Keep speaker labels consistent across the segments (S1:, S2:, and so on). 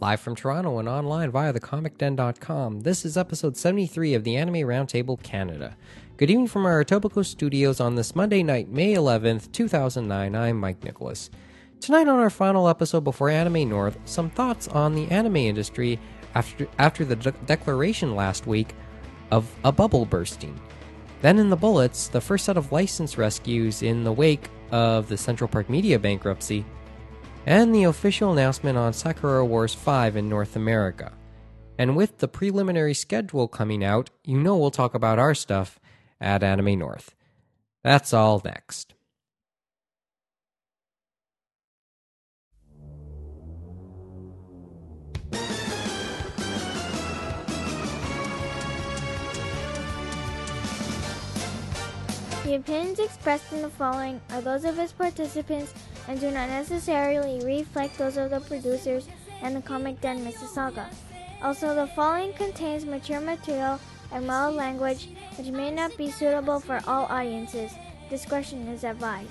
S1: Live from Toronto and online via thecomicden.com, this is episode 73 of the Anime Roundtable Canada. Good evening from our Etobicoke studios on this Monday night, May 11th, 2009. I'm Mike Nicholas. Tonight, on our final episode before Anime North, some thoughts on the anime industry after, after the de- declaration last week of a bubble bursting. Then, in the bullets, the first set of license rescues in the wake of the Central Park Media bankruptcy, and the official announcement on Sakura Wars 5 in North America. And with the preliminary schedule coming out, you know we'll talk about our stuff at Anime North. That's all next.
S2: The opinions expressed in the following are those of its participants and do not necessarily reflect those of the producers and the Comic Den Mississauga. Also, the following contains mature material and mild language which may not be suitable for all audiences. Discretion is advised.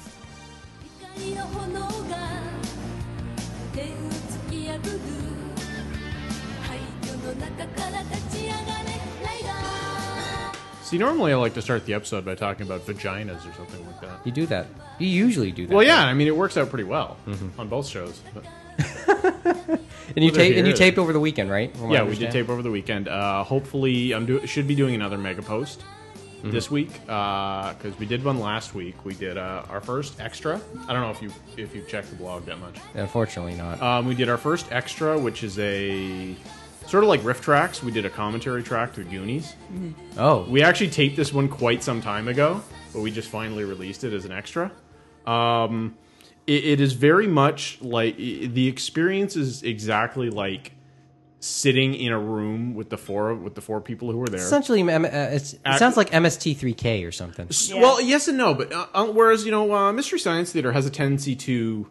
S3: 光の炎が手を突き破る廃墟の中から立ち上がれライガー
S4: See, normally I like to start the episode by talking about vaginas or something like that.
S1: You do that. You usually do that.
S4: Well, yeah, I mean, it works out pretty well on both shows. But,
S1: And you
S4: Well, they're
S1: taped and you
S4: here.
S1: taped over the weekend, right? From what I
S4: yeah, we did
S1: understand.
S4: tape over the weekend. Uh, hopefully, I'm do- should be doing another mega post this week because we did one last week. We did uh, our first extra. I don't know if you if you've checked the blog that much.
S1: Unfortunately, not.
S4: Um, we did our first extra, which is a sort of like riff tracks. We did a commentary track to Goonies.
S1: oh,
S4: We actually taped this one quite some time ago, but we just finally released it as an extra. Um, it, it is very much like i- the experience is exactly like sitting in a room with the four with the four people who were there.
S1: essentially, M- uh, it's, it
S4: Ac-
S1: sounds like MST3K or something.
S4: S- Well, yes and no, but uh, uh, whereas you know, uh, Mystery Science Theater has a tendency to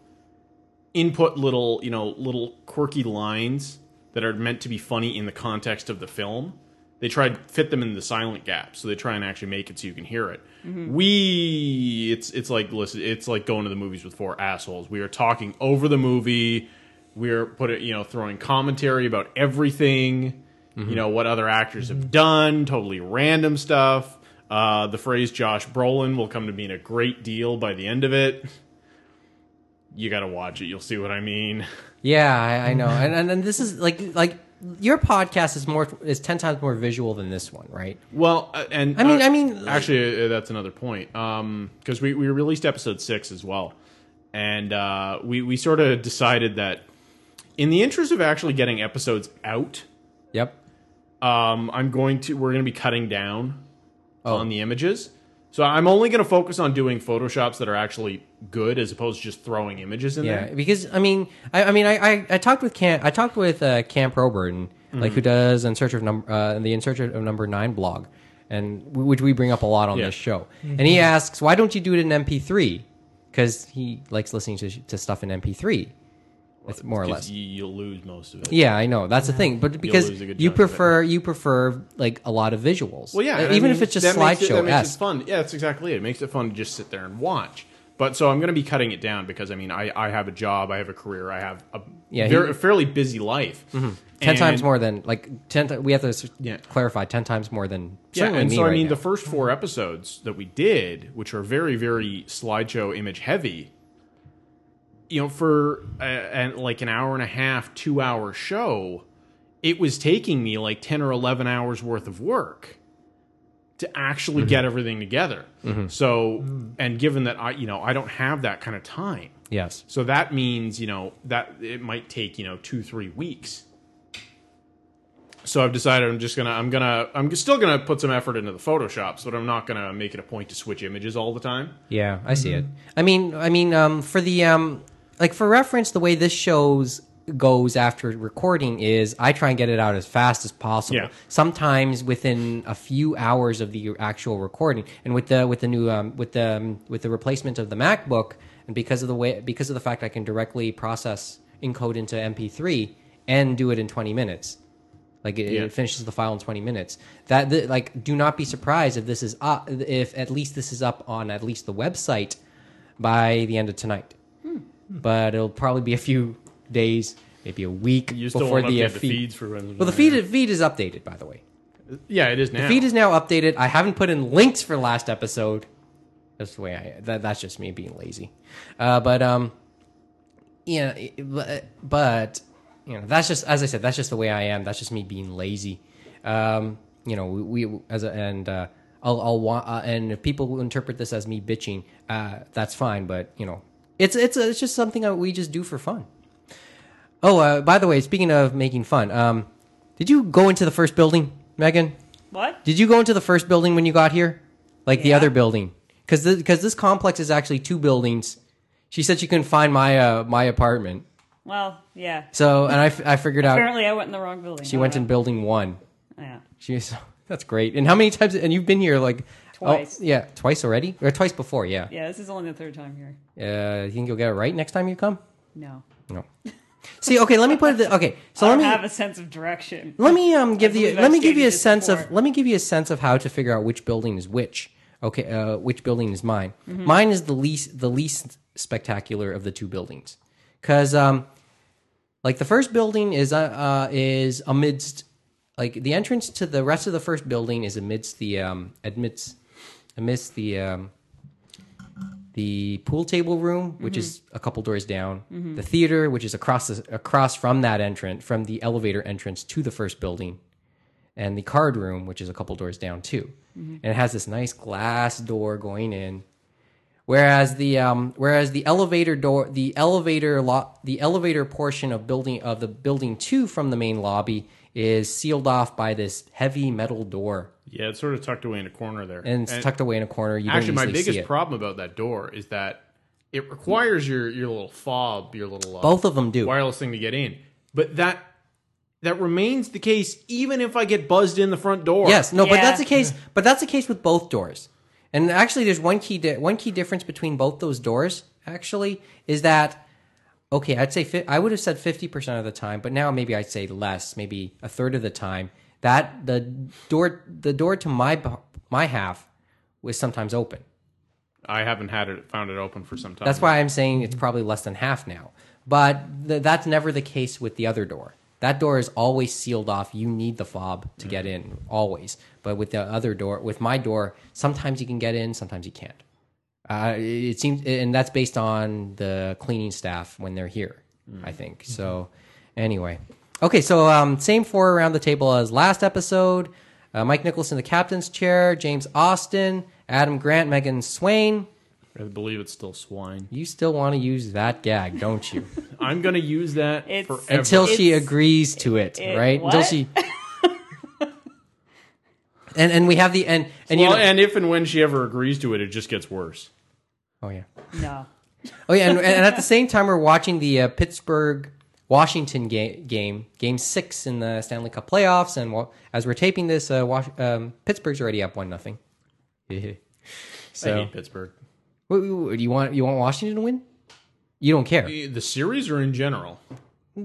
S4: input little you know little quirky lines that are meant to be funny in the context of the film. They try to fit them in the silent gap, so they try and actually make it so you can hear it. We, it's it's like listen, it's like going to the movies with four assholes. We are talking over the movie. We're putting you know throwing commentary about everything you know what other actors have done totally random stuff uh, the phrase josh brolin will come to mean a great deal by the end of it you gotta watch it you'll see what i mean
S1: Yeah, I, I know. and, and and this is like like your podcast is more is ten times more visual than this one, right?
S4: well uh, and
S1: I mean-
S4: uh,
S1: I mean-
S4: actually uh, that's another point um because we, we released episode six as well and uh we we sort of decided that in the interest of actually getting episodes out
S1: Yep.
S4: um, I'm going to we're going to be cutting down
S1: Oh.
S4: on the images. So I'm only going to focus on doing photoshops that are actually good, as opposed to just throwing images in
S1: Yeah,
S4: there.
S1: because I mean, I, I mean, I, I, I talked with Cam, I talked with uh, Cam Proburn,
S4: Mm-hmm.
S1: like who does in search of number, uh, the in search of number nine blog, and w- which we bring up a lot on
S4: Yeah. Mm-hmm.
S1: this show. And he asks, why don't you do it in MP3? Because he likes listening to, sh- to stuff in MP3. It's more or
S4: Because
S1: less.
S4: you, you'll lose most of it.
S1: yeah, I know that's the thing, but because
S4: lose a good
S1: you
S4: chunk of it.
S1: prefer you prefer like a lot of visuals.
S4: Well, yeah,
S1: Uh,
S4: and I
S1: even
S4: mean,
S1: if it's just
S4: that makes it- that
S1: slideshow
S4: makes it
S1: esque.
S4: fun. Yeah, that's exactly it. It makes it fun to just sit there and watch. But so I'm going to be cutting it down because I mean I, I have a job, I have a career, I have a
S1: Yeah,
S4: ver-
S1: he- Mm-hmm.
S4: a fairly busy life.
S1: Ten
S4: And-
S1: times more than like ten. Th- we have to s-
S4: Yeah.
S1: clarify ten times more than
S4: Yeah,
S1: certainly
S4: and
S1: me
S4: so
S1: right
S4: I mean
S1: now.
S4: the first four episodes that we did, which are very very slideshow image heavy, you know, for uh, and like an hour and a half, two hour show, it was taking me like ten or eleven hours worth of work to actually get everything together.
S1: Mm-hmm.
S4: So, and given that I, you know, I don't have that kind of time,
S1: yes.
S4: so that means, you know, that it might take, you know, two, three weeks. So I've decided I'm just gonna, I'm gonna, I'm still gonna put some effort into the Photoshops, but I'm not gonna make it a point to switch images all the time.
S1: Yeah, I see it. Mm-hmm. I mean, I mean, um, for the um, like for reference, the way this shows goes after recording is I try and get it out as fast as possible.
S4: Yeah.
S1: Sometimes within a few hours of the actual recording, and with the with the new um, with the um, with the replacement of the MacBook, and because of the way because of the fact I can directly process encode into MP3 and do it in 20 minutes. Like it,
S4: Yeah.
S1: it finishes the file in 20 minutes. That th- like do not be surprised if this is up if at least this is up on at least the website by the end of tonight. But it'll probably be a few days maybe a week
S4: You still
S1: before
S4: want
S1: the,
S4: to
S1: uh,
S4: update the
S1: feed.
S4: feeds for Resident
S1: Well, the
S4: Evil.
S1: feed feed is updated, by the way.
S4: Yeah, it is now.
S1: The feed is now updated. I haven't put in links for last episode. That's the way I. That, that's just me being lazy. Uh, but um, yeah, it- but- uh, but you know, that's just as I said. That's just the way I am. That's just me being lazy. Um, you know, we, we as a, and uh, I'll I'll wa- uh, and if people will interpret this as me bitching, uh, that's fine. But you know, it's it's it's just something that we just do for fun. Oh, uh, by the way, speaking of making fun, um, did you go into the first building, Megan?
S5: What?
S1: Did you go into the first building when you got here? Like the
S5: Yeah.
S1: other building? Because because this complex is actually two buildings. She said she couldn't find my uh, my apartment.
S5: Well, yeah.
S1: So and I, f- I figured out
S5: Apparently, I went in the wrong building. Oh,
S1: she went in building one.
S5: Yeah.
S1: She's that's great. And how many times? And you've been here like oh,
S5: Twice.
S1: yeah, twice already or twice before. Yeah.
S5: Yeah, this is only the third time here.
S1: Uh, you think you'll get it right next time you come?
S5: No.
S1: No. See, okay, let me put it. th- Okay, so
S5: I
S1: let
S5: don't
S1: me
S5: have a sense of direction.
S1: let me um give you
S5: believe
S1: let
S5: I've
S1: me give you a
S5: stated this
S1: sense of
S5: before.
S1: let me give you a sense of how to figure out which building is which. Okay, uh, which building is mine? Mine is the least the least spectacular of the two buildings, because um, like the first building is uh, uh is amidst like the entrance to the rest of the first building is amidst the um admits amidst the um the pool table room, which is
S5: Mm-hmm.
S1: a couple doors down, the theater, which is across the, across from that entrance, from the elevator entrance to the first building, and the card room, which is a couple doors down too, and it has this nice glass door going in. Whereas the um, whereas the elevator door, the elevator lo- the elevator portion of building of the building two from the main lobby is sealed off by this heavy metal door
S4: yeah, it's sort of tucked away in a corner there.
S1: and it's tucked away in a corner. You
S4: Actually,
S1: don't
S4: my
S1: easily see
S4: biggest
S1: it.
S4: problem about that door is that it requires your your little fob, your little uh,
S1: Both of them do.
S4: wireless thing to get in. But that that remains the case even if I get buzzed in the front door.
S1: Yes, no, but
S5: Yeah.
S1: that's the case. But that's the case with both doors. And actually, there's one key di- one key difference between both those doors. Actually, is that okay? I'd say fi- I would have said fifty percent of the time, but now maybe I'd say less, maybe a third of the time. That the door the door to my b- my half was sometimes open.
S4: I haven't had it found it open for some time.
S1: That's why I'm saying it's probably less than half now. But th- that's never the case with the other door. That door is always sealed off. You need the fob to get in, always. But with the other door, with my door, sometimes you can get in, sometimes you can't. Uh, it seems, and that's based on the cleaning staff when they're here, I think. So, anyway, okay. So, um, same four around the table as last episode. Uh, Mike Nichols in the captain's chair, James Austin, Adam Grant, Megan Swain.
S4: I believe it's still swine.
S1: You still want to use that gag, don't you?
S4: I'm gonna use that
S5: It's-
S4: forever.
S1: Until she
S5: It's-
S1: agrees to it,
S5: it-
S1: right? Until
S5: what?
S1: she. and and we have the and and
S4: well,
S1: you know,
S4: and if and when she ever agrees to it, it just gets worse.
S1: oh yeah
S5: No.
S1: oh yeah and, and at the same time we're watching the uh, Pittsburgh Washington game game game six in the Stanley Cup playoffs and wa- as we're taping this uh, Wash, um, Pittsburgh's already up one nothing.
S4: I
S1: so
S4: hate Pittsburgh.
S1: wait, wait, wait, do you want you want Washington to win? You don't care.
S4: The the series or in general?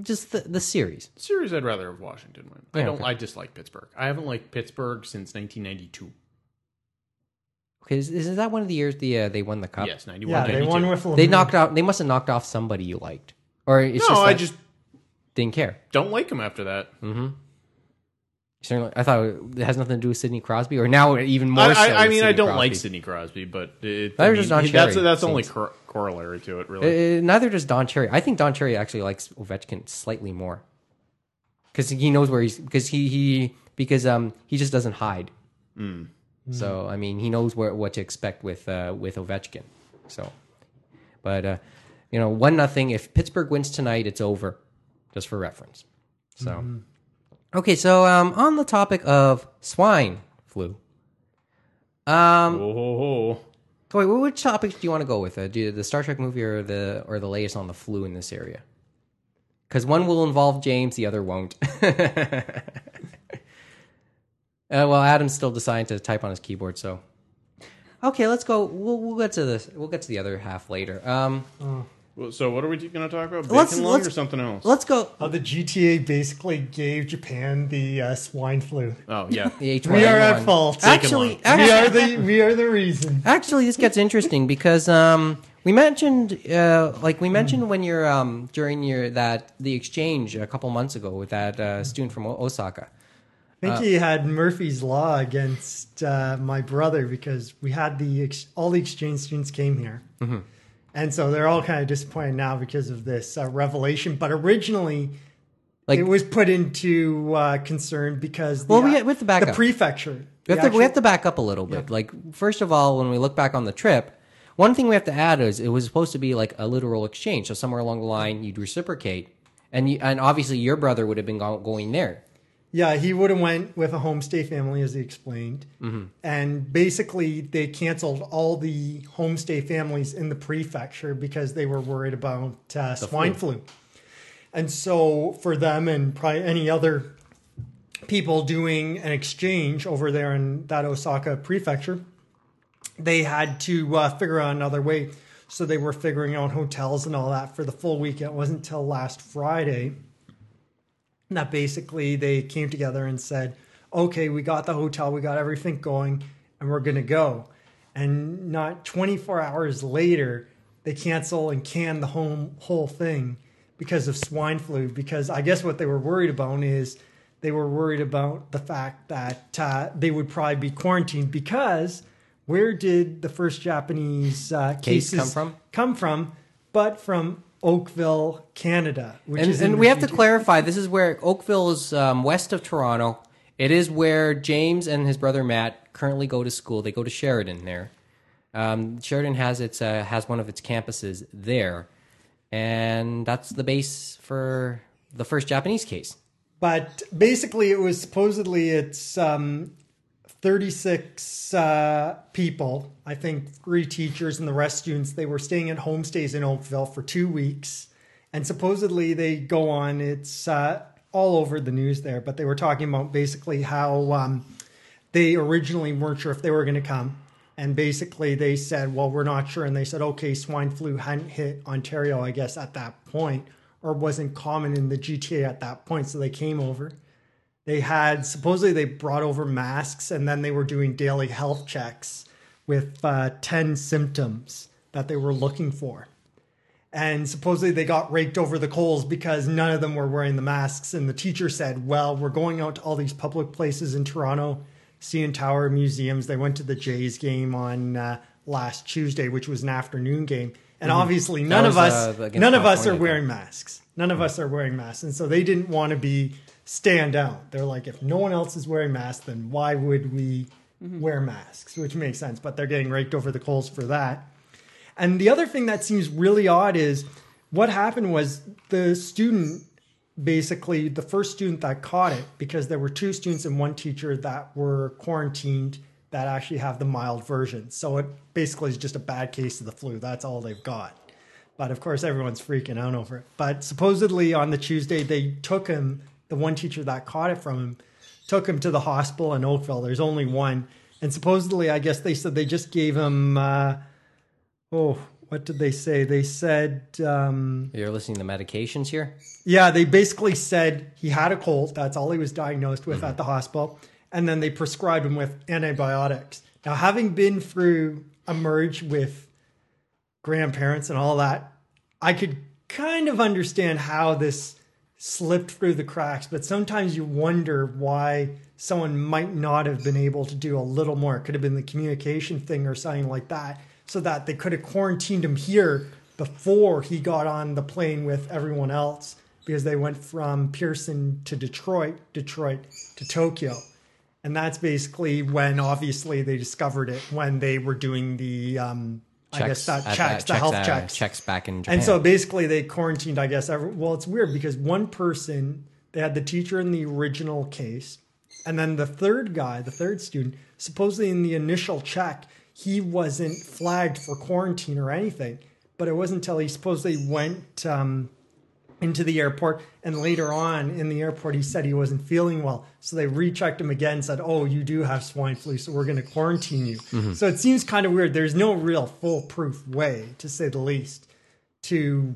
S1: Just the, the series.
S4: series I'd rather have Washington win. I
S1: Yeah,
S4: don't.
S1: okay.
S4: I dislike Pittsburgh. I haven't liked Pittsburgh since 1992.
S1: Okay, is, is that one of the years the uh, they won the cup?
S4: Yes, 91.
S6: Yeah, they won
S4: 92.
S6: with
S1: They knocked out. They must have knocked off somebody you liked, or it's
S4: Mm-hmm. No,
S1: just
S4: I
S1: like,
S4: just
S1: didn't care.
S4: don't like them after that.
S1: Certainly, I thought it has nothing to do with Sidney Crosby, or now even more.
S4: I,
S1: so
S4: I, I
S1: with
S4: mean, I
S1: Sidney
S4: don't
S1: Crosby.
S4: like Sidney Crosby, but it,
S1: Neither
S4: I mean,
S1: does Don
S4: he- that's
S1: Cherry,
S4: that's only
S1: seems-
S4: cor- corollary to it, really.
S1: Uh, neither does Don Cherry. I think Don Cherry actually likes Ovechkin slightly more because he knows where he's because he he because um he just doesn't hide. So I mean, he knows where what to expect with uh, with Ovechkin. So, but uh, you know, one nothing. If Pittsburgh wins tonight, it's over. Just for reference. So, okay. So um, on the topic of swine flu. Um,
S4: Whoa, whoa, whoa.
S1: so wait, wh- which topics do you want to go with? Uh, do the Star Trek movie or the or the latest on the flu in this area? Because one will involve James, the other won't. uh, well, Adam's still deciding to type on his keyboard, so okay, let's go. We'll, we'll get to this. We'll get to the other half later. Um,
S4: Well, So, what are we going to talk about? Bacon
S1: Let's-
S4: lung
S1: let's-
S4: or something else?
S1: let's go.
S6: how the GTA basically gave Japan the uh, swine flu.
S4: oh, yeah.
S1: The H1N1.
S6: We are at fault.
S1: Actually,
S6: we
S1: actually,
S6: are the we are the reason.
S1: actually, this gets interesting because um, We mentioned, uh, like we mentioned when you're um, during your that the exchange a couple months ago with that uh, student from O- Osaka. Uh.
S6: I think he had Murphy's Law against uh, my brother because we had the ex- all the exchange students came here, and so they're all kind of disappointed now because of this uh, revelation. But originally,
S1: Like-
S6: it was put into uh, concern because the,
S1: Well, we
S6: uh,
S1: have- we have to back
S6: the
S1: up.
S6: prefecture.
S1: We have,
S6: the
S1: to, we
S6: actual-
S1: have to back up a little bit. Like, first of all, when we look back on the trip, one thing we have to add is it was supposed to be like a literal exchange. So somewhere along the line, you'd reciprocate, and you, and obviously your brother would have been go- going there.
S6: Yeah, he would have went with a homestay family, as he explained. And basically, they canceled all the homestay families in the prefecture because they were worried about uh, swine flu. And so, for them and probably any other people doing an exchange over there in that Osaka prefecture, they had to uh, figure out another way. So they were figuring out hotels and all that for the full week. It wasn't till last Friday that basically they came together and said, okay, we got the hotel, we got everything going, and we're going to go. And not 24 hours later, they cancel and can the whole, whole thing because of swine flu. Because I guess what they were worried about is they were worried about the fact that uh, they would probably be quarantined because where did the first Japanese uh,
S1: Case
S6: cases
S1: come from?
S6: Come from, but from Oakville, Canada, which
S1: And,
S6: is in
S1: and we have to
S6: region-
S1: clarify this is where Oakville is um, west of Toronto. It is where James and his brother Matt currently go to school. They go to Sheridan there. Um, Sheridan has its uh, has one of its campuses there, and that's the base for the first Japanese case.
S6: but basically it was supposedly it's um, 36 uh, people i think three teachers and the rest students they were staying at homestays in oakville for two weeks and supposedly they go on it's uh, all over the news there but they were talking about basically how um, they originally weren't sure if they were going to come and basically they said well we're not sure and they said okay swine flu hadn't hit ontario i guess at that point or wasn't common in the gta at that point so they came over they had supposedly they brought over masks and then they were doing daily health checks with uh, 10 symptoms that they were looking for and supposedly they got raked over the coals because none of them were wearing the masks and the teacher said well we're going out to all these public places in toronto CN tower museums they went to the jays game on uh, last tuesday which was an afternoon game and obviously none
S1: Mm-hmm. was,
S6: of us
S1: uh, against
S6: none of us
S1: California, Mm-hmm. I
S6: are
S1: think.
S6: wearing masks none of us are wearing masks and so they didn't want to be stand out they're like if no one else is wearing masks then why would we
S1: Mm-hmm.
S6: wear masks which makes sense but they're getting raked over the coals for that and the other thing that seems really odd is what happened was the student, basically the first student that caught it, because there were two students and one teacher that were quarantined that actually have the mild version. So it basically is just a bad case of the flu. That's all they've got. But of course, everyone's freaking out over it. But supposedly on the Tuesday, they took him, the one teacher that caught it from him, took him to the hospital in Oakville. There's only one. And supposedly, I guess they said they just gave him. Uh, oh, what did they say? They said, um,
S1: You're listening to medications here.
S6: yeah, they basically said he had a cold. That's all he was diagnosed with at the hospital. And then they prescribed him with antibiotics. Now, having been through a merge with grandparents and all that, I could kind of understand how this slipped through the cracks, but sometimes you wonder why someone might not have been able to do a little more. It could have been the communication thing or something like that, so that they could have quarantined him here before he got on the plane with everyone else because they went from Pearson to Detroit, Detroit to Tokyo. And that's basically when obviously they discovered it when they were doing the um I guess that
S1: at
S6: checks, the health
S1: uh,
S6: checks.
S1: checks back in Japan.
S6: And so basically, they quarantined, I guess. Every, well, it's weird because one person, they had the teacher in the original case, and then the third guy, the third student, supposedly in the initial check, he wasn't flagged for quarantine or anything. But it wasn't until he supposedly went um, into the airport, and later on in the airport, he said he wasn't feeling well. So they rechecked him again, said, "Oh, you do have swine flu, so we're going to quarantine you."
S1: Mm-hmm.
S6: So it seems kind of weird. There's no real foolproof way, to say the least to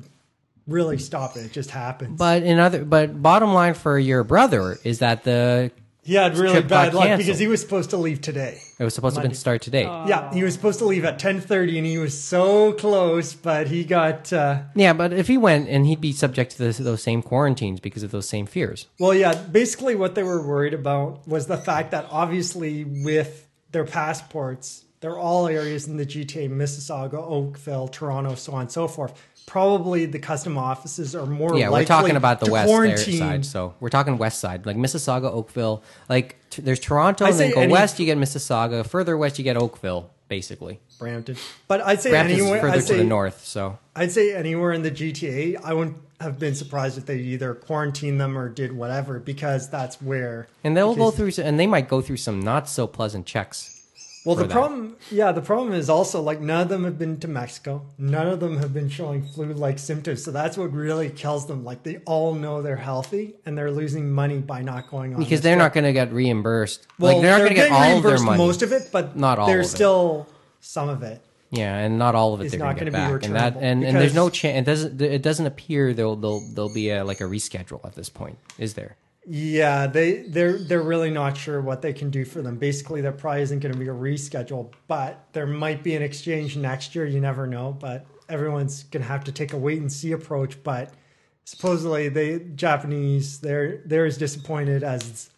S6: really stop it. It just happens.
S1: But in other, but bottom line for your brother is that the
S6: He had really
S1: trip got
S6: bad luck because
S1: canceled.
S6: he was supposed to leave today.
S1: It was supposed to have been start today.
S6: Yeah, he was supposed to leave at 10:30 and he was so close, but he got uh
S1: Yeah, but if he went and he'd be subject to this, those same quarantines because of those same fears.
S6: well, yeah, basically what they were worried about was the fact that obviously with their passports, they're all areas in the GTA, Mississauga, Oakville, Toronto, so on and so forth. Probably the custom offices are more
S1: Yeah,
S6: likely
S1: we're talking about the
S6: to
S1: west there
S6: quarantine.
S1: side, so we're talking west side, like Mississauga, Oakville. Like t- there's Toronto,
S6: I
S1: and then
S6: say
S1: go
S6: any-
S1: west, you get Mississauga. Further west, you get Oakville, basically.
S6: Brampton. But I'd say
S1: Brampton's
S6: anywhere
S1: further to
S6: I'd say
S1: the north, so
S6: I'd say anywhere in the GTA, I wouldn't have been surprised if they either quarantined them or did whatever because that's where.
S1: and they'll go
S6: because-
S1: through, s- and they might go through some not so pleasant checks.
S6: Well,
S1: for
S6: the
S1: that.
S6: problem, yeah, the problem is also like none of them have been to Mexico. None of them have been showing flu-like symptoms, so that's what really kills them. Like they all know they're healthy and they're losing money by not going on
S1: because
S6: this
S1: they're
S6: trip.
S1: not going to get reimbursed.
S6: Well,
S1: like they're not going to get
S6: getting
S1: all of their
S6: reimbursed
S1: money.
S6: most of it, but
S1: Not all
S6: There's
S1: of it.
S6: still some of it.
S1: yeah, and not all of it
S6: is
S1: they're
S6: not
S1: going to get
S6: gonna be
S1: back. And that
S6: returnable
S1: and, and there's no
S6: because-
S1: chance. It doesn't. It doesn't appear there'll there'll, there'll be a, like a reschedule at this point. Is there?
S6: Yeah, they they're they're really not sure what they can do for them. Basically, there probably isn't going to be a reschedule, but there might be an exchange next year. You never know, but everyone's going to have to take a wait and see approach. But supposedly, the Japanese they're they're as disappointed as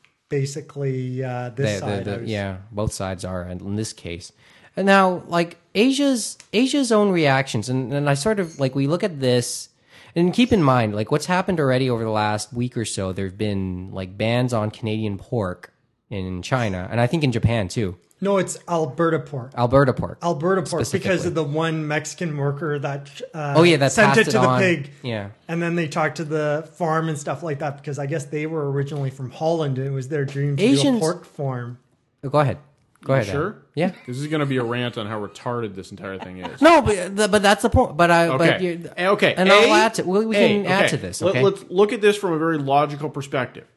S6: basically uh, this
S1: The- the-
S6: side.
S1: the-
S6: is.
S1: yeah, both sides are and in this case. And now, like Asia's Asia's own reactions, and, and I sort of like we look at this, and keep in mind like what's happened already over the last week or so. There've been like bans on Canadian pork in China, and I think in Japan too,
S6: No, it's Alberta port.
S1: Alberta pork.
S6: Alberta port because
S1: Specifically.
S6: of the one Mexican worker that uh,
S1: Oh, yeah, that
S6: sent
S1: passed
S6: it
S1: it
S6: to the
S1: on.
S6: pig.
S1: Yeah.
S6: and then they talked to the farm and stuff like that because I guess they were originally from Holland and it was their dream to do a
S1: Asians-
S6: pork farm.
S1: Oh, Go ahead. Go ahead. Adam.
S4: Sure.
S1: Yeah.
S4: This is going to be a rant on how retarded this entire thing is.
S1: No, but th- but that's the point. But I but
S4: Okay.
S1: you
S4: Eh, okay.
S1: And
S4: A-
S1: i I'll add to we, we
S4: A,
S1: can add
S4: okay.
S1: to this.
S4: Let-
S1: Okay.
S4: let's look at this from a very logical perspective.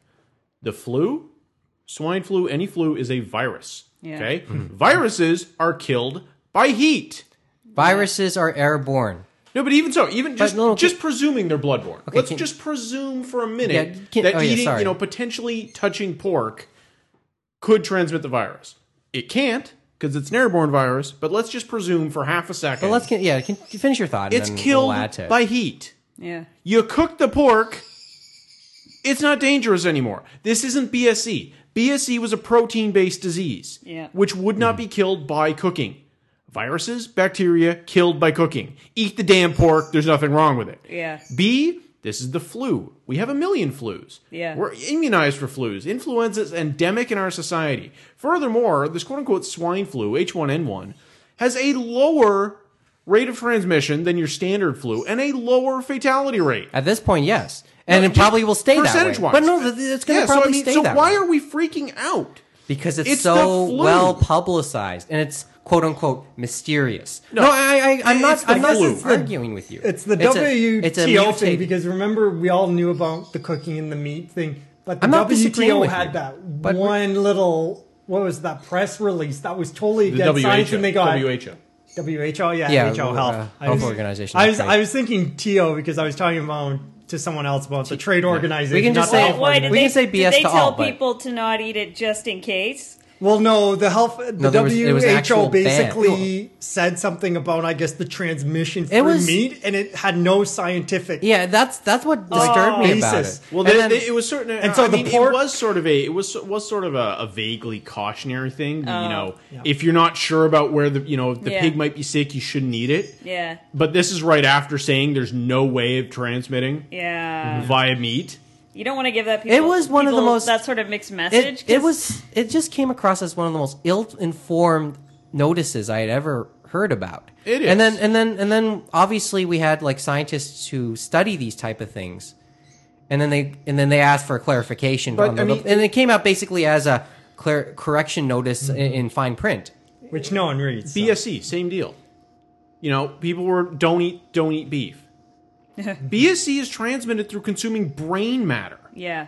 S4: The flu, swine flu, any flu is a virus.
S5: Yeah.
S4: Okay. Viruses are killed by heat.
S1: Viruses are airborne.
S4: No, but even so, even just
S1: no, okay.
S4: just presuming they're bloodborne. Let's
S1: can-
S4: just presume for a
S1: Yeah,
S4: minute
S1: can-
S4: that
S1: oh, yeah,
S4: eating,
S1: sorry.
S4: you know, potentially touching pork could transmit the virus. It can't because it's an airborne virus. But let's just presume for half a second.
S1: But let's get, yeah, can, finish your thought. and
S4: it's
S1: then
S4: killed
S1: we'll add to it.
S4: by heat.
S5: Yeah.
S4: You cook the pork, it's not dangerous anymore. This isn't E. BSE. BSE was a protein based disease,
S5: Yeah.
S4: which would not be killed by cooking. Viruses, bacteria, killed by cooking. Eat the damn pork, there's nothing wrong with it.
S5: Yeah.
S4: B, this is the flu. We have a million flus.
S5: Yeah.
S4: We're immunized for flus. Influenza is endemic in our society. Furthermore, this quote unquote swine flu, H1N1, has a lower rate of transmission than your standard flu and a lower fatality rate.
S1: At this point, yes, and it probably will stay that way.
S4: Percentage-wise.
S1: But no, th- th- it's going to
S4: Yeah,
S1: probably
S4: so, I mean,
S1: stay
S4: so
S1: that
S4: why
S1: way.
S4: are we freaking out?
S1: because it's,
S4: It's the
S1: so
S4: flu.
S1: well publicized and it's quote unquote mysterious. No, I, I, I'm
S4: it's
S1: not.
S4: the
S1: I'm not
S4: flu.
S1: arguing with you.
S6: It's the
S1: a-
S6: WTO
S1: it's a
S6: thing
S1: mutated-
S6: because remember we all knew about the cooking and the meat thing, but the
S1: I'm not disagreeing
S6: WTO
S1: with
S6: had
S1: you,
S6: that
S1: but-
S6: one little what was that press release that was totally against science and they got
S4: WHO.
S6: WHO, yeah,
S1: Yeah,
S6: WHO
S1: uh,
S6: Health.
S1: Health
S6: I was-
S1: Organization,
S6: I was,
S1: right.
S6: I was thinking TO because I was talking about to someone else about the trade organization.
S1: We can just
S6: not the
S1: say-
S6: health
S1: Why
S5: Why did
S1: we
S5: they,
S1: can say
S5: did
S1: BS
S5: they
S1: to
S5: tell
S1: all, but-
S5: people to not eat it just in case?
S6: Well, no, the health, the
S1: there was- it was an
S6: WHO
S1: actual ban.
S6: basically said something about, I guess, the transmission through
S1: was-
S6: meat, and it had no scientific.
S1: Yeah, that's that's what disturbed me about
S6: basis.
S1: it.
S4: Oh. Well,
S1: And
S4: they,
S1: then-
S4: they- it was certain. uh,
S6: and so
S4: I
S6: the
S4: mean,
S6: pork-
S4: it was sort of a it was was sort of a, a vaguely cautionary thing. you know,
S6: Yeah.
S4: if you're not sure about where the you know if the
S5: Oh, Yeah.
S4: pig might be sick, you shouldn't eat it.
S5: Yeah.
S4: But this is right after saying there's no way of transmitting
S5: Yeah.
S4: via meat.
S5: You don't want to give that people.
S1: It was one of the
S5: people
S1: most-
S5: that sort of mixed message.
S1: it, it
S5: 'cause-
S1: was it just came across as one of the most ill-informed notices I had ever heard about.
S4: It is.
S1: and then and then and then obviously we had like scientists who study these type of things, and then they and then they asked for clarification.
S4: But,
S1: on the,
S4: I mean-
S1: and it came out basically as a clar- correction notice
S4: Mm-hmm.
S1: in, in fine print.
S6: Which no one reads. so.
S4: BSE, same deal. You know, people were don't eat don't eat beef. BSE is transmitted through consuming brain matter.
S5: Yeah.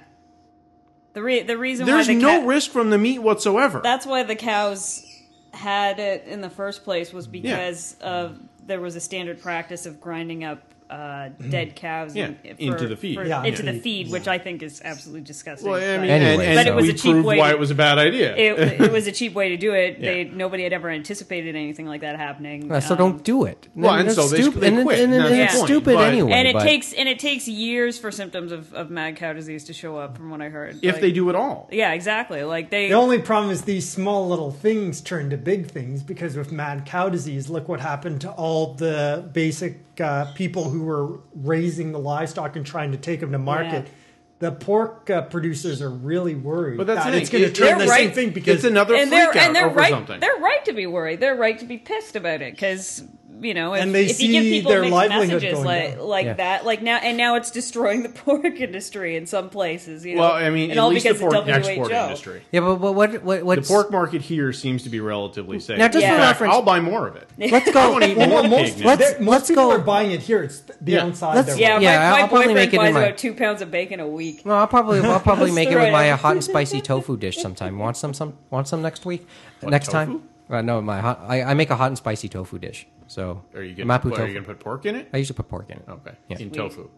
S5: The re- the reason
S4: There's
S5: why the
S4: no
S5: ca-
S4: risk from the meat whatsoever.
S5: That's why the cows had it in the first place was because of there was a standard practice of grinding up uh, dead cows
S4: Mm-hmm. Yeah,
S5: and-
S4: into the feed.
S6: Yeah,
S5: into
S6: yeah.
S5: the feed, which I think is absolutely disgusting.
S4: Well, I mean,
S5: but-
S1: Anyway,
S4: and, and
S1: But it was
S4: we
S5: a cheap
S4: proved
S5: way
S4: why
S5: to-
S4: it was a bad idea.
S5: it, it was a cheap way to do it.
S4: Yeah.
S5: They nobody had ever anticipated anything like that happening.
S1: Uh, so
S5: Um,
S1: don't do it.
S4: Well, and
S1: it's
S4: so they-
S1: stupid,
S4: they
S1: and, it-
S4: quit,
S1: and,
S4: and
S1: it- it's
S5: that's the point,
S1: stupid
S4: but-
S1: anyway.
S5: And it
S1: but-
S5: takes and it takes years for symptoms of, of mad cow disease to show up, from what I heard.
S4: if
S5: Like-
S4: they do at all.
S5: yeah, exactly. Like they
S6: The only problem is these small little things turn to big things because with mad cow disease, look what happened to all the basic uh, people who were raising the livestock and trying to take them to market.
S5: Yeah.
S6: The pork uh, producers are really worried
S4: But that's
S6: that
S4: the
S6: it's
S4: thing.
S6: going
S4: It-
S6: to turn
S5: they're
S6: the same
S5: right.
S6: thing because
S4: it's another
S5: and
S4: freak
S5: they're
S4: out
S5: and they're
S4: over
S5: right.
S4: something.
S5: They're right to be worried. They're right to be pissed about it because you know if,
S6: And they
S5: if you give
S6: see
S5: people
S6: their
S5: mixed
S6: livelihood
S5: messages
S6: going
S5: like
S6: down.
S5: like
S1: Yeah.
S5: that, like now and now it's destroying the pork industry in some places. You know?
S4: well, I mean,
S5: and
S4: at
S5: all
S4: least the
S5: because
S4: pork
S5: of WHO.
S4: export industry.
S1: yeah, but, but what what
S4: The
S1: what's
S4: pork market here seems to be relatively safe.
S1: Now, just
S4: In
S5: for
S4: fact,
S1: reference-
S4: I'll buy more of it.
S1: Let's go.
S4: wanna eat more
S6: well, most,
S4: pig now.
S1: Let's-
S6: there- most
S1: let's
S6: people
S1: go-
S6: are buying it here. It's the
S4: Yeah.
S6: outside.
S1: Let's-
S6: they're
S5: Yeah,
S6: buying.
S5: my,
S1: Yeah,
S5: my
S1: I'll probably
S5: boyfriend
S1: make it in
S5: buys
S1: my-
S5: about two pounds of bacon a week.
S1: Well, I'll probably I'll probably make it with my
S5: right.
S1: uh, hot and spicy tofu dish sometime. Want some some want some next week? next time? Uh, no, my hot I, I make a hot and spicy tofu dish. So
S4: Are you going to
S1: mapo
S4: put, are
S1: tofu.
S4: you going to put pork in it?
S1: I usually put pork in it.
S4: Okay,
S1: Yeah.
S4: in tofu.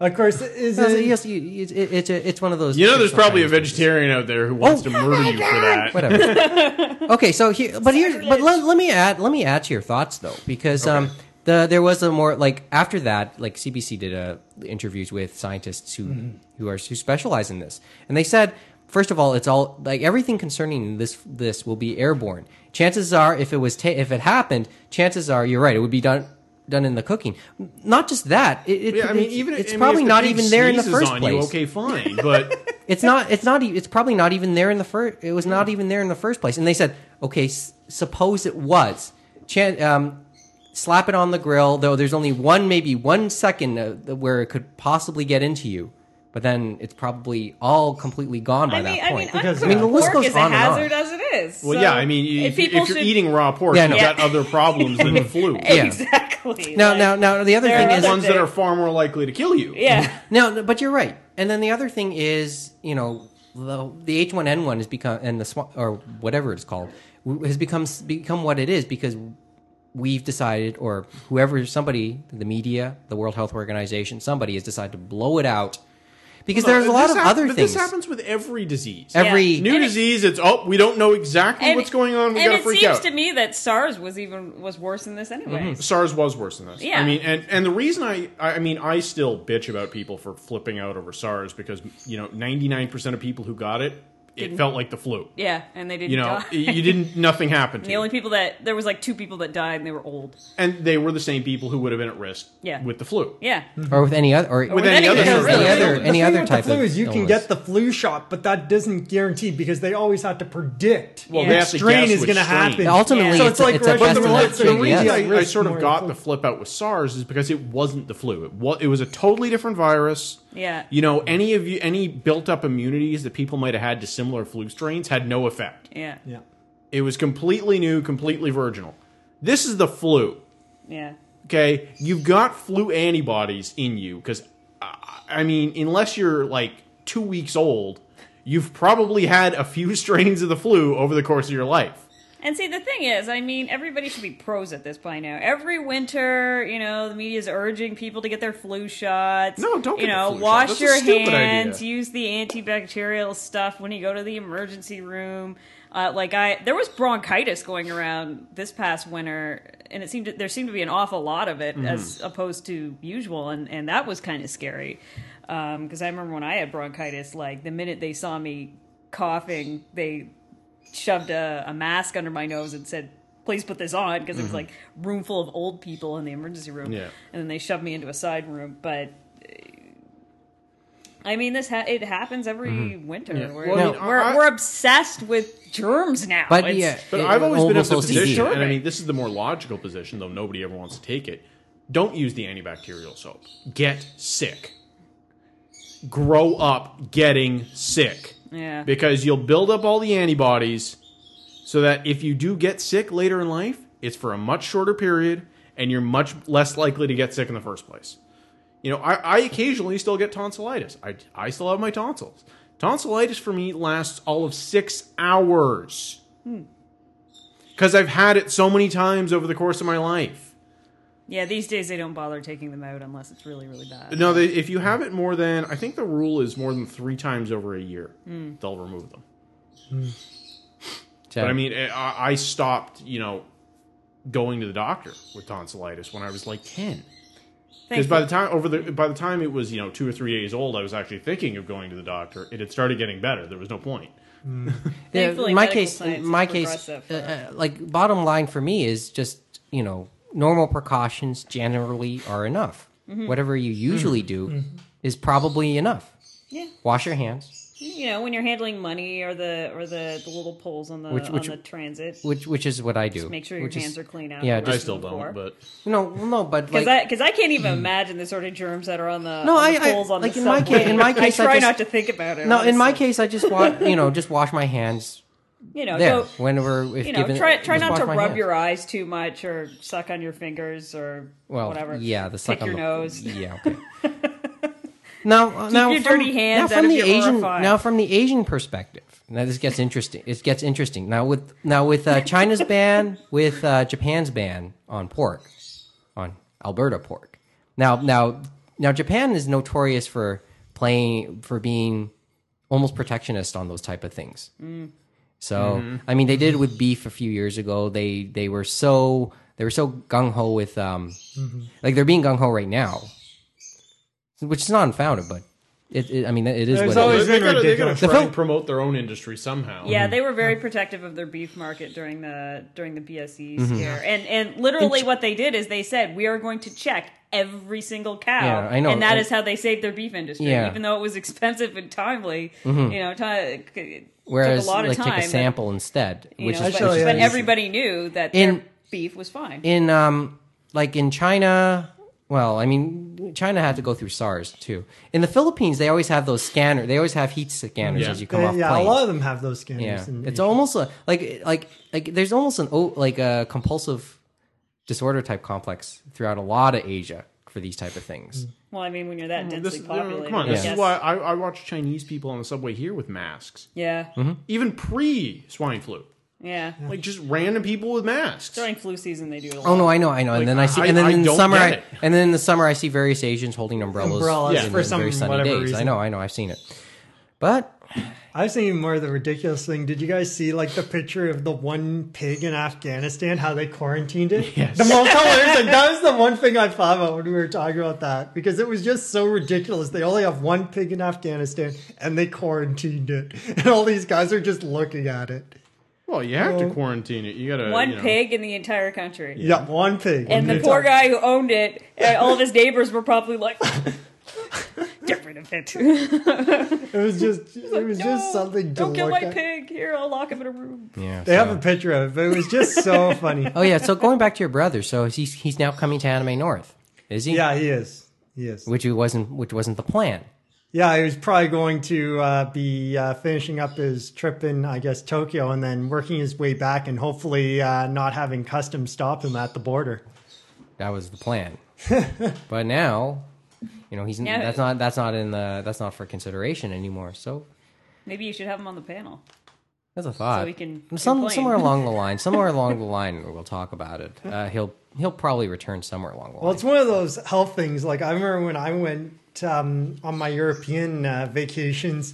S6: Of course, is
S1: No, so
S6: it,
S1: yes, you, you- it's it's a- it's one of those.
S4: You know, there's
S1: traditional
S4: probably a
S1: Chinese dishes.
S4: vegetarian out there who wants
S1: Oh.
S4: to murder you for that.
S1: Whatever. okay, so here, but here, but let, let me add, let me add to your thoughts though, because um,
S4: Okay.
S1: the there was a more like after that, like CBC did uh interviews with scientists who
S4: Mm-hmm.
S1: who are who specialize in this, and they said. First of all, it's all like everything concerning this. This will be airborne. Chances are, if it was ta- if it happened, chances are you're right. It would be done done in the cooking. Not just that. It, it,
S4: Yeah, I mean,
S1: it's-
S4: even
S1: it's
S4: I mean,
S1: probably
S4: if the
S1: not
S4: pig
S1: even there in the
S4: sneezes
S1: first
S4: on
S1: place.
S4: You, okay, fine, but
S1: It's not. It's not. e- It's probably not even there in the first. It was not even there in the first place. And they said, okay, s- suppose it was. Chan, um, slap it on the grill. Though there's only one, maybe one second uh, th- where it could possibly get into you. But then it's probably all completely gone by
S5: I mean,
S1: that
S5: I mean,
S1: point.
S6: Because,
S5: uncooked
S6: I mean,
S1: the list
S5: pork
S1: goes
S5: is a
S1: on and on.
S5: hazard as it is.
S4: well,
S5: So
S4: yeah. I mean, if,
S5: people
S4: if you're
S5: should-
S4: eating raw pork,
S1: Yeah,
S4: you've
S1: no.
S4: got other problems than the flu.
S1: Yeah.
S5: exactly.
S1: now,
S5: like-
S1: now, now, the other
S5: there
S1: thing is,
S5: are other
S4: Ones that
S5: thing.
S4: are far more likely to kill you.
S5: yeah.
S1: No, but you're right. And then the other thing is, you know, the the H one N one has become and the swa- or whatever it's called w- has become become what it is because we've decided or whoever somebody the media the World Health Organization somebody has decided to blow it out because there's a lot
S4: This
S1: of
S4: hap-
S1: other
S4: but
S1: things.
S4: This happens with every disease.
S1: Every
S5: Yeah.
S4: New
S5: And it-
S4: disease, it's oh, we don't know exactly what's going on. We
S5: and
S4: gotta
S5: it
S4: freak
S5: seems
S4: out. Mm-hmm.
S5: to me that SARS was even was worse than this anyway.
S4: SARS was worse than this. I
S5: Yeah.
S4: mean, and, and the reason I, I I mean, I still bitch about people for flipping out over SARS because, you know, 99% of people who got it, it felt like the flu.
S5: Yeah, and they didn't.
S4: You know,
S5: die.
S4: you didn't, nothing happened to
S5: the
S4: you.
S5: only people that there was like two people that died and they were old.
S4: and they were the same people who would have been at risk
S5: Yeah.
S4: with the flu.
S5: Yeah.
S1: or with any other or
S4: With any
S1: any
S4: other
S1: other,
S4: illness.
S1: any other,
S6: the
S1: any
S6: thing
S1: other
S6: with
S1: type
S6: the flu
S1: of
S6: is you can
S1: illness.
S6: get the flu shot, but that doesn't guarantee because they always have to predict
S4: Well,
S5: Yeah.
S4: they
S5: Which
S4: have to
S6: strain
S4: guess
S6: is
S4: which
S6: going to
S4: strain.
S6: happen.
S1: Ultimately,
S5: So
S1: it's,
S6: it's like
S1: a, it's a
S6: right-
S4: But
S1: test
S4: the,
S1: and
S6: That's
S4: re-
S6: an
S1: that
S4: the
S6: election,
S1: treat,
S4: reason
S1: yes.
S4: I, I
S6: Risk
S4: sort of
S6: more
S4: got
S6: flu.
S4: the flip out with SARS is because it wasn't the flu. It was, it was a totally different virus.
S5: Yeah.
S4: You know, any of you, any built up immunities that people might have had to similar flu strains had no effect.
S5: Yeah.
S6: Yeah.
S4: It was completely new, completely virginal. This is the flu.
S5: Yeah.
S4: Okay, you've got flu antibodies in you because, I mean, unless you're like two weeks old, you've probably had a few strains of the flu over the course of your life.
S5: And see, the thing is, I mean, everybody should be pros at this by now. Every winter, you know, the media's urging people to get their flu shots.
S4: No, don't
S5: You
S4: get the
S5: know,
S4: flu shot.
S5: wash
S4: That's a
S5: your
S4: stupid idea.
S5: hands, use the antibacterial stuff when you go to the emergency room. Uh, like I, there was bronchitis going around this past winter, and it seemed to, there seemed to be an awful lot of it as
S4: Mm-hmm.
S5: opposed to usual, and and that was kind of scary. Because I remember when I had bronchitis, like the minute they saw me coughing, they shoved a, a mask under my nose and said, "Please put this on," because it
S1: Mm-hmm.
S5: was like room full of old people in the emergency room.
S4: Yeah.
S5: And then they shoved me into a side room. But uh, I mean, this ha- it happens every winter.
S4: Yeah.
S5: We're,
S4: Well,
S1: Mm-hmm. I mean,
S5: we're,
S4: I-
S5: we're obsessed with germs now.
S1: But
S5: It's-
S1: yeah,
S4: But
S1: it-
S4: I've always been of
S1: almost
S4: the
S1: OCD.
S4: position, and I
S5: Disturbing.
S4: mean, this is the more logical position, though nobody ever wants to take it. Don't use the antibacterial soap. Get sick. Grow up getting sick.
S5: Yeah.
S4: Because you'll build up all the antibodies so that if you do get sick later in life, it's for a much shorter period and you're much less likely to get sick in the first place. You know, I, I occasionally still get tonsillitis. I, I still have my tonsils. Tonsillitis for me lasts all of six hours because I've had it so many times over the course of my life.
S5: Yeah, these days they don't bother taking them out unless it's really, really bad.
S4: No, they, if you have it more than I think the rule is more than three times over a year, they'll remove them. But I mean, eh, I, I stopped, you know, going to the doctor with tonsillitis when I was like ten. Because
S5: Thank
S4: by
S5: you.
S4: the time over the by the time it was you know two or three days old, I was actually thinking of going to the doctor. It had started getting better. There was no point.
S1: Yeah,
S5: Thankfully,
S1: in my
S5: medical
S1: case,
S5: science
S1: in my
S5: is
S1: case, uh,
S5: progressive.
S1: uh, like bottom line for me is just you know normal precautions generally are enough.
S5: Mm-hmm.
S1: Whatever you usually do is probably enough.
S5: Yeah.
S1: Wash your hands,
S5: you know when you're handling money or the or the, the little pulls on the
S1: Which- which-
S5: on the transit,
S1: which which is what I do.
S5: make sure your
S1: which is-
S5: hands are clean out.
S1: yeah,
S4: I
S1: Just
S4: still don't, but
S1: No, well, no, but like,
S5: because
S1: Hmm.
S5: I because I can't even imagine the sort of germs that are on the
S1: No,
S5: on the
S1: I- I-
S5: poles on
S1: like,
S5: the
S1: in my
S5: subway.
S1: ca- in my case, I
S5: I try
S1: just-
S5: not to think about it.
S1: no, in my
S5: honestly.
S1: case, I just wash you know just wash my hands
S5: you know,
S1: there
S5: don't-
S1: whenever if
S5: you know,
S1: given-
S5: try try
S1: just
S5: not
S1: wash
S5: to
S1: my
S5: rub
S1: hands.
S5: your eyes too much or suck on your fingers or
S1: well,
S5: whatever.
S1: Yeah, the suck
S5: Pick
S1: on
S5: your
S1: the-
S5: nose.
S1: Yeah. Okay. now, uh, now
S5: your
S1: from,
S5: dirty hands
S1: now
S5: out
S1: from
S5: of
S1: the
S5: your
S1: Asian.
S5: orifice.
S1: Now from the Asian perspective. Now this gets interesting. It gets interesting. Now with now with uh, China's ban, with uh, Japan's ban on pork, on Alberta pork. Now now now Japan is notorious for playing for being almost protectionist on those type of things. So
S5: Mm-hmm.
S1: I mean, they did it with beef a few years ago. They they were so they were so gung ho with um,
S5: Mm-hmm.
S1: like they're being gung ho right now, which is not unfounded, but it, it I mean it is
S6: There's
S1: what it
S6: always
S1: is.
S4: they
S6: been
S4: gotta, they gotta
S6: ridiculous.
S4: try
S1: The film-
S4: and promote their own industry somehow.
S5: Yeah,
S1: Mm-hmm.
S5: they were very protective of their beef market during the during the BSE
S1: Mm-hmm.
S5: scare, and and literally what they did is they said we are going to check every single cow.
S1: Yeah, I know.
S5: and that
S1: And-
S5: is how they saved their beef industry,
S1: Yeah. Mm-hmm.
S5: even though it was expensive and timely. You know, ti- it
S1: Whereas
S5: took a lot
S1: like
S5: of time.
S1: take a sample instead,
S5: but, you
S1: which
S5: know,
S1: is
S5: but,
S6: Actually, yeah,
S5: but
S6: it's-
S5: everybody knew that
S1: In-
S5: their beef was fine.
S1: in um like in China. Well, I mean, China had to go through SARS too. In the Philippines, they always have those scanner. They always have heat scanners
S4: Yeah.
S1: as you come off
S6: yeah,
S1: planes.
S6: a lot of them have those scanners.
S1: Yeah,
S6: in
S1: it's
S6: Asia.
S1: almost a, like like like there's almost an o- like a compulsive disorder type complex throughout a lot of Asia for these type of things.
S5: well, I mean, when you're that
S4: Mm, This,
S5: densely
S4: you know,
S5: populated,
S4: come on,
S5: I
S4: this
S5: guess.
S4: is why I, I watch Chinese people on the subway here with masks,
S5: Yeah,
S6: Mm-hmm.
S4: even pre swine flu.
S5: yeah.
S4: Like just random people with masks.
S5: During flu season, they do it a lot.
S1: Oh no, I know, I know.
S4: Like,
S1: and then I see,
S4: I-
S1: and then
S4: I
S1: in the
S4: don't
S1: summer,
S4: get
S1: I,
S4: it.
S1: and then in the summer, I see various Asians holding umbrellas,
S6: Umbrellas
S1: in
S6: for
S1: the
S6: some
S1: very sunny
S6: whatever
S1: days. I
S6: reason.
S1: know, I know, I've seen it. But
S6: I was thinking more of the ridiculous thing. Did you guys see like the picture of the one pig in Afghanistan? How they quarantined it?
S4: Yes.
S6: The most hilarious. thing. That was the one thing I thought about when we were talking about that because it was just so ridiculous. They only have one pig in Afghanistan and they quarantined it, and all these guys are just looking at it.
S4: Well, you have to
S6: Well-
S4: quarantine it. You gotta
S5: One
S4: you know,
S5: pig in the entire country.
S6: Yeah, one pig.
S5: And the poor guy who owned it, and all of his neighbors were probably like, "Get rid of it!
S6: It was just. It was just
S5: No,
S6: something. To
S5: Don't kill
S6: look
S5: my
S6: at.
S5: pig! Here, I'll lock him in a room."
S1: yeah,
S6: They have
S1: so-
S6: a picture of it, but it was just so funny.
S1: oh yeah. So going back to your brother, so he's he's now coming to Anime North, is he?
S6: Yeah, he is. He is.
S1: which it wasn't which wasn't the plan.
S6: Yeah, he was probably going to uh, be uh, finishing up his trip in, I guess, Tokyo and then working his way back and hopefully uh, not having customs stop him at the border.
S1: That was the plan. but now, you know, he's
S5: Now-
S1: that's not that's not in the that's not for consideration anymore. So
S5: Maybe you should have him on the panel.
S1: that's a thought.
S5: So he can
S1: Some,
S5: complain.
S1: somewhere along the line, somewhere along the line, we'll talk about it. Uh, he'll he'll probably return somewhere along the line.
S6: Well, it's one of those health things. Like, I remember when I went um, on my European uh, vacations.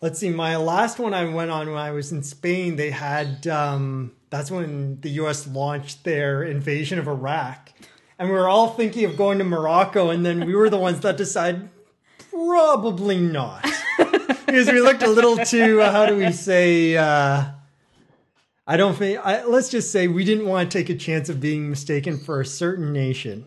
S6: Let's see, my last one I went on when I was in Spain, they had um, that's when the US launched their invasion of Iraq. And we were all thinking of going to Morocco, and then we were the ones that decided probably not. because we looked a little too uh, how do we say uh i don't think I, let's just say we didn't want to take a chance of being mistaken for a certain nation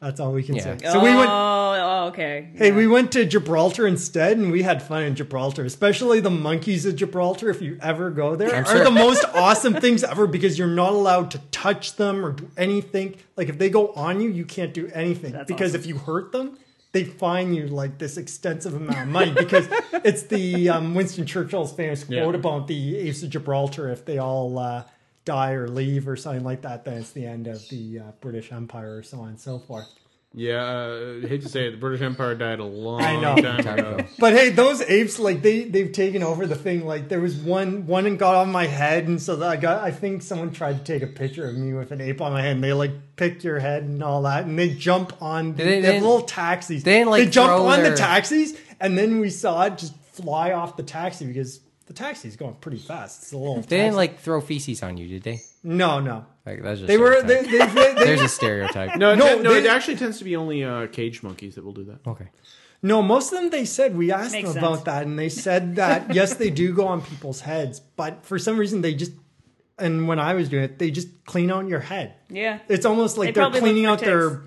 S6: that's all we can
S1: Yeah.
S6: say so we went
S5: Oh, oh, okay.
S6: hey we went to gibraltar instead and we had fun in gibraltar especially the monkeys of gibraltar if you ever go there are
S1: sure.
S6: the most awesome things ever because you're not allowed to touch them or do anything like if they go on you you can't do anything
S5: That's
S6: because
S5: awesome.
S6: if you hurt them they fine you like this extensive amount of money because it's the um, Winston Churchill's famous quote
S4: Yeah.
S6: about the apes of Gibraltar. If they all uh, die or leave or something like that, then it's the end of the uh, British Empire or so on and so forth.
S4: Yeah, uh, I hate to say it, the British Empire died a long
S6: I know.
S4: time ago.
S6: But hey, those apes like they they've taken over the thing. Like there was one one and got on my head, and so that I got I think someone tried to take a picture of me with an ape on my head. and They like pick your head and all that, and they jump on
S1: They
S6: the, they have
S1: didn't-
S6: little taxis.
S1: they didn't, like,
S6: jump
S1: throw
S6: on
S1: their-
S6: the taxis, and then we saw it just fly off the taxi because the taxi's going pretty fast. It's a little.
S1: They
S6: taxi.
S1: didn't like throw feces on you, did they?
S6: no no.
S1: Like that's just
S6: They were they,
S1: stereotype.
S6: they, they, they
S1: There's a stereotype.
S4: No, no,
S6: No,
S4: no it
S6: they-
S4: actually tends to be only uh, cage monkeys that will do that.
S1: Okay.
S6: No, most of them they said we asked
S5: Makes
S6: them
S5: sense.
S6: about that, and they said that yes, they do go on people's heads, but for some reason they just and when I was doing it, they just clean out your head.
S5: Yeah.
S6: It's almost
S5: They
S6: like they are
S5: probably
S6: cleaning
S5: look
S6: out
S5: for
S6: their
S5: ticks.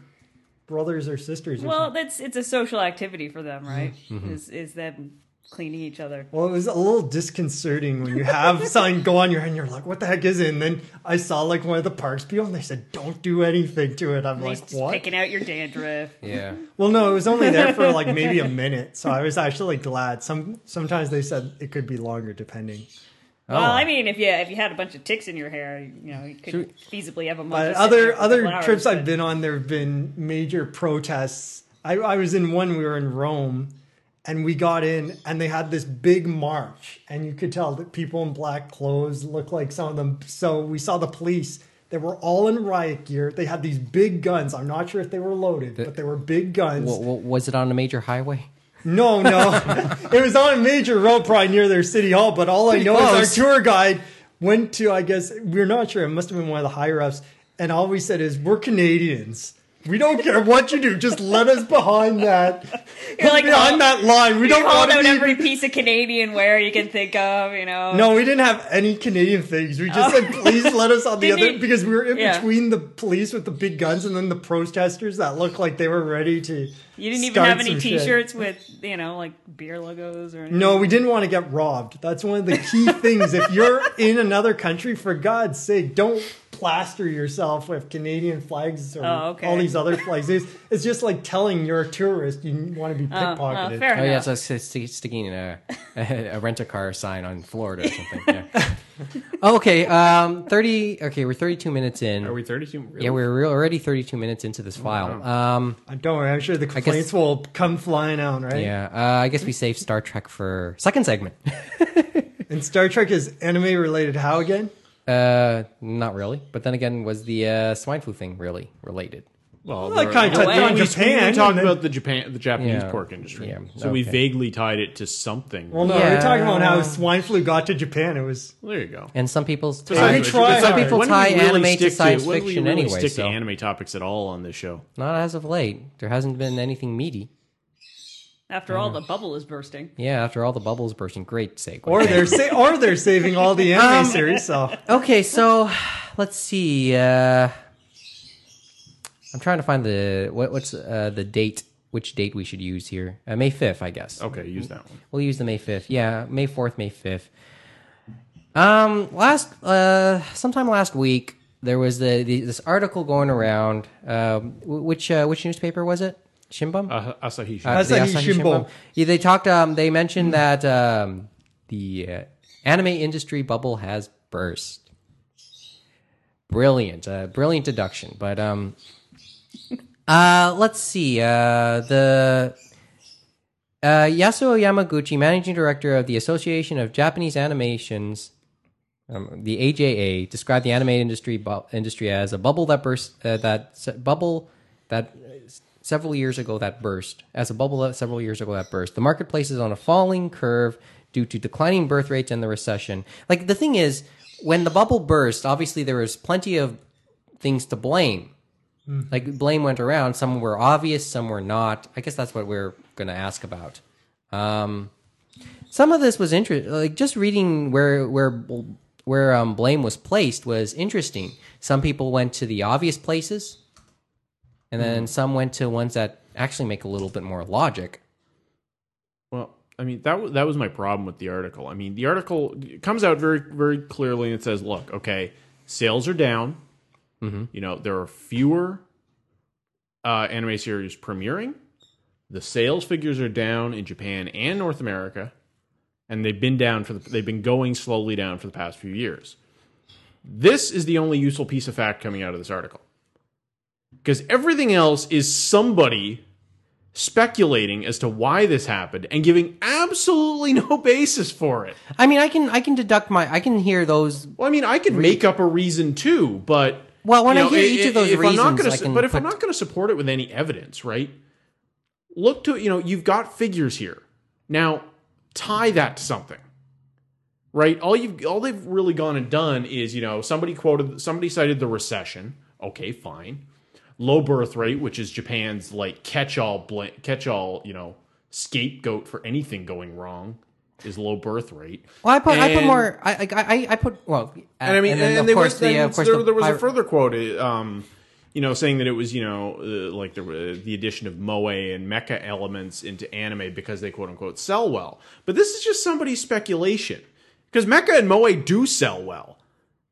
S6: brothers or sisters. Or
S5: Well,
S6: well,
S5: that's it's a social activity for them, right?
S6: Mm-hmm.
S5: Is is them cleaning each other.
S6: well, it was a little disconcerting when you have something go on your head, and you're like, "What the heck is it?" And then I saw like one of the parks people, and they said, "Don't do anything to it." I'm
S5: He's
S6: like,
S5: just
S6: "What?"
S5: picking out your dandruff.
S1: Yeah.
S6: Well, no, it was only there for like maybe a minute, so I was actually glad. Some sometimes they said it could be longer, depending.
S1: Oh.
S5: Well, I mean, if you if you had a bunch of ticks in your hair, you know, you could feasibly have a month. of
S6: But other
S5: citrus for
S6: other
S5: flowers,
S6: trips
S5: but-
S6: I've been on, there have been major protests. I, I was in one. We were in Rome, and we got in, and they had this big march, and you could tell that people in black clothes looked like some of them. So we saw the police. They were all in riot gear. They had these big guns. I'm not sure if they were loaded, but they were big guns.
S1: Wa- wa- was it on a major highway?
S6: No, no. it was on a major road probably near their city hall, but all I know
S1: close.
S6: is our tour guide went to, I guess, we're not sure, it must have been one of the higher ups, and all we said is, we're Canadians. We don't care what you do, just let us behind that.
S5: You're like,
S6: behind
S5: oh,
S6: that line. We
S5: You
S6: don't
S5: hauled
S6: want to
S5: out
S6: be.
S5: every piece of Canadian wear you can think of, you know.
S6: no, we didn't have any Canadian things. We just said, please let us on the
S5: Oh. Didn't
S6: other,
S5: you-
S6: because we were in
S5: Yeah.
S6: between the police with the big guns and then the protesters that looked like they were ready to.
S5: You didn't even
S6: start
S5: have any
S6: some shit.
S5: T-shirts with you know like beer logos or anything.
S6: No, we didn't want to get robbed. That's one of the key things. If you're in another country, for God's sake, don't plaster yourself with Canadian flags or
S5: Oh, okay.
S6: all these other flags. It's, it's just like telling you're a tourist you want to be
S5: Oh, well,
S6: pickpocketed.
S5: fair
S1: Oh yeah,
S5: enough.
S1: it's like st- st- sticking a, a rent a car sign on Florida or something. Yeah. okay, um, thirty. Okay, we're thirty-two minutes in.
S4: Are we 32? Really?
S1: yeah, we're re- already thirty-two minutes into this file. Um,
S6: Uh, Don't worry, I'm sure the complaints will come flying out, right?
S1: yeah, uh, I guess we saved Star Trek for second segment.
S6: And Star Trek is anime related. How again?
S1: Uh, not really. But then again, was the uh, swine flu thing really related?
S4: Well,
S6: I
S4: we're-
S6: kind of touched
S5: way.
S6: on
S4: we,
S6: Japan.
S4: we talked
S6: and then-
S4: about the Japan, the Japanese
S1: Yeah.
S4: pork industry,
S1: Yeah,
S4: so we
S1: okay.
S4: vaguely tied it to something.
S6: well, no, we we're talking about how
S1: Yeah.
S6: swine flu got to Japan. It was
S4: there you go.
S1: And some people's
S6: Besides
S1: tie,
S6: which- try
S1: some
S6: hard.
S1: people
S4: When do we
S1: tie
S4: really
S1: anime to
S4: stick
S1: science
S4: when do we
S1: fiction
S4: really
S1: anyway.
S4: Stick
S1: So
S4: to anime topics at all on this show.
S1: not as of late. There hasn't been anything meaty.
S5: After all, the bubble is bursting.
S1: Yeah, after all the bubbles bursting, great segue.
S6: or they're sa- or they're saving all the anime
S1: Um,
S6: series. So
S1: Okay, so let's see. Uh, I'm trying to find the what, what's uh, the date, which date we should use here. Uh, May 5th, I guess.
S4: Okay, use that one.
S1: We'll use the May 5th. Yeah, May 4th, May 5th. Um, last, uh, sometime last week, there was the, the this article going around. Um, wh- which uh, which newspaper was it? Shimbum.
S4: Uh, Asahi.
S1: Uh, the
S6: Asahi Shimbun.
S1: Yeah, they talked. Um, they mentioned that um, the uh, anime industry bubble has burst. Brilliant, uh, brilliant deduction. But um, uh, let's see. Uh, the uh, Yasuo Yamaguchi, managing director of the Association of Japanese Animations, um, the AJA, described the anime industry bu- industry as a bubble that burst uh, that se- bubble that uh, s- several years ago that burst as a bubble that several years ago that burst. The marketplace is on a falling curve due to declining birth rates and the recession. Like the thing is, when the bubble burst, obviously there was plenty of things to blame. Like blame went around. Some were obvious, some were not. I guess that's what we're going to ask about. Um, some of this was interesting. Like just reading where where where um, blame was placed was interesting. Some people went to the obvious places, and
S4: Mm-hmm.
S1: then some went to ones that actually make a little bit more logic.
S4: Well, I mean that was that was my problem with the article. I mean, the article comes out very very clearly and says, "Look, okay, sales are down. You know, there are fewer uh, anime series premiering. The sales figures are down in Japan and North America, and they've been down for the, they've been going slowly down for the past few years. This is the only useful piece of fact coming out of this article. because everything else is somebody speculating as to why this happened and giving absolutely no basis for it.
S1: I mean, I can I can deduct my I can hear those.
S4: Well, I mean, I could make up a reason too, but
S1: Well, when
S4: you
S1: I hear
S4: i-
S1: each of
S4: i-
S1: those
S4: if I'm not
S1: reasons,
S4: gonna,
S1: I
S4: su-
S1: can
S4: but if I'm
S1: put-
S4: not going to support it with any evidence, right? Look to you know you've got figures here. Now tie that to something, right? All you've all they've really gone and done is you know somebody quoted somebody cited the recession. Okay, fine. Low birth rate, which is Japan's like catch-all bl- catch-all you know scapegoat for anything going wrong, is low birth rate.
S1: Well, I put I put
S4: And-
S1: more. I I I, I put well. uh,
S4: and I mean, and,
S1: then,
S4: they
S1: of course
S4: was,
S1: the
S4: then
S1: of course
S4: there,
S1: the
S4: there was a
S1: pirate-
S4: further quote, uh, um, you know, saying that it was you know uh, like the the addition of moe and mecha elements into anime because they quote unquote sell well. But this is just somebody's speculation because mecha and moe do sell well.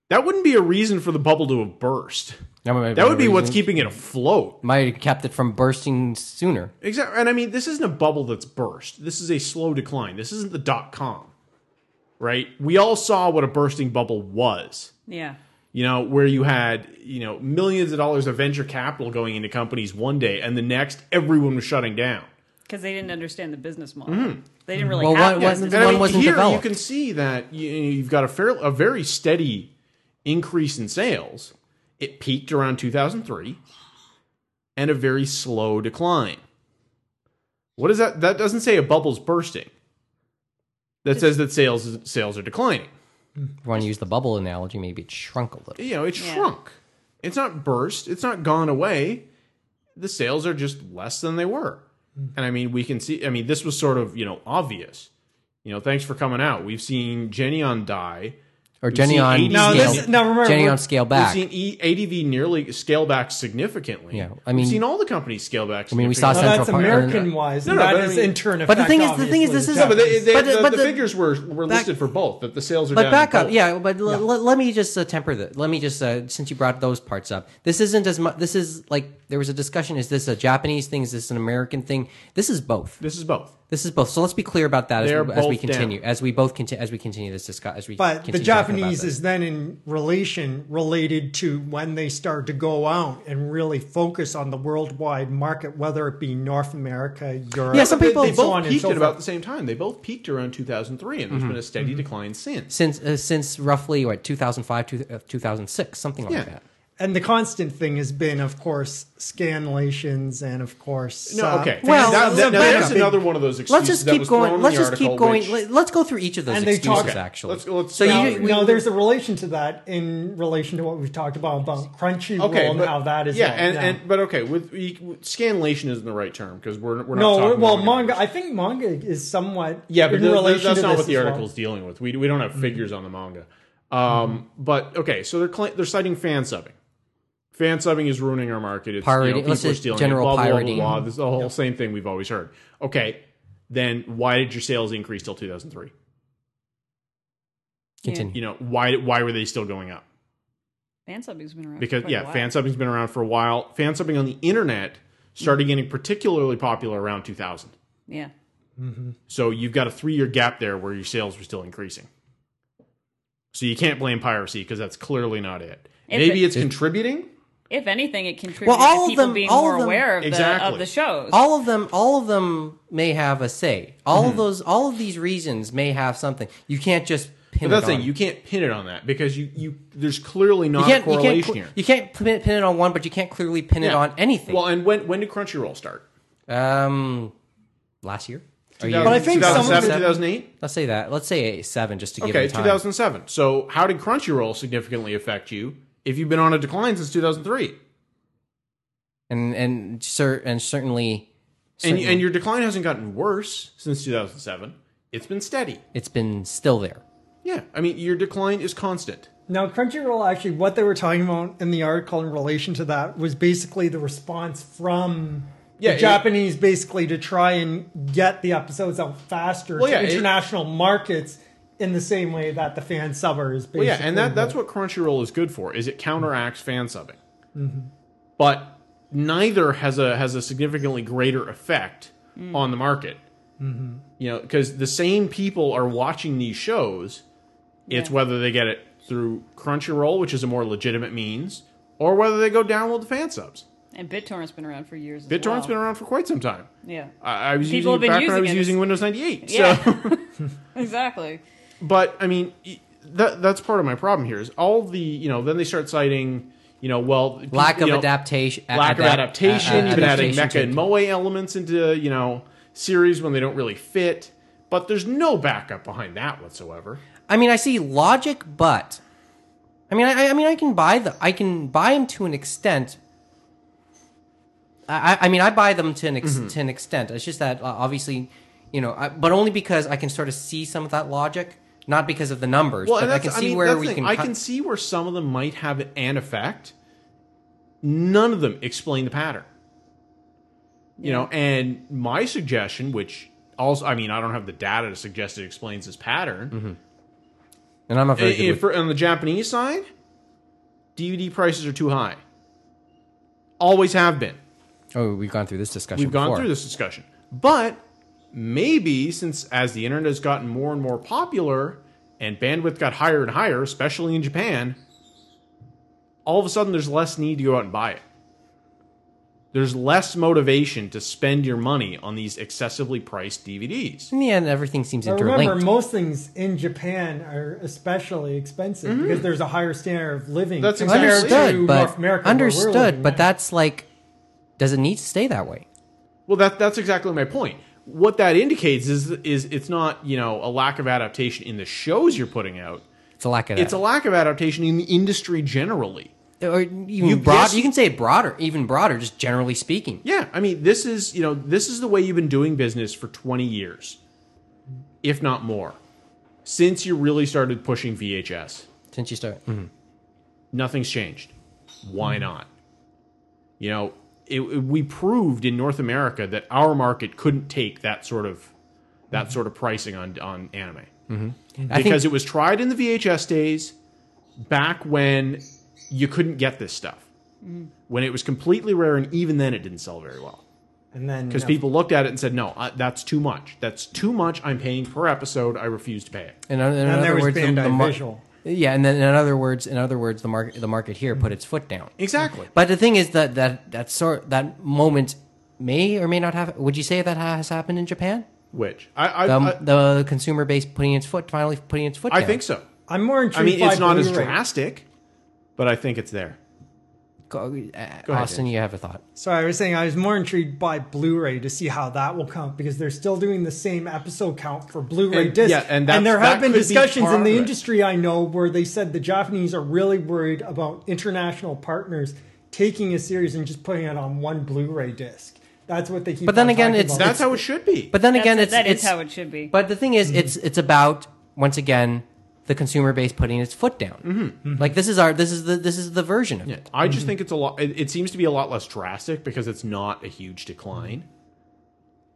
S4: That wouldn't be a reason for the bubble to have burst.
S1: No, my-
S4: That
S1: my
S4: would be what's
S1: reason-
S4: keeping it afloat.
S1: might have kept it from bursting sooner.
S4: Exactly. And I mean, this isn't a bubble that's burst. This is a slow decline. This isn't the dot com, right? We all saw what a bursting bubble was
S5: Yeah.
S4: you know, where you had, you know, millions of dollars of venture capital going into companies one day and the next everyone was shutting down.
S5: Because they didn't understand the business model. They didn't really
S1: Mm-hmm. Well,
S5: have
S1: what- what-
S5: business
S1: One
S4: And I
S5: model.
S4: mean,
S1: wasn't
S4: here
S1: developed.
S4: you can see that you, you've got a fair, a very steady increase in sales. It peaked around 2003 and a very slow decline. What is that? That doesn't say a bubble's bursting. That says that sales sales are declining.
S1: If you want to use the bubble analogy, maybe it shrunk a little.
S4: you know, it shrunk. It's not burst. It's not gone away. The sales are just less than they were. And I mean, we can see, I mean, this was sort of, you know, obvious. You know, thanks for coming out. We've seen Jenny on die.
S1: Or Jenny
S4: seen
S1: on
S4: 80s
S1: scale,
S6: No, this- no, remember,
S1: Jenny
S6: we're-
S1: on scale back.
S4: We've seen e- ADV nearly scale back significantly.
S1: Yeah, I
S4: We've
S1: mean-
S4: seen all the companies scale back
S1: mean, we
S4: significantly.
S1: saw
S6: Now,
S1: Central
S6: that's
S1: Park-
S6: American wise.
S4: No, no,
S6: that
S4: but I
S6: is
S4: mean-
S6: in turn
S1: But the thing is- the
S6: effect,
S1: thing is,
S6: obviously,
S1: this
S6: the
S1: is-
S4: No, but, they,
S6: Japanese.
S4: they,
S1: But
S4: the,
S1: the- but
S4: the
S1: the-
S4: figures were, were
S1: back-
S4: listed for both, that the sales are
S1: But
S4: down.
S1: back
S4: in
S1: up,
S4: both.
S1: yeah. But l- l- let me just uh, temper that. Let me just uh, since you brought those parts up, this isn't as much. This is like there was a discussion: is this a Japanese thing? Is this an American thing? This is both.
S4: This is both.
S1: This is both. So let's be clear about that
S4: They're
S1: as, we- as we
S4: both
S1: continue,
S4: down.
S1: as we both continue, as we continue this discuss, as we.
S6: But the
S1: continue talking about
S6: Japanese
S1: this.
S6: is then in relation related to when they start to go out and really focus on the worldwide market, whether it be North America, Europe.
S1: Yeah, some
S4: They-
S1: people-
S4: they,
S6: and so on
S4: both
S6: and
S4: peaked
S6: so
S4: at about the
S6: forth.
S4: same time. They both peaked around 2003,
S1: Mm-hmm.
S4: and there's been a steady decline since.
S1: since uh, since roughly what 2005 two, uh, 2006 something like
S4: Yeah.
S1: that.
S6: And the constant thing has been, of course, scanlations and, of course,
S4: No,
S6: uh,
S4: okay.
S1: Well,
S4: That- that-
S1: no,
S4: now,
S1: back
S4: that's
S1: up.
S4: another one of those excuses.
S1: Let's just
S4: that
S1: keep
S4: was
S1: going.
S4: thrown
S1: Let's
S4: in the
S1: just keep
S4: article,
S1: going.
S4: which-
S1: Let- Let's go through each of those
S6: And they
S1: excuses.
S6: talk- Okay.
S1: Actually,
S4: Let's- let's
S1: so
S4: now-
S1: you,
S6: No, there's a relation to that in relation to what we've talked about about Crunchyroll
S4: okay,
S6: and
S4: but-
S6: how that is.
S4: yeah,
S6: all
S4: and,
S6: now.
S4: and but okay, with we- scanlation isn't the right term because we're we're not
S6: no,
S4: talking
S6: well,
S4: manga
S6: manga.
S4: numbers.
S6: I think manga is somewhat
S4: yeah, but
S6: in
S4: th- th-
S6: relation
S4: that's
S6: to
S4: not
S6: this
S4: what the
S6: as well. Mm-hmm.
S4: article's dealing with. We we don't have figures on the manga. Um, but okay, so they're cla they're citing fan subbing. Fan subbing is ruining our market. It's,
S1: Pirating.
S4: you know,
S1: Let's
S4: people are
S1: just
S4: stealing it,
S1: general
S4: blah, blah, blah,
S1: pirating.
S4: Blah, This is the whole same thing we've always heard. Okay, then why did your sales increase till 2003?
S1: continue.
S4: You know why why were they still going up?
S5: Fan subbing's been around.
S4: because
S5: for quite a
S4: yeah,
S5: while.
S4: fan subbing's been around for a while. Fan subbing on the internet started getting particularly popular around 2000.
S5: Yeah.
S4: So you've got a three-year gap there where your sales were still increasing. So you can't blame piracy because that's clearly not it.
S5: If
S4: Maybe
S5: it-
S4: it's
S1: Oh
S4: contributing.
S5: If anything, it contributed
S1: Well, all of
S5: to people
S1: them-
S5: being
S1: all
S5: more
S1: of them-
S5: aware of, the,
S4: Exactly.
S5: of the shows.
S1: all of them all of them may have a say all
S4: Mm-hmm.
S1: of those all of these reasons may have something you can't just pin
S4: But
S1: it
S4: that's the
S1: on
S4: thing, you can't pin it on that because you, you there's clearly
S1: You
S4: not a
S1: can't you
S4: correlation
S1: can't cl-
S4: here.
S1: you can't pin it, pin it on one but you can't clearly pin it
S4: Yeah.
S1: on anything
S4: Well, and when when did Crunchyroll start?
S1: um last year Or year-
S6: But I think some of
S4: 2007,
S6: it-
S4: 2008.
S1: let's say that let's say a seven just to give
S4: Okay,
S1: it time
S4: 2007. So how did Crunchyroll significantly affect you if you've been on a decline since 2003?
S1: and and cer- and certainly,
S4: and,
S1: certainly
S4: and your decline hasn't gotten worse since 2007 it's been steady
S1: it's been still there
S4: yeah i mean your decline is constant
S6: Now, Crunchyroll actually, what they were talking about in the article in relation to that was basically the response from
S4: Yeah,
S6: the
S4: it-
S6: Japanese, basically to try and get the episodes out faster
S4: Well,
S6: to
S4: yeah, it-
S6: international markets in the same way that the fan subber is. Basically
S4: well yeah and that, that's what crunchyroll is good for is it counteracts fan subbing
S5: Mm-hmm.
S4: but neither has a has a significantly greater effect
S5: Mm.
S4: on the market
S5: Mm-hmm.
S4: you know because the same people are watching these shows it's
S5: Yeah.
S4: whether they get it through crunchyroll which is a more legitimate means or whether they go download the fan subs
S5: And BitTorrent's been around for years. as
S4: BitTorrent's
S5: well.
S4: been around for quite some time.
S5: Yeah.
S4: I, I was
S5: People have
S4: using
S5: been
S4: it back when I
S5: using
S4: was using Windows
S5: it.
S4: 98.
S5: Yeah.
S4: So,
S5: Exactly.
S4: but I mean, y- that that's part of my problem here is all the you know. Then they start citing you know well pe-
S1: Lack
S4: you
S1: of
S4: know,
S1: adaptation.
S4: lack of
S1: adapt-
S4: adaptation.
S1: uh,
S4: You've been adding
S1: adaptation
S4: mecha and
S1: to-
S4: moe elements into you know series when they don't really fit. But there's no backup behind that whatsoever.
S1: I mean, I see logic, but I mean, I, I mean, I can buy the, I can buy them to an extent. I, I- I mean, I buy them to an ex-
S4: Mm-hmm.
S1: to an extent. It's just that uh, obviously, you know, I, but only because I can sort of see some of that logic, not because of the numbers,
S4: Well,
S1: but
S4: and
S1: I
S4: that's,
S1: can see
S4: I mean,
S1: where
S4: that's
S1: we
S4: the thing.
S1: can.
S4: I
S1: cut-
S4: can see where some of them might have an effect. None of them explain the pattern. You know, and my suggestion, which also, I mean, I don't have the data to suggest it explains this pattern.
S1: Mm-hmm. and I'm not very
S4: I-
S1: good
S4: if
S1: with-
S4: for- on the Japanese side, DVD prices are too high. Always have been.
S1: Oh, we've gone through this discussion.
S4: We've gone
S1: before.
S4: through this discussion. But maybe since as the internet has gotten more and more popular and bandwidth got higher and higher, especially in Japan, all of a sudden there's less need to go out and buy it. There's less motivation to spend your money on these excessively priced DVDs.
S1: In the end, everything seems
S6: But remember,
S1: interlinked.
S6: most things in Japan are especially expensive because there's a higher standard of living.
S4: Mm-hmm. That's
S6: compared
S4: exactly-
S6: to
S1: understood,
S6: North
S1: but
S6: America, where we're living
S1: understood,
S6: now.
S1: but that's like, does it need to stay that way?
S4: Well, that that's exactly my point. What that indicates is is it's not you know a lack of adaptation in the shows you're putting out.
S1: It's a lack of.
S4: It's a lack of adaptation in the industry generally.
S1: or even
S4: You-
S1: broad.
S4: yes.
S1: You can say it broader, even broader, just generally speaking.
S4: Yeah, I mean, this is you know this is the way you've been doing business for 20 years, if not more, since you really started pushing VHS.
S1: Since you start,
S4: Mm-hmm. Nothing's changed. Why not? You know, it, it- we proved in North America that our market couldn't take that sort of that sort of pricing on on anime
S1: I think
S4: because it was tried in the VHS days back when you couldn't get this stuff. When it was completely rare, and even then it didn't sell very well.
S6: and then
S4: because
S6: you know,
S4: people looked at it and said, "No, uh, that's too much. That's too much. I'm paying per episode. I refuse to pay it."
S1: In, oth- in
S6: And there
S1: other
S6: was
S1: words, the,
S6: Bandai
S1: the mar-
S6: Visual.
S1: Yeah, and then in other words, in other words, the market the market here
S4: Mm-hmm.
S1: put its foot down.
S4: Exactly.
S1: But the thing is that that that sort that moment may or may not have. Would you say that has happened in Japan?
S4: Which I I,
S1: The,
S4: I,
S1: the consumer base putting its foot finally putting its foot.
S4: I
S1: down.
S4: think so.
S6: I'm more
S4: I
S6: intrigued.
S4: mean,
S6: by
S4: it's not as
S6: Blu-ray.
S4: drastic, but I think it's there.
S1: Go, uh,
S4: ahead,
S1: Austin,
S4: James.
S1: you have a thought.
S6: So I was saying I was more intrigued by Blu-ray to see how that will count because they're still doing the same episode count for Blu-ray
S4: And-
S6: discs.
S4: yeah, and that's-
S6: there
S4: that
S6: have been
S4: could be
S6: discussions
S4: part
S6: in the
S4: of it.
S6: industry I know where they said the Japanese are really worried about international partners taking a series and just putting it on one Blu-ray disc. That's what they keep.
S1: But then
S6: on
S1: again,
S6: talking
S1: it's-
S6: about.
S4: That's how it should be.
S1: But then
S5: That's-
S1: again, it's
S5: that is
S1: it's
S5: how it should be.
S1: But the thing is,
S4: Mm-hmm.
S1: it's it's about once again the consumer base putting its foot down.
S4: Mm-hmm.
S1: Like this is our this is the this is the version of it.
S4: I just think it's a lot. It, it seems to be a lot less drastic because it's not a huge decline.
S1: Mm-hmm.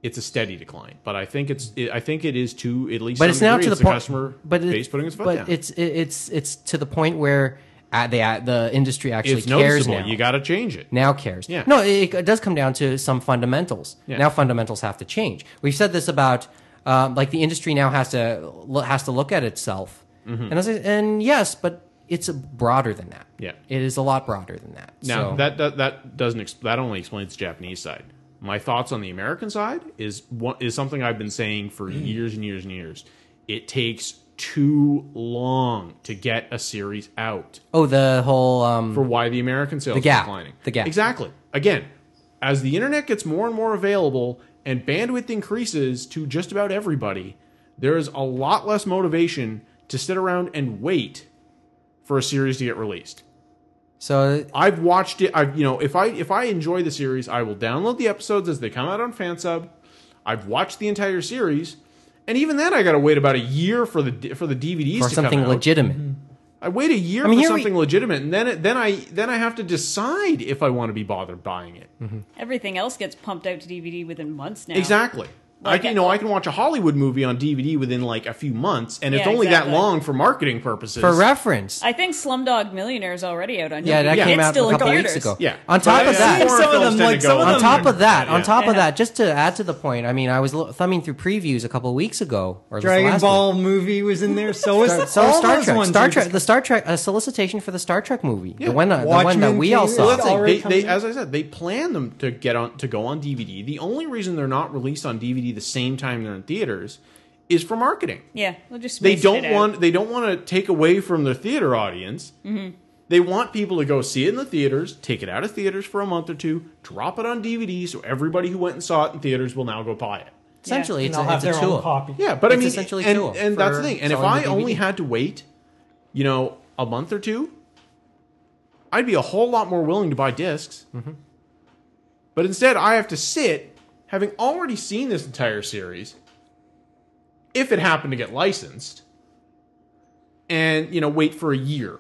S4: It's a steady decline, but I think it's it, I think it is to at least.
S1: but
S4: some
S1: it's now
S4: degree,
S1: to the
S4: it's
S1: point.
S4: customer
S1: but it-
S4: base putting its foot
S1: but
S4: down.
S1: it's it, it's it's to the point where uh, the uh, the industry actually
S4: it's
S1: cares
S4: noticeable.
S1: now.
S4: You got to change it.
S1: now cares.
S4: Yeah.
S1: No, it, it does come down to some fundamentals.
S4: Yeah.
S1: Now fundamentals have to change. We've said this about um, like the industry now has to lo- has to look at itself.
S4: Mm-hmm.
S1: And I was- and yes, but it's broader than that.
S4: Yeah.
S1: It is a lot broader than that.
S4: Now
S1: so.
S4: that, that that doesn't ex- that only explains the Japanese side. My thoughts on the American side is one, is something I've been saying for
S1: Mm-hmm.
S4: years and years and years. It takes too long to get a series out
S1: Oh, the whole um,
S4: for why the American sales
S1: The gap.
S4: are declining.
S1: The gap.
S4: Exactly. Again, as the internet gets more and more available and bandwidth increases to just about everybody, there is a lot less motivation to sit around and wait for a series to get released.
S1: so
S4: I've watched it. I've you know if I if I enjoy the series, I will download the episodes as they come out on FanSub. I've watched the entire series, and even then, I got to wait about a year for the for the DVDs
S1: for
S4: to
S1: something
S4: come out. Mm-hmm.
S1: legitimate.
S4: I wait a year
S1: I mean,
S4: for
S1: here we-
S4: something legitimate, and then it, then I then I have to decide
S1: Mm-hmm.
S4: if I want to be bothered buying it.
S5: Everything else gets pumped out to DVD within months now.
S4: Exactly. I can, you know, I can watch a Hollywood movie on DVD within like a few months, and it's
S5: Yeah,
S4: only
S5: exactly.
S4: that long for marketing purposes.
S1: For reference.
S5: I think Slumdog Millionaire is already out on
S1: yeah, that
S5: DVD.
S1: came
S5: it's
S1: out
S5: still
S1: a
S5: in
S1: couple
S5: theaters.
S1: weeks ago.
S4: Yeah.
S1: On
S4: But
S1: top
S4: I've
S1: of that,
S4: seen
S7: Some of
S4: horror
S7: them,
S4: films tend
S7: like,
S4: to
S7: some
S4: go up
S7: of them-
S4: and
S1: on top of that, on
S4: Yeah.
S1: top of
S5: Yeah.
S1: that, just to add to the point, I mean, I was lo- thumbing through previews a couple weeks ago, or just
S6: Dragon
S1: last
S6: Ball movie was in there. So
S1: week.
S6: was
S1: Star- So
S6: all
S1: Star
S6: those
S1: Trek,
S6: ones
S1: Star
S6: are
S1: Trek,
S6: just-
S1: the Star Trek, a solicitation for the Star Trek movie, the one, that- the one that
S6: Watchmen
S1: we all
S6: came
S1: saw.
S6: out.
S4: Well, that's
S6: already
S4: it. They, they,
S6: coming?
S4: as I said, they plan them to get on to go on DVD. The only reason they're not released on DVD the same time they're in theaters is for marketing.
S5: Yeah, we'll just
S4: They
S5: space
S4: don't
S5: it out.
S4: want they don't want to take away from their theater audience. They want people to go see it in the theaters, take it out of theaters for a month or two, drop it on DVD, so everybody who went and saw it in theaters will now go buy it.
S1: Essentially,
S6: and
S1: it's,
S6: they'll
S1: a, it's
S6: have their
S1: a tool.
S6: own copy.
S4: Yeah, but I
S1: It's
S4: mean,
S1: essentially
S4: and,
S1: tool
S4: and that's
S1: for
S4: the thing. And if
S1: selling
S4: I
S1: the
S4: only
S1: DVD.
S4: had to wait, you know, a month or two, I'd be a whole lot more willing to buy disks
S1: Mm-hmm.
S4: But instead, I have to sit, having already seen this entire series, if it happened to get licensed, and you know, wait for a year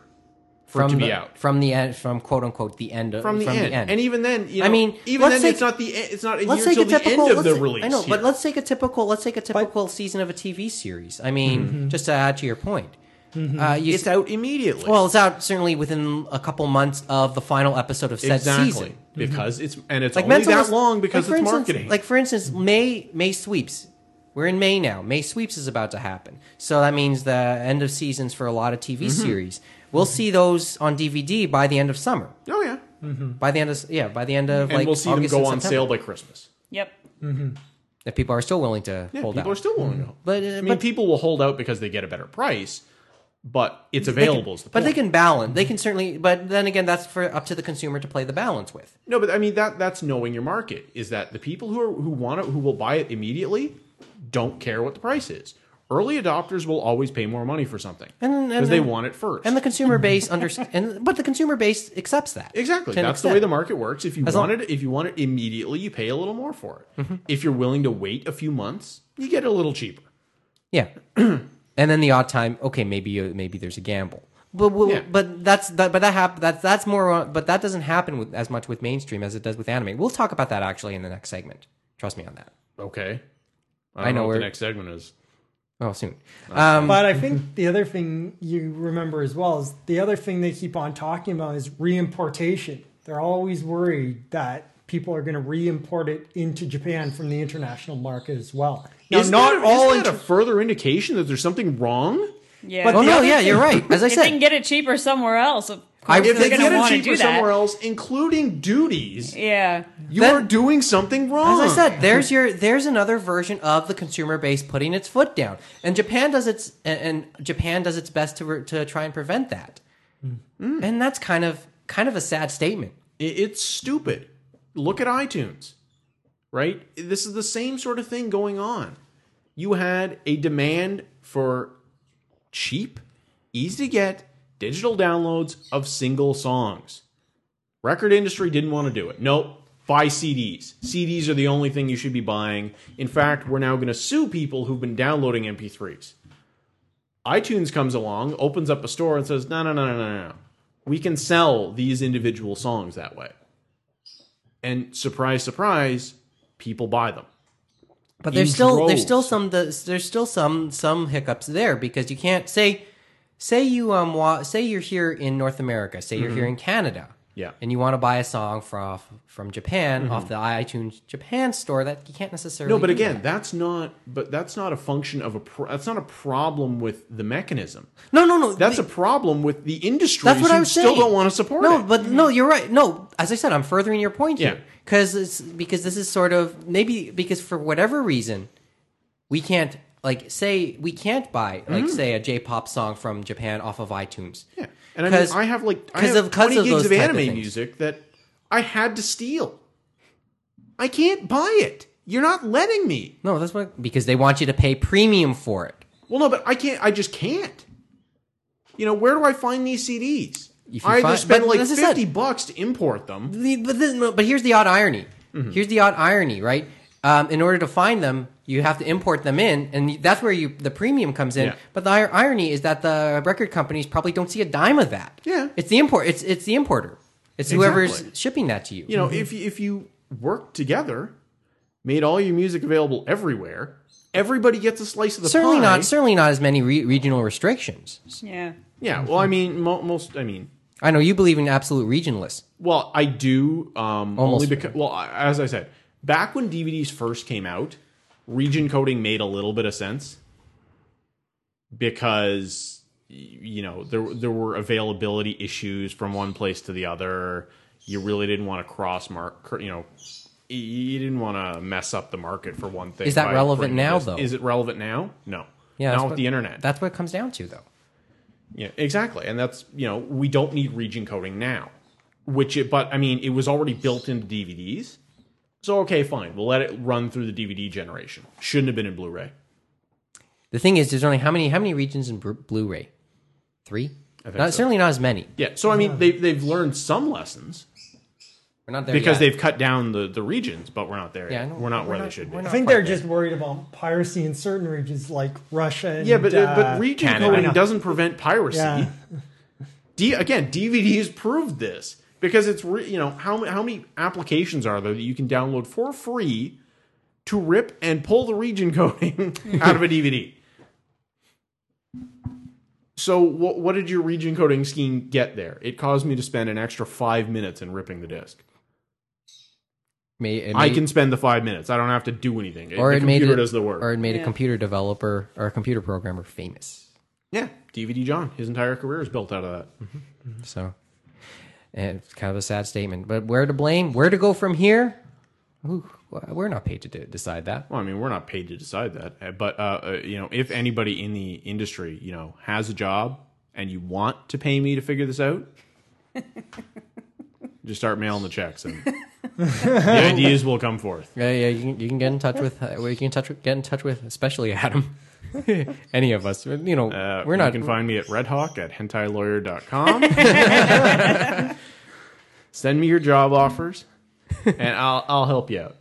S4: for
S1: from
S4: it to
S1: the,
S4: be out
S1: from the end, from quote unquote the end of,
S4: from the end. And even then, you know,
S1: I mean,
S4: even
S1: let's take-
S4: then, it's not the e- it's not a
S1: let's
S4: year
S1: take
S4: till
S1: a
S4: the
S1: typical.
S4: end of
S1: let's
S4: the
S1: take-
S4: release.
S1: I know,
S4: here.
S1: but let's take a typical. Let's take a typical season of a TV series. I mean, just to add to your point, uh, you
S4: Mm-hmm. it's out immediately.
S1: Well, it's out certainly within a couple months of the final episode of said
S4: exactly
S1: season. Mm-hmm.
S4: because it's and it's
S1: Like
S4: only
S1: mental
S4: that
S1: is-
S4: long because
S1: like, for
S4: it's
S1: instance-
S4: marketing.
S1: Like for instance, May May sweeps. We're in May now. May sweeps is about to happen, so that means the end of seasons for a lot of TV
S4: Mm-hmm.
S1: series. We'll see those on DVD by the end of summer.
S4: oh yeah,
S1: By the end of yeah, by the end of
S4: and
S1: like
S4: we'll see
S1: August
S4: them
S1: and
S4: go on
S1: September,
S4: sale by Christmas.
S5: Yep.
S1: if people are still willing to
S4: Yeah,
S1: hold
S4: people
S1: out.
S4: are still willing to. Hold.
S1: But, uh,
S4: Mm-hmm. I mean,
S1: but-
S4: people will hold out because they get a better price, but it's available. is the
S1: but they
S4: point.
S1: can balance. They can certainly. But then again, that's for up to the consumer to play the balance with.
S4: no, but I mean that that's knowing your market is that the people who are who want it who will buy it immediately don't care what the price is. Early adopters will always pay more money for something
S1: And- and-
S4: because they
S1: and-
S4: want it first.
S1: And the consumer base under and but the consumer base accepts that
S4: Exactly.
S1: to an
S4: That's the way
S1: extent.
S4: the market works. If you
S1: As long- Mm-hmm.
S4: want it, if you want it immediately, you pay a little more for it. If you're willing to wait a few months, you get it a little cheaper.
S1: Yeah. and then the odd time, okay, maybe uh, maybe there's a gamble. But well,
S4: Yeah.
S1: but that's that but that hap- that's that's more on- but that doesn't happen with as much with mainstream as it does with anime. We'll talk about that actually in the next segment. Trust me on that.
S4: Okay.
S1: I know
S4: what
S1: where-
S4: the next segment is.
S1: Oh, soon. Um,
S6: But I think the other thing you remember as well is the other thing they keep on talking about is reimportation. They're always worried that people are going to reimport it into Japan from the international market as well. Now,
S4: Is
S6: not
S4: that,
S6: all
S4: is that
S6: inter-
S4: a further indication that there's something wrong?
S5: Yeah.
S1: oh
S6: the
S1: no,
S6: other
S1: yeah,
S6: thing-
S1: you're right. As I
S5: if they can
S1: said,
S5: get it cheaper somewhere else, of
S1: I-
S5: course
S1: If
S5: they're
S1: they
S5: going to want to do that.
S4: somewhere else, including duties,
S5: Yeah.
S4: you
S1: Then-
S4: are doing something wrong.
S1: as I said, there's your there's another version of the consumer base putting its foot down. And Japan does its and, and Japan does its best to re- to try and prevent that.
S4: Hmm.
S1: And that's kind of kind of a sad statement.
S4: I- it's stupid. Look at iTunes, right? This is the same sort of thing going on. You had a demand for cheap, easy to get digital downloads of single songs. Record industry didn't want to do it. Nope. Buy CDs. CDs are the only thing you should be buying. In fact, we're now going to sue people who've been downloading MP3s. iTunes comes along, opens up a store, and says, no, no, no, no, no, no. We can sell these individual songs that way. And surprise, surprise, people buy them.
S1: But
S4: in
S1: there's still there's
S4: droves.
S1: still some there's still some some hiccups there because you can't say say you um wa- say you're here in North America, say you're here in Canada.
S4: Mm-hmm. Yeah. Mm-hmm.
S1: And you want to buy a song from from Japan off the iTunes Japan store that you can't necessarily
S4: No, but
S1: do
S4: again,
S1: that.
S4: that's not. But that's not a function of a. Pro, that's not a problem with the mechanism.
S1: No, no, no.
S4: That's
S1: the-
S4: a problem with the industry.
S1: That's what I was
S4: still
S1: saying.
S4: don't want to support
S1: No,
S4: it.
S1: but no, you're right. No, as I said, I'm furthering your point
S4: Yeah.
S1: here because it's because this is sort of maybe because for whatever reason we can't like say we can't buy like say a J-pop song from Japan off of iTunes.
S4: Mm. yeah, and I mean,
S1: 'Cause-
S4: I have like I
S1: 'cause
S4: have
S1: of- 'cause
S4: twenty
S1: of
S4: gigs
S1: those
S4: of
S1: type of
S4: anime
S1: things.
S4: music that I had to steal. I can't buy it. You're not letting me.
S1: No, that's what because they want you to pay premium for it.
S4: Well, no, but I can't. I just can't. You know, where do I find these CDs?
S1: If you
S4: I either
S1: find-
S4: spend
S1: but
S4: like
S1: as I said-
S4: fifty bucks to import them.
S1: The- But, this- no, but here's the odd irony.
S4: Mm-hmm.
S1: Here's the odd irony, right? Um, in order to find them, you have to import them in, and that's where you the premium comes in.
S4: Yeah.
S1: But the ir- irony is that the record companies probably don't see a dime of that.
S4: Yeah.
S1: it's the import. It's it's the importer. It's whoever's
S4: Exactly.
S1: Mm-hmm. shipping that to you.
S4: you know if if you work together made all your music available everywhere. Everybody gets a slice of the
S1: certainly
S4: pie.
S1: not certainly not as many re- regional restrictions.
S5: Yeah.
S4: Yeah. Well, I mean, mo- most. I mean,
S1: I know you believe in absolute regionalists.
S4: Well, I do. Um,
S1: Almost.
S4: only because, well, I- as I said, back when DVDs first came out, region coding made a little bit of sense because y- you know there there were availability issues from one place to the other. You really didn't want to cross mark, cr- you know. y- You didn't want to mess up the market for one thing.
S1: Is that
S4: by
S1: relevant
S4: bringing
S1: now,
S4: this-
S1: though?
S4: Is it relevant now? No.
S1: Yeah,
S4: Not
S1: that's
S4: with
S1: what-
S4: the internet.
S1: That's what it comes down to, though.
S4: Yeah, exactly. And that's, you know, we don't need region coding now. Which it, but I mean, it was already built into DVDs. So okay, fine. We'll let it run through the DVD generation. Shouldn't have been in Blu-ray.
S1: The thing is, there's only how many how many regions in Br- Blu-ray? Three.
S4: think
S1: Not,
S4: so.
S1: Certainly not as many.
S4: Yeah. So I mean, they they've learned some lessons
S1: We're not there
S4: because
S1: yet.
S4: they've cut down the the regions, but we're not there.
S1: Yeah, I
S4: yet.
S1: know.
S4: we're not
S1: We're
S4: where they
S1: not-
S4: should be.
S1: we're
S6: I
S1: not
S6: think
S1: quite
S6: they're
S1: there.
S6: just worried about piracy in certain regions like Russia. And,
S4: Yeah, but
S6: uh,
S4: but region
S1: Canada.
S4: coding doesn't prevent piracy.
S6: Yeah.
S4: D, again, DVDs proved this because it's re, you know how ma- how many applications are there that you can download for free to rip and pull the region coding out of a DVD. So what what did your region coding scheme get there? It caused me to spend an extra five minutes in ripping the disc.
S1: May- it
S4: I
S1: may-
S4: can spend the five minutes. I don't have to do anything.
S1: or
S4: the
S1: it made
S4: computer
S1: it-
S4: does the work.
S1: or it made a
S5: Yeah.
S1: computer developer or a computer programmer famous.
S4: yeah, DVD John. His entire career is built out of that.
S1: So and it's kind of a sad statement. But where to blame? Where to go from here? Ooh, we're not paid to de- decide that.
S4: Well, I mean, we're not paid to decide that, Uh, but uh, uh, you know, if anybody in the industry, you know, has a job and you want to pay me to figure this out, just start mailing the checks, and the ideas will come forth.
S1: Yeah, yeah. You can, you can get in touch with. Uh, you can touch get in touch with, especially Adam. Any of us, you know,
S4: Uh,
S1: we're not.
S4: You can find me at redhawk at hentailawyer.com. Send me your job offers, and I'll I'll help you out.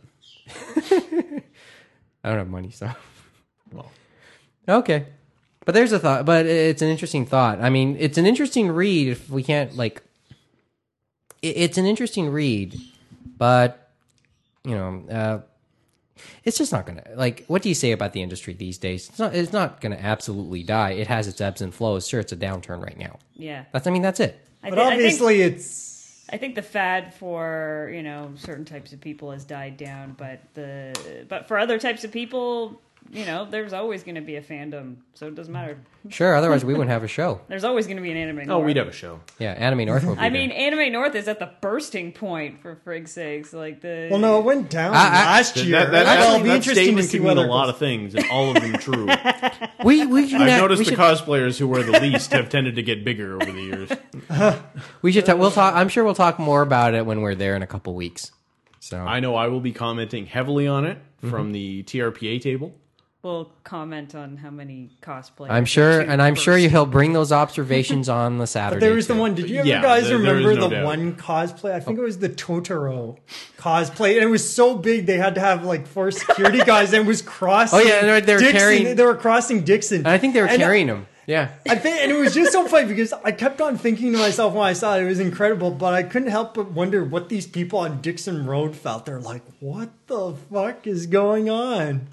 S1: I don't have money, so
S4: Well,
S1: okay. But there's a thought. But it's an interesting thought. I mean, it's an interesting read. If we can't like, it, it's an interesting read, but you know, uh, it's just not gonna like. What do you say about the industry these days? It's not. It's not gonna absolutely die. It has its ebbs and flows. Sure, it's a downturn right now.
S5: Yeah.
S1: That's. I mean, that's it.
S5: I
S6: but
S5: thi- I think-
S6: obviously it's
S5: I think the fad for you know certain types of people has died down, but the but for other types of people, you know, there's always going to be a fandom, so it doesn't matter.
S1: Sure. Otherwise, we wouldn't have a show.
S5: There's always going to be an anime.
S4: oh,
S5: North.
S4: we'd have a show.
S1: Yeah, Anime North. Will be
S5: I
S1: there.
S5: mean, anime North is at the bursting point for frig's sakes. Like the
S6: well, no, it went down
S1: I- I-
S6: last year.
S4: That, that,
S6: Well,
S4: that,
S6: it'll
S4: that statement could mean a
S6: it
S4: lot
S6: goes-
S4: of things, and all of them true.
S1: we we should.
S4: I've
S1: not- we
S4: noticed the
S1: should,
S4: cosplayers who wear the least have tended to get bigger over the years.
S1: we should talk. We'll
S6: Uh,
S1: talk. I'm sure we'll talk more about it when we're there in a couple weeks. So
S4: I know I will be commenting heavily on it
S1: Mm-hmm.
S4: from the TRPA table.
S5: will comment on how many cosplay.
S1: I'm sure, and I'm sure you he'll bring those observations on the Saturday.
S6: There was the
S1: too.
S6: one. Did you ever
S4: Yeah,
S6: guys
S4: there- there is
S6: remember
S4: no
S6: the
S4: doubt.
S6: one cosplay? I think it was the Totoro cosplay, and it was so big they had to have like four security guys, and it was crossing.
S1: Oh, yeah, and they were- they were
S6: Dixon,
S1: carrying-
S6: They were crossing Dixon.
S1: And I think they were
S6: And uh, I-
S1: carrying him. Yeah.
S6: I think, and it was just so funny because I kept on thinking to myself when I saw it, it was incredible, but I couldn't help but wonder what these people on Dixon Road felt. They're like, what the fuck is going on?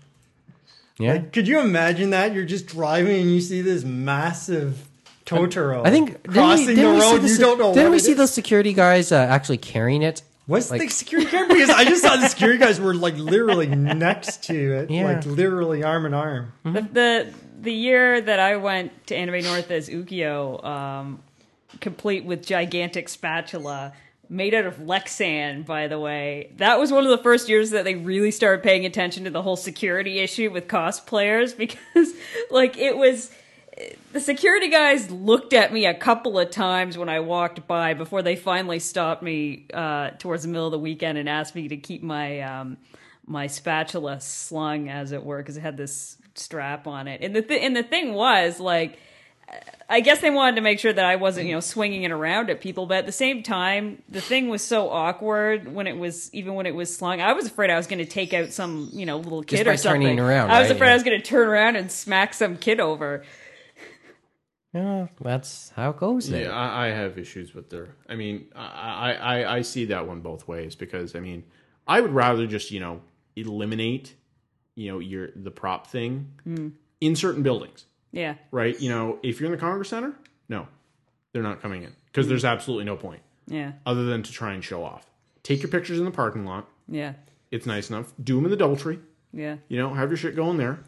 S1: Yeah.
S6: Could you imagine that? You're just driving and you see this massive Totoro.
S1: I think didn't
S6: crossing
S1: we, didn't
S6: the
S1: we see
S6: road,
S1: the
S6: you
S1: se-
S6: don't know.
S1: Didn't
S6: what
S1: we
S6: it
S1: see
S6: is.
S1: those security guys uh, actually carrying it?
S6: What's
S1: like-
S6: the security guard? Because I just saw the security guys were like literally next to it,
S1: Yeah.
S6: like literally arm in arm.
S5: The, the the year that I went to Anime North as Ukio, um, complete with gigantic spatula made out of Lexan. By the way, that was one of the first years that they really started paying attention to the whole security issue with cosplayers because, like, it was. The security guys looked at me a couple of times when I walked by before they finally stopped me uh, towards the middle of the weekend and asked me to keep my um, my spatula slung, as it were, because it had this strap on it. And the th- and the thing was like, I guess they wanted to make sure that I wasn't you know swinging it around at people, but at the same time, the thing was so awkward when it was even when it was slung. I was afraid I was going to take out some you know little kid
S1: by
S5: or something.
S1: turning around,
S5: I was
S1: right?
S5: afraid
S1: Yeah.
S5: I was going to turn around and smack some kid over.
S1: Yeah, that's how it goes. There.
S4: Yeah, I, I have issues with their. I mean, I, I I- I see that one both ways because I mean, I would rather just you know eliminate, you know, your the prop thing
S1: Hmm.
S4: in certain buildings,
S5: Yeah.
S4: right? You know, if you're in the Congress Center, no, they're not coming in because
S1: Hmm.
S4: there's absolutely no point
S5: Yeah.
S4: other than to try and show off. Take your pictures in the parking lot.
S5: Yeah.
S4: It's nice enough. Do them in the DoubleTree.
S5: Yeah.
S4: You know, have your shit going there.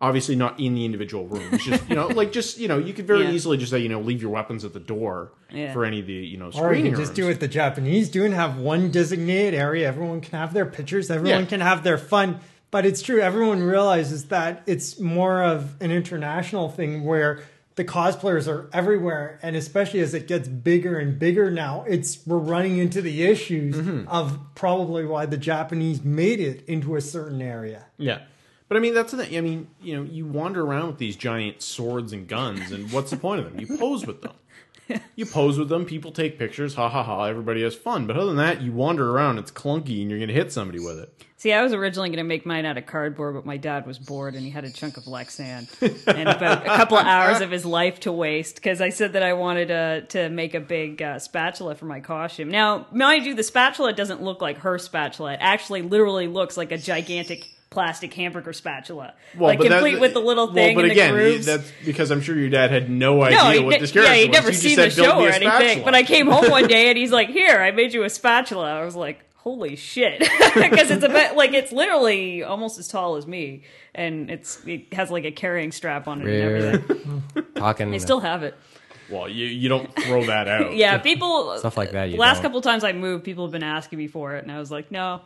S4: Obviously, not in the individual rooms. Just you know, like just you know, you could very
S5: Yeah.
S4: easily just say you know, leave your weapons at the door
S5: Yeah.
S4: for any of the you know
S6: Or you
S4: screening
S6: can just
S4: rooms.
S6: do what the Japanese do and have one designated area. Everyone can have their pictures. Everyone
S4: Yeah.
S6: can have their fun. But it's true. Everyone realizes that it's more of an international thing where the cosplayers are everywhere, and especially as it gets bigger and bigger now, it's we're running into the issues
S1: Mm-hmm.
S6: of probably why the Japanese made it into a certain area.
S4: Yeah. But I mean, that's the thing. I mean, you know, you wander around with these giant swords and guns, and what's the point of them? You pose with them. You pose with them, people take pictures, ha ha ha, everybody has fun. But other than that, you wander around, it's clunky, and you're going to hit somebody with it.
S5: See, I was originally going to make mine out of cardboard, but my dad was bored and he had a chunk of black sand and about a couple of hours of his life to waste because I said that I wanted uh, to make a big uh, spatula for my costume. Now, mind you, the spatula doesn't look like her spatula. It actually literally looks like a gigantic plastic hamburger spatula, like
S4: but that-
S5: complete with the little thing
S4: Well, but
S5: and
S4: again,
S5: the grooves.
S4: that's because I'm sure your dad had no idea
S5: No, he
S4: what
S5: ne-
S4: this character
S5: yeah, he'd
S4: was.
S5: never
S4: just
S5: seen the
S4: said, "Build
S5: show
S4: me
S5: or
S4: a
S5: anything.
S4: spatula."
S5: But I came home one day and he's like, "Here, I made you a spatula." I was like, "Holy shit!" Because it's about like it's literally almost as tall as me, and it's it has like a carrying strap on it and
S1: We're
S5: everything.
S1: talking.
S5: I still have it.
S4: Well, you, you don't throw that out.
S5: Yeah, people.
S1: Stuff like that, you
S5: last
S1: don't.
S5: couple times I moved, people have been asking me for it, and I was like, "No."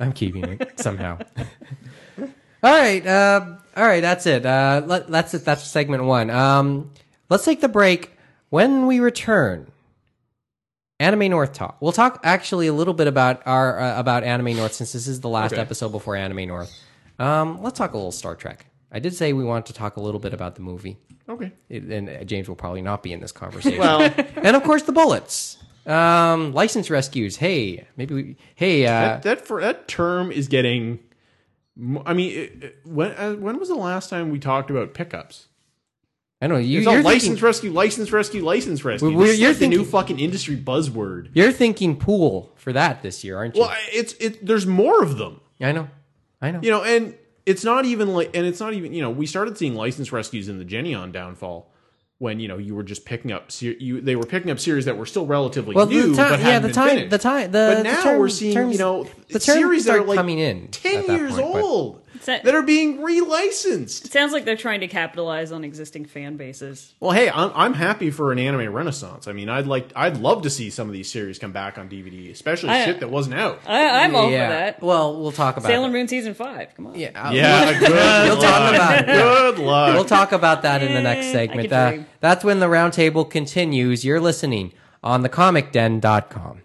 S1: I'm keeping it somehow. all right, uh, all right, that's it. Uh, let, that's it. That's segment one. Um, let's take the break. When we return, Anime North talk. We'll talk actually a little bit about our uh, about Anime North since this is the last
S4: Okay.
S1: episode before Anime North. Um, let's talk a little Star Trek. I did say we want to talk a little bit about the movie,
S4: Okay.
S1: It- and uh, James will probably not be in this conversation
S4: Well,
S1: and of course the bullets um license rescues hey maybe we hey uh
S4: that, that for that term is getting. mo- I mean, it- it- when uh, when was the last time we talked about pickups?
S1: i don't know you,
S4: It's
S1: you're,
S4: all
S1: thinking,
S4: license rescue, license rescue, license rescue.
S1: Well,
S4: This is
S1: you're
S4: like the new
S1: thinking-
S4: fucking industry buzzword.
S1: you're thinking pool for that this year aren't you
S4: Well, I- it's it. There's more of them,
S1: i know i know
S4: you know, and it's not even like, and it's not even, you know, we started seeing license rescues in the Genion downfall when you know you were just picking up, ser- you they were picking up series that were still relatively
S1: well
S4: new,
S1: the time
S4: but
S1: yeah
S4: hadn't
S1: the
S4: been
S1: time
S4: finished.
S1: the time the
S4: but
S1: the
S4: now
S1: term-
S4: we're seeing
S1: terms-
S4: you know
S1: the terms
S4: series that
S1: start
S4: are like
S1: coming in
S4: ten
S1: at that
S4: years
S1: point, but-
S4: old
S5: that-
S4: that, are being relicensed.
S5: It sounds like they're trying to capitalize on existing fan bases.
S4: Well, hey, I'm, I'm happy for an anime renaissance. I mean, I'd like I'd love to see some of these series come back on DVD, especially
S5: I-
S4: shit that wasn't out.
S5: I, I'm all for
S1: yeah.
S5: that.
S1: well we'll talk about
S5: Sailor
S1: it.
S5: Moon season five. Come on.
S1: yeah, uh,
S4: yeah, good
S1: We'll talk about it.
S4: Good luck.
S1: We'll talk about that in the next
S5: Yay, I
S1: segment.
S5: could
S1: That-
S5: dream.
S1: that's when the roundtable continues. You're listening on thecomicden.com.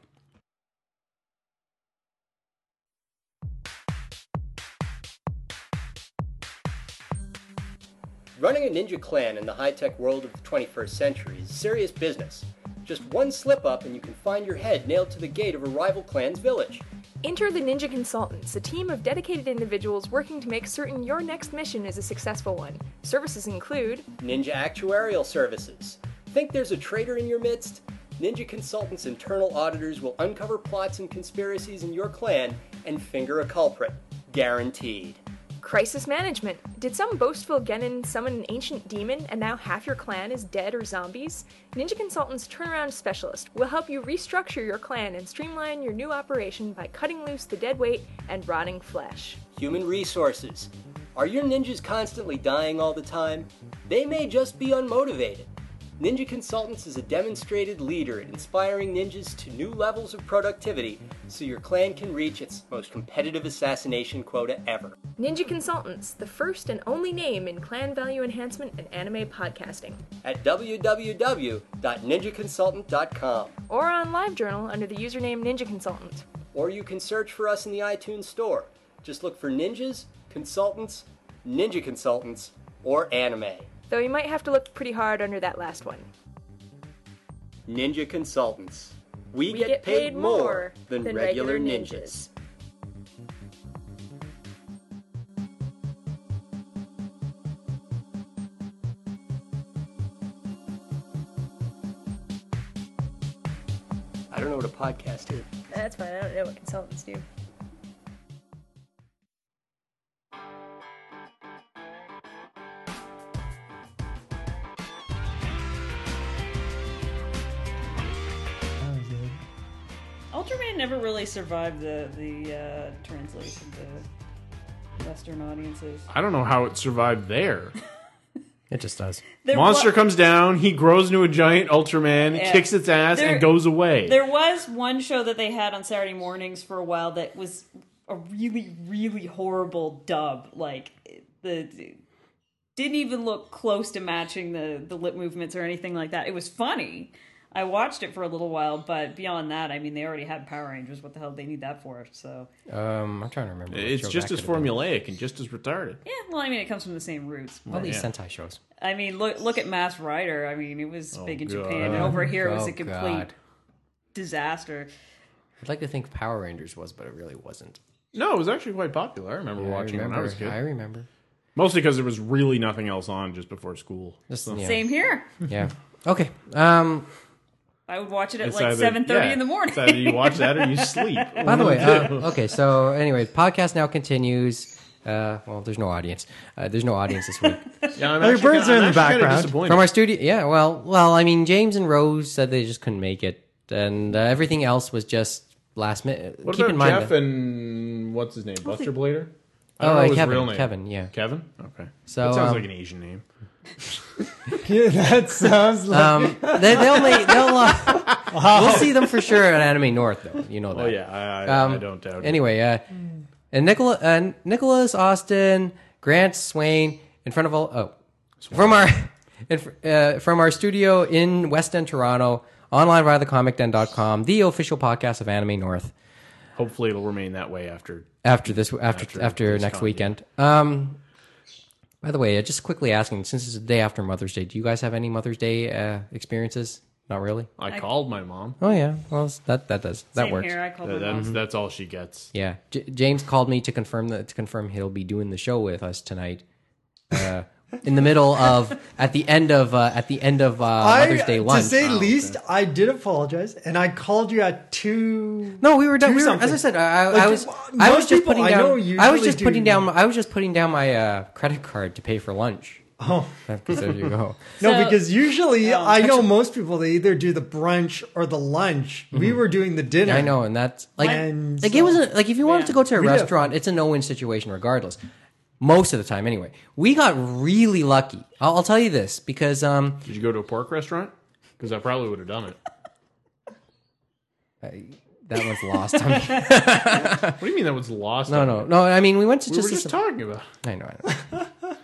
S7: Running a ninja clan in the high tech world of the 21st century is serious business. Just one slip up, and you can find your head nailed to the gate of a rival clan's village.
S8: Enter the Ninja Consultants, a team of dedicated individuals working to make certain your next mission is a successful one. Services include
S7: Ninja Actuarial Services. Think there's a traitor in your midst? Ninja Consultants' internal auditors will uncover plots and conspiracies in your clan and finger a culprit. Guaranteed.
S8: crisis management. Did some boastful genin summon an ancient demon and now half your clan is dead or zombies? Ninja Consultants Turnaround Specialist will help you restructure your clan and streamline your new operation by cutting loose the dead weight and rotting flesh.
S7: Human Resources. Are your ninjas constantly dying all the time? They may just be unmotivated. Ninja Consultants is a demonstrated leader in inspiring ninjas to new levels of productivity so your clan can reach its most competitive assassination quota ever.
S8: Ninja Consultants, the first and only name in clan value enhancement and anime podcasting.
S7: At www.ninjaconsultant.com.
S8: Or on LiveJournal under the username Ninja Consultant.
S7: Or you can search for us in the iTunes store. Just look for ninjas, consultants, ninja consultants, or anime.
S8: Though you might have to look pretty hard under that last one.
S7: Ninja Consultants. We, get, paid, more, than, regular, ninjas. I don't know what a podcast is.
S8: That's fine, I don't know what consultants do.
S5: Ultraman never really survived the the uh, translation to Western audiences.
S4: I don't know how it survived there.
S1: It just does.
S5: There
S4: Monster
S5: wa-
S4: comes down, he grows into a giant Ultraman,
S5: Yeah.
S4: kicks its ass,
S5: There-
S4: and goes away.
S5: There was one show that they had on Saturday mornings for a while that was a really, really horrible dub. Like the didn't even look close to matching the the lip movements or anything like that. It was funny. I watched it for a little while, but beyond that, I mean, they already had Power Rangers. What the hell did they need that for? So
S1: Um, I'm trying to remember. what
S4: it's
S1: show
S4: just
S1: that
S4: as
S1: could've been.
S4: formulaic and just as retarded.
S5: yeah, well, I mean, it comes from the same roots.
S1: All
S5: But,
S1: these
S4: Yeah.
S1: Sentai shows.
S5: I mean, look look at Mass Rider. I mean, it was big in
S4: Oh, God.
S5: Japan, and over here it was
S1: Oh,
S5: a complete
S1: God.
S5: disaster.
S1: I'd like to think Power Rangers was, but it really wasn't.
S4: No, it was actually quite popular. I remember watching
S1: I remember.
S4: when I was a kid.
S1: I remember.
S4: Mostly because there was really nothing else on just before school.
S1: Just-
S4: So-
S1: yeah.
S5: Same here.
S1: Yeah. Okay. Um,
S5: I would watch it at
S4: It's
S5: like
S4: either-
S5: seven thirty
S4: yeah,
S5: in the morning.
S4: It's either you watch that or you sleep.
S1: By the way, uh, okay, so anyway, podcast now continues. Uh, well, there's no audience. Uh, there's no audience this week.
S4: yeah, I'm
S6: Your
S4: actually
S6: birds
S4: kinda-
S6: are in
S4: I'm
S6: the
S4: actually kinda
S6: background.
S4: disappointed.
S1: From our studio, yeah, well, well, I mean, James and Rose said they just couldn't make it, and uh, everything else was just last minute.
S4: what
S1: Keep
S4: about
S1: in mind,
S4: Jeff
S1: that-
S4: and what's his name? Buster Blader? I
S1: oh,
S4: don't know
S1: uh,
S4: his
S1: Kevin,
S4: real name.
S1: Kevin, yeah.
S4: Kevin? Okay.
S1: So,
S4: that sounds
S1: um,
S4: like an Asian name.
S6: Yeah, that sounds like
S1: Um, they, they'll make, they'll, uh, we'll see them for sure at Anime North, though. You know that.
S4: Oh, yeah. I, I,
S1: Um,
S4: I don't doubt it.
S1: Anyway, uh, and Nicola, uh, Nicholas Austin, Grant Swain, in front of all, oh, from our, in, fr- uh, from our studio in West End, Toronto, online via thecomicden.com, the official podcast of Anime North.
S4: Hopefully it'll remain that way after.
S1: After this, after after,
S4: After this
S1: next
S4: con, yeah.
S1: weekend. Um, by the way, uh, just quickly asking, since it's the day after Mother's Day, do you guys have any Mother's Day uh, experiences? Not really.
S4: I, called my mom.
S1: Oh yeah, well s- that that does that
S5: Same
S1: works.
S5: here. I called
S4: That-
S5: my
S4: that's,
S5: mom.
S4: that's all she gets.
S1: Yeah, J- James called me to confirm that to confirm he'll be doing the show with us tonight. Uh, in the middle of at the end of uh, at the end of uh, Mother's Day
S6: To
S1: lunch. Oh,
S6: say least, I did apologize, and I called you at two.
S1: no, we were done.
S6: do
S1: We were,
S6: something.
S1: as I said, I, I,
S6: Like,
S1: I was I
S6: most
S1: was just
S6: people
S1: putting
S6: I
S1: down
S6: know
S1: I was
S6: usually
S1: just putting
S6: do-
S1: down I was just putting down my uh, credit card to pay for lunch.
S6: Oh.
S1: Because there you go.
S6: No,
S5: So-
S6: because usually
S5: Oh.
S6: I know most people they either do the brunch or the lunch. We were doing the dinner.
S1: Mm-hmm. I know, and that's like
S6: And
S1: like it was a, like if you wanted to
S5: Yeah.
S1: go to a
S6: We did.
S1: restaurant, it's a no-win situation regardless. Most of the time, anyway. We got really lucky. I'll, I'll tell you this because um,
S4: Did you go to a pork restaurant? Because I probably would have done it.
S1: that one's lost. on me.
S4: What do you mean that was lost?
S1: No,
S4: on
S1: no,
S4: me?
S1: no. I mean, we went to
S4: We
S1: just.
S4: were just
S1: this-
S4: talking about.
S1: I know. I know.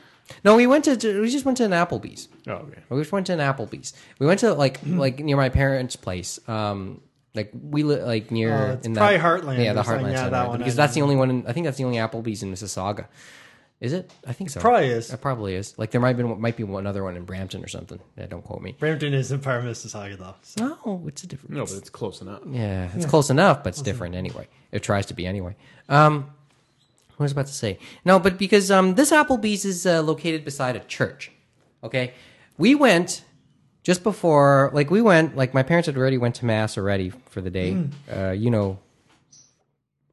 S1: no, we went to- to. We just went to an Applebee's.
S4: Oh, okay.
S1: We just went to an Applebee's. We went to like
S6: Hmm.
S1: like near my parents' place. Um, like we li- like near
S6: Oh, it's
S1: in
S6: probably
S1: that,
S6: Heartland
S1: Yeah, the
S6: or something.
S1: Heartland
S6: Yeah,
S1: Center,
S6: that one
S1: because
S6: I
S1: that's the only one. In, I think that's the only Applebee's in Mississauga. Is it? I think so.
S6: probably is.
S1: It probably is. Like there might be might be one other one in Brampton or something. Yeah, don't quote me.
S6: Brampton isn't part of Mississauga though. So.
S1: No, it's a different.
S4: No, but it's close enough.
S1: Yeah, it's close enough, but it's different anyway. It tries to be anyway. Um, what was I about to say? No, but because um, this Applebee's is uh, located beside a church. Okay, we went just before, like we went, like my parents had already went to mass already for the day. Uh, you know,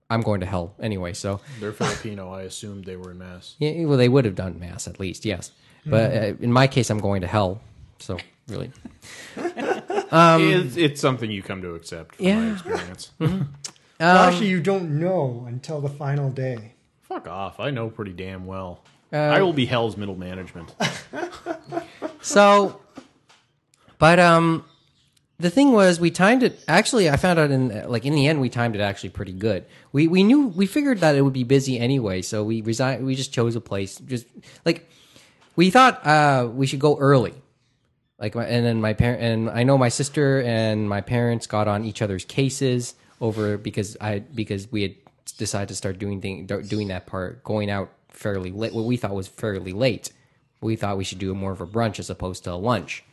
S1: I'm going to hell anyway, so
S4: They're Filipino. I assumed they were in mass.
S1: yeah, well, they would have done mass at least, yes. But uh, in my case, I'm going to hell, so really.
S4: it's, it's something you come to accept from my
S1: Um, Yeah. Mm-hmm.
S4: experience.
S6: Actually, you don't know until the final day.
S4: Fuck off. I know pretty damn well.
S1: Uh,
S4: I will be hell's middle management.
S1: So, but um, the thing was, we timed it. Actually, I found out in like in the end, we timed it actually pretty good. We we knew we figured that it would be busy anyway, so we resigned. We just chose a place. Just like we thought uh, we should go early. Like my, and then my parent and I know my sister and my parents got on each other's cases over because I because we had decided to start doing thing, doing that part going out fairly late what we thought was fairly late. We thought we should do more of a brunch as opposed to a lunch.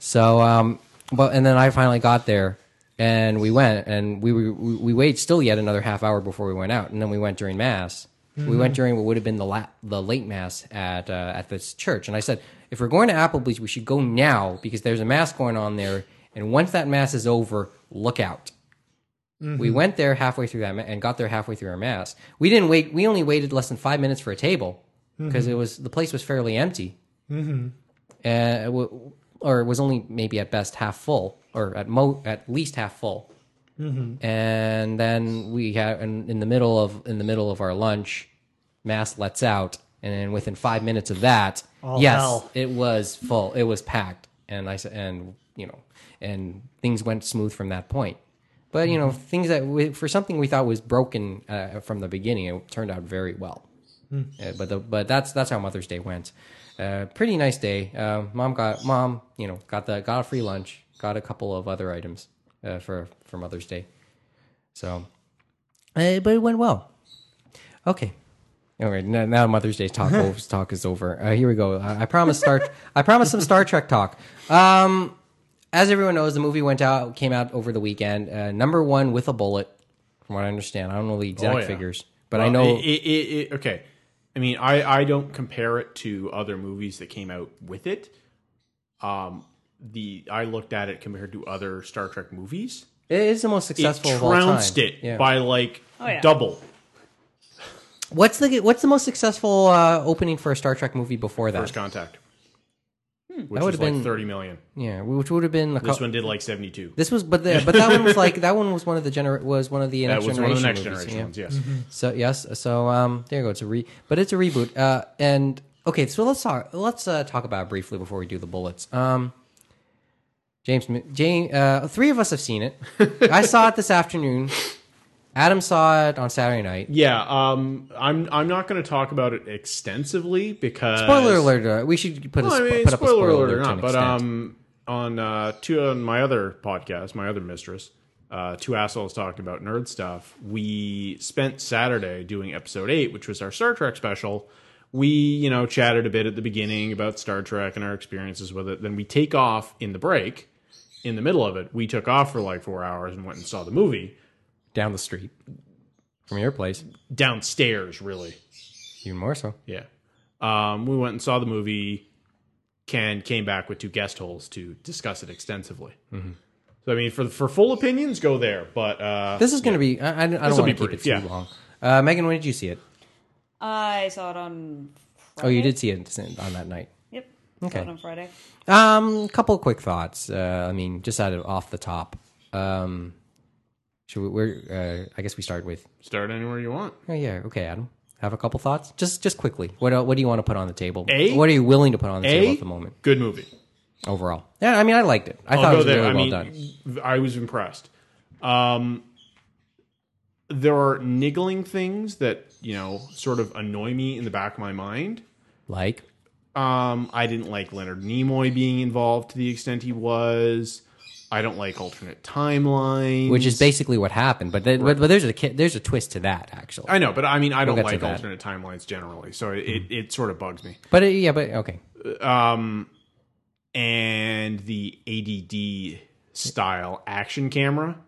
S1: So, um, but and then I finally got there, and we went, and we were, we, we waited still yet another half hour before we went out, and then we went during mass. We went during what would have been the la- the late mass at uh, at this church, and I said, if we're going to Applebee's, we should go now because there's a mass going on there, and once that mass is over, look out. We went there halfway through that ma- and got there halfway through our mass. We didn't wait. We only waited less than five minutes for a table because it was the place was fairly empty uh, w- or it was only maybe at best half full, or at mo at least half full,
S6: Mm-hmm.
S1: And then we have in, in the middle of in the middle of our lunch, mass lets out, and then within five minutes of that,
S6: All
S1: yes,
S6: hell.
S1: it was full, it was packed, and I said, and you know, and things went smooth from that point. But you know,
S6: Mm-hmm.
S1: things that we, for something we thought was broken uh, from the beginning, it turned out very well. Uh, but the, but that's that's how Mother's Day went. Uh, pretty nice day. Uh, mom got mom, you know, got the got a free lunch, got a couple of other items uh, for for Mother's Day. So, uh, but it went well. Okay. All right. Now, now Mother's Day talk o- talk is over. Uh, here we go. I, I promise Star. I promise some Star Trek talk. Um, as everyone knows, the movie went out came out over the weekend. Uh, number one with a bullet, from what I understand. I don't know the exact
S4: Oh, yeah.
S1: figures, but I
S4: Well, e-
S1: know
S4: It, it, it, it- okay. I mean, I, I don't compare it to other movies that came out with it. Um, the I looked at it compared to other Star Trek movies.
S1: it is the most
S4: It
S1: successful. of all time.
S4: trounced it
S1: Yeah.
S4: by like
S5: yeah.
S4: double.
S1: What's the what's the most successful uh, opening for a Star Trek movie before that?
S4: First Contact, which
S1: That
S4: was
S1: would've
S4: like
S1: been-
S4: thirty million.
S1: yeah, which would have been a
S4: This
S1: cou-
S4: one did like seventy-two.
S1: This was, but the, but that one was like that one was one of the gener was one of the
S4: that
S1: next
S4: was
S1: generation
S4: one of the next
S1: movies,
S4: generation
S1: yeah.
S4: ones. Yes.
S1: So yes, so um, there you go. It's a re, but it's a reboot. Uh, and okay, so let's talk. Let's uh, talk about it briefly before we do the bullets. Um, James, James, uh, three of us have seen it. I saw it this afternoon. Adam saw it on Saturday night.
S4: Yeah. Um. I'm I'm not going to talk about it extensively because
S1: Spoiler alert! Uh, we should put a
S4: Well,
S1: spo-
S4: I mean,
S1: put up a
S4: spoiler alert or
S1: to an
S4: not, but
S1: extent.
S4: um, on uh, two on my other podcast, my other mistress, uh, two assholes talking about nerd stuff. We spent Saturday doing episode eight, which was our Star Trek special. We you know chatted a bit at the beginning about Star Trek and our experiences with it. Then we take off in the break. In the middle of it, we took off for like four hours and went and saw the movie
S1: down the street from your place,
S4: downstairs. Really,
S1: even more so.
S4: Yeah. Um, we went and saw the movie. Ken came back with two guest holes to discuss it extensively. So I mean, for for full opinions, go there. But uh,
S1: This is going to be. I, I- I don't
S4: This'll
S1: want to
S4: be
S1: keep it
S4: brief,
S1: too
S4: yeah.
S1: long. Uh, Megan, when did you see it?
S5: I saw it on.
S1: Oh, you did see it on that night.
S5: Yep.
S1: Okay.
S5: Saw it on Friday.
S1: Um, couple quick thoughts. Uh, I mean, just out of off the top. Um, should we? We're, uh, I guess we start with.
S4: start anywhere you want.
S1: Oh yeah. Okay, Adam. Have a couple thoughts. Just just quickly. What uh, what do you want to put on the table?
S4: A?
S1: What are you willing to put on the table
S4: A
S1: at the moment?
S4: good movie.
S1: Overall. Yeah. I mean, I liked it. I
S4: I'll
S1: thought it
S4: go
S1: was
S4: there.
S1: really
S4: I
S1: well
S4: mean,
S1: done.
S4: I was impressed. Um, there are niggling things that you know sort of annoy me in the back of my mind.
S1: Like.
S4: Um, I didn't like Leonard Nimoy being involved to the extent he was. I don't like alternate timelines,
S1: Which is basically what happened, but then, but, but there's a ki- there's a twist to that actually.
S4: I know, but I mean, I don't
S1: get to
S4: like
S1: that. Mm-hmm.
S4: alternate timelines generally, so it, it, it sort of bugs me.
S1: But uh, yeah, but okay.
S4: Um, and the ADD style action camera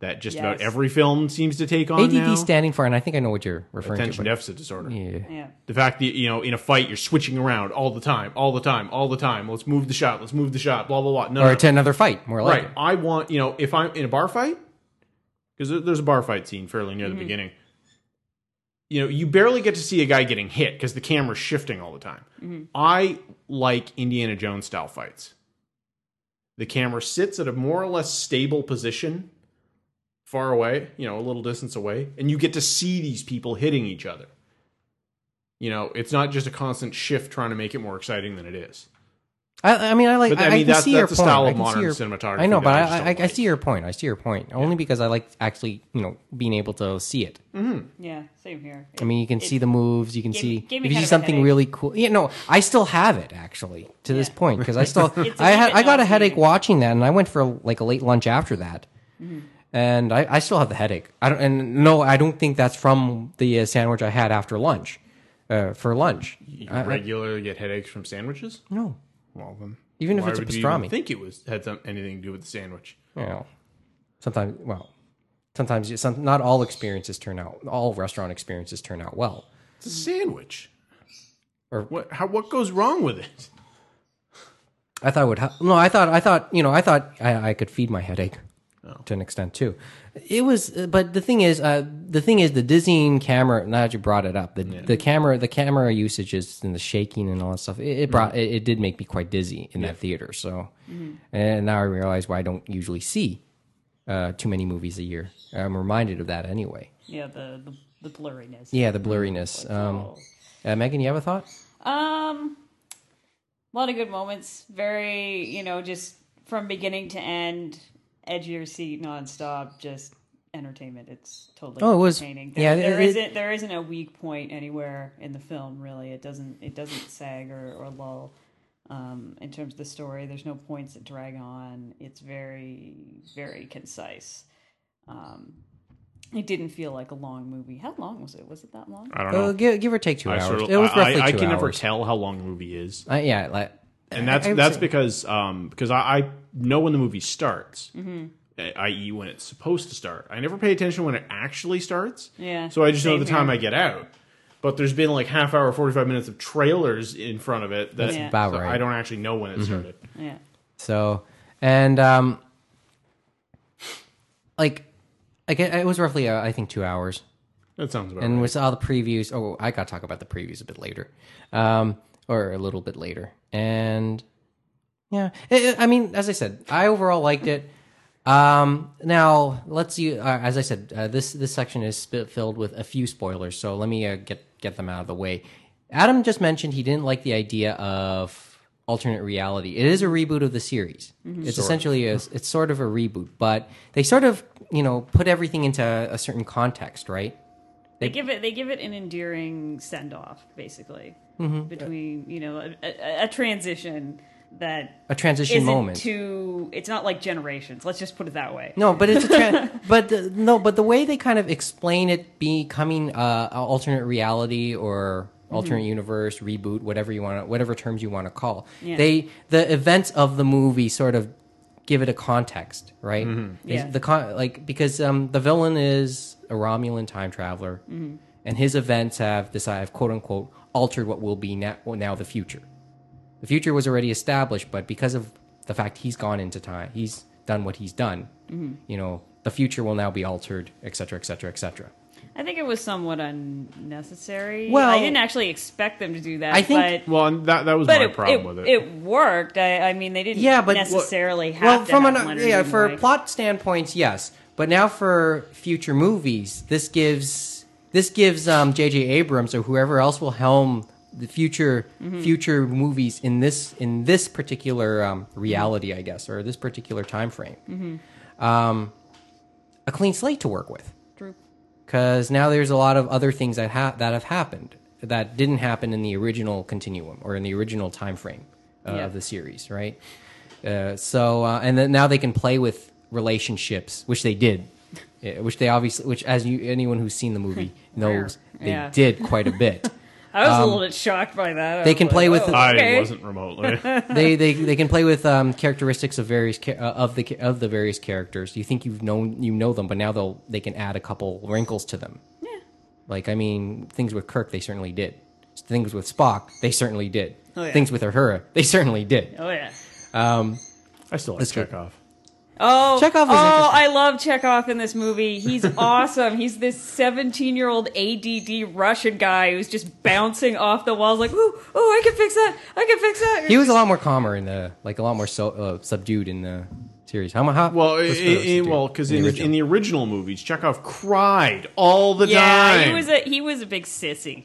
S4: that just about
S5: Yes.
S4: every film seems to take on
S1: ADD
S4: now.
S1: standing for, and I think I know what you're referring
S4: attention
S1: to. but-
S4: deficit disorder.
S1: yeah.
S5: Yeah.
S4: The fact that you know in a fight you're switching around all the time, all the time, all the time. Let's move the shot. Let's move the shot. Blah blah blah. No,
S1: Or
S4: no.
S1: to another fight, more like
S4: right. I want you know if I'm in a bar fight because there's a bar fight scene fairly
S1: Mm-hmm.
S4: near the beginning. You know, you barely get to see a guy getting hit because the camera's shifting all the time.
S1: Mm-hmm.
S4: I like Indiana Jones style fights. The camera sits at a more or less stable position, far away, you know, a little distance away, and you get to see these people hitting each other. You know, it's not just a constant shift trying to make it more exciting than it is.
S1: I, I mean, I like.
S4: But, I
S1: I,
S4: mean,
S1: can
S4: that's-
S1: see
S4: that's
S1: your
S4: the
S1: point.
S4: style of
S1: I can see
S4: modern
S1: your-
S4: cinematography
S1: I know, but
S4: that
S1: I,
S4: I just don't
S1: I, I,
S4: like.
S1: see your point. I see your point. Only because I like actually, you know, being able to see it.
S5: Yeah. Same here.
S1: I mean, you can see the moves. You can
S5: gave me-
S1: see
S5: gave me
S1: if you
S5: kind
S1: see
S5: of a
S1: something
S5: headache.
S1: really cool. Yeah, no, I still have it actually to this
S5: Yeah.
S1: point because I still
S5: It's a
S1: I had
S5: little
S1: I got a
S5: nauseating.
S1: headache watching that, and I went for like a late lunch after that,
S5: Mm-hmm.
S1: and I, I still have the headache. I don't, and no, I don't think that's from the uh, sandwich I had after lunch, uh, for lunch.
S4: You
S1: I- I-
S4: regularly get headaches from sandwiches.
S1: no,
S4: Well, then,
S1: Even if
S4: why
S1: it's a
S4: would you even
S1: pastrami.
S4: think it was had some, anything to do with the sandwich.
S1: you know, sometimes, well, sometimes you, some, not all experiences turn out, all restaurant experiences turn out well.
S4: It's a sandwich.
S1: Mm. Or-
S4: what? How? What goes wrong with it?
S1: I thought it would, ha- no, I thought, I thought, you know, I thought I, I could feed my headache
S4: Oh.
S1: to an extent too. It was, uh, but the thing is, uh, the thing is the dizzying camera, now that you brought it up, the, the camera, the camera usages and the shaking and all that stuff, it, it brought,
S4: Mm-hmm.
S1: it, it did make me quite dizzy in that theater. So, and now I realize why I don't usually see uh, too many movies a year. I'm reminded of that anyway.
S5: Yeah, the the, the blurriness. oh.
S1: Yeah,
S4: Mm-hmm.
S1: the blurriness. Um, uh, Megan, you have a thought?
S5: Um, a lot of good moments. Very, you know, just from beginning to end, edge of your seat, nonstop, just entertainment. It's totally
S1: Oh, it was-
S5: entertaining.
S1: yeah,
S5: There, there
S1: it- it-
S5: isn't there isn't a weak point anywhere in the film. Really, it doesn't it doesn't sag or, or lull. Um, in terms of the story, there's no points that drag on. It's very very concise. Um, it didn't feel like a long movie. How long was it? Was it that long?
S4: I don't know.
S1: Uh, give, give or take two
S4: I,
S1: hours.
S4: sort of,
S1: it was
S4: I-
S1: roughly
S4: I, I
S1: two
S4: can never
S1: hours.
S4: tell how long a movie is,
S1: Uh, yeah, like,
S4: and that's
S1: I would
S4: that's
S1: say-
S4: because um because I, I know when the movie starts,
S1: Mm-hmm.
S4: i- i.e. when it's supposed to start. I never pay attention when it actually starts.
S5: Yeah,
S4: So I just know
S5: same
S4: the time
S5: here.
S4: I get out. But there's been like half hour, forty five minutes of trailers in front of it. That
S5: That's Yeah.
S1: about
S4: so
S1: right.
S4: I don't actually know when it
S1: Mm-hmm.
S4: started.
S5: Yeah.
S1: So, and um, like, like it, it was roughly uh, I think two hours,
S4: That sounds about
S1: and
S4: right.
S1: we saw the previews. Oh, I got to talk about the previews a bit later, um, or a little bit later, and yeah, it, it- I mean, as I said, I overall liked it. Um, now let's you, uh, as I said, uh, this this section is sp- filled with a few spoilers, so let me uh, get get them out of the way. Adam just mentioned he didn't like the idea of alternate reality. It is a reboot of the series. It's essentially a, it's sort of a reboot, but they sort of you know put everything into a certain context, right?
S5: They give it they give it an endearing send off basically
S1: Mm-hmm.
S5: between you know a, a, a transition that
S1: A transition
S5: isn't
S1: moment.
S5: too it's not like generations let's just put it that way
S1: No, but it's a tra- but the, no, but the way they kind of explain it becoming uh, a alternate reality or
S5: Mm-hmm.
S1: alternate universe reboot, whatever you want, to whatever terms you want to call,
S5: Yeah.
S1: they the events of the movie sort of give it a context, right? They-
S5: Yeah.
S1: The con- like because um, the villain is a Romulan time traveler, and his events have this have quote unquote altered what will be now, now the future. The future was already established, but because of the fact he's gone into time, he's done what he's done. You know, the future will now be altered, et cetera, et cetera, et cetera.
S5: I think it was somewhat unnecessary
S1: Well-
S5: I didn't actually expect them to do that
S1: I think-
S5: but
S4: well, and that that was
S5: but
S4: my
S5: it,
S4: problem
S5: it,
S4: with it.
S5: it worked I, I mean they didn't
S1: Yeah, but
S5: necessarily have
S1: well,
S5: to
S1: from
S5: have
S1: an
S5: Leonard
S1: yeah for
S5: Nimoy.
S1: plot standpoints, yes, but now for future movies, this gives this gives um J.J. Abrams or whoever else will helm the future
S5: Mm-hmm.
S1: future movies in this in this particular um, reality, I guess, or this particular time frame, um, a clean slate to work with.
S5: Mm-hmm. True.
S1: because now there's a lot of other things that ha- that have happened that didn't happen in the original continuum or in the original time frame uh,
S5: Yeah.
S1: of the series, right? Uh, so uh, and then now they can play with relationships, which they did, eh, which they obviously, which as you anyone who's seen the movie knows, they
S5: Yeah.
S1: did quite a bit.
S5: I was a little bit shocked by that I
S1: Um, they
S5: was
S1: can
S5: like,
S1: play with
S5: oh,
S1: the-
S4: I
S5: okay.
S4: wasn't remotely.
S1: they, they they can play with um, characteristics of various cha- uh, of the ca- of the various characters. You think you've known you know them, but now they'll they can add a couple wrinkles to them. Yeah. Like I mean, things with Kirk they certainly did. Things with Spock they certainly did.
S5: Oh, yeah.
S1: Things with Uhura they certainly did.
S5: oh yeah
S1: Um,
S4: I still like
S1: That's good.
S4: Chekhov.
S5: Oh,
S1: Chekhov was
S5: oh,
S1: interesting.
S5: I love Chekhov in this movie. He's awesome. He's this 17 year old ADD Russian guy who's just bouncing off the walls, like, ooh, ooh, I can fix that. I can fix that.
S1: he was a lot more calmer in the like a lot more so, uh, subdued in the series. How mu- how
S4: Well,
S1: was
S4: in,
S1: Uhura
S4: in,
S1: subdued
S4: well, because in, the-
S1: original?
S4: in the original movies, Chekhov cried all the
S5: yeah,
S4: time.
S5: he was a he was a big sissy.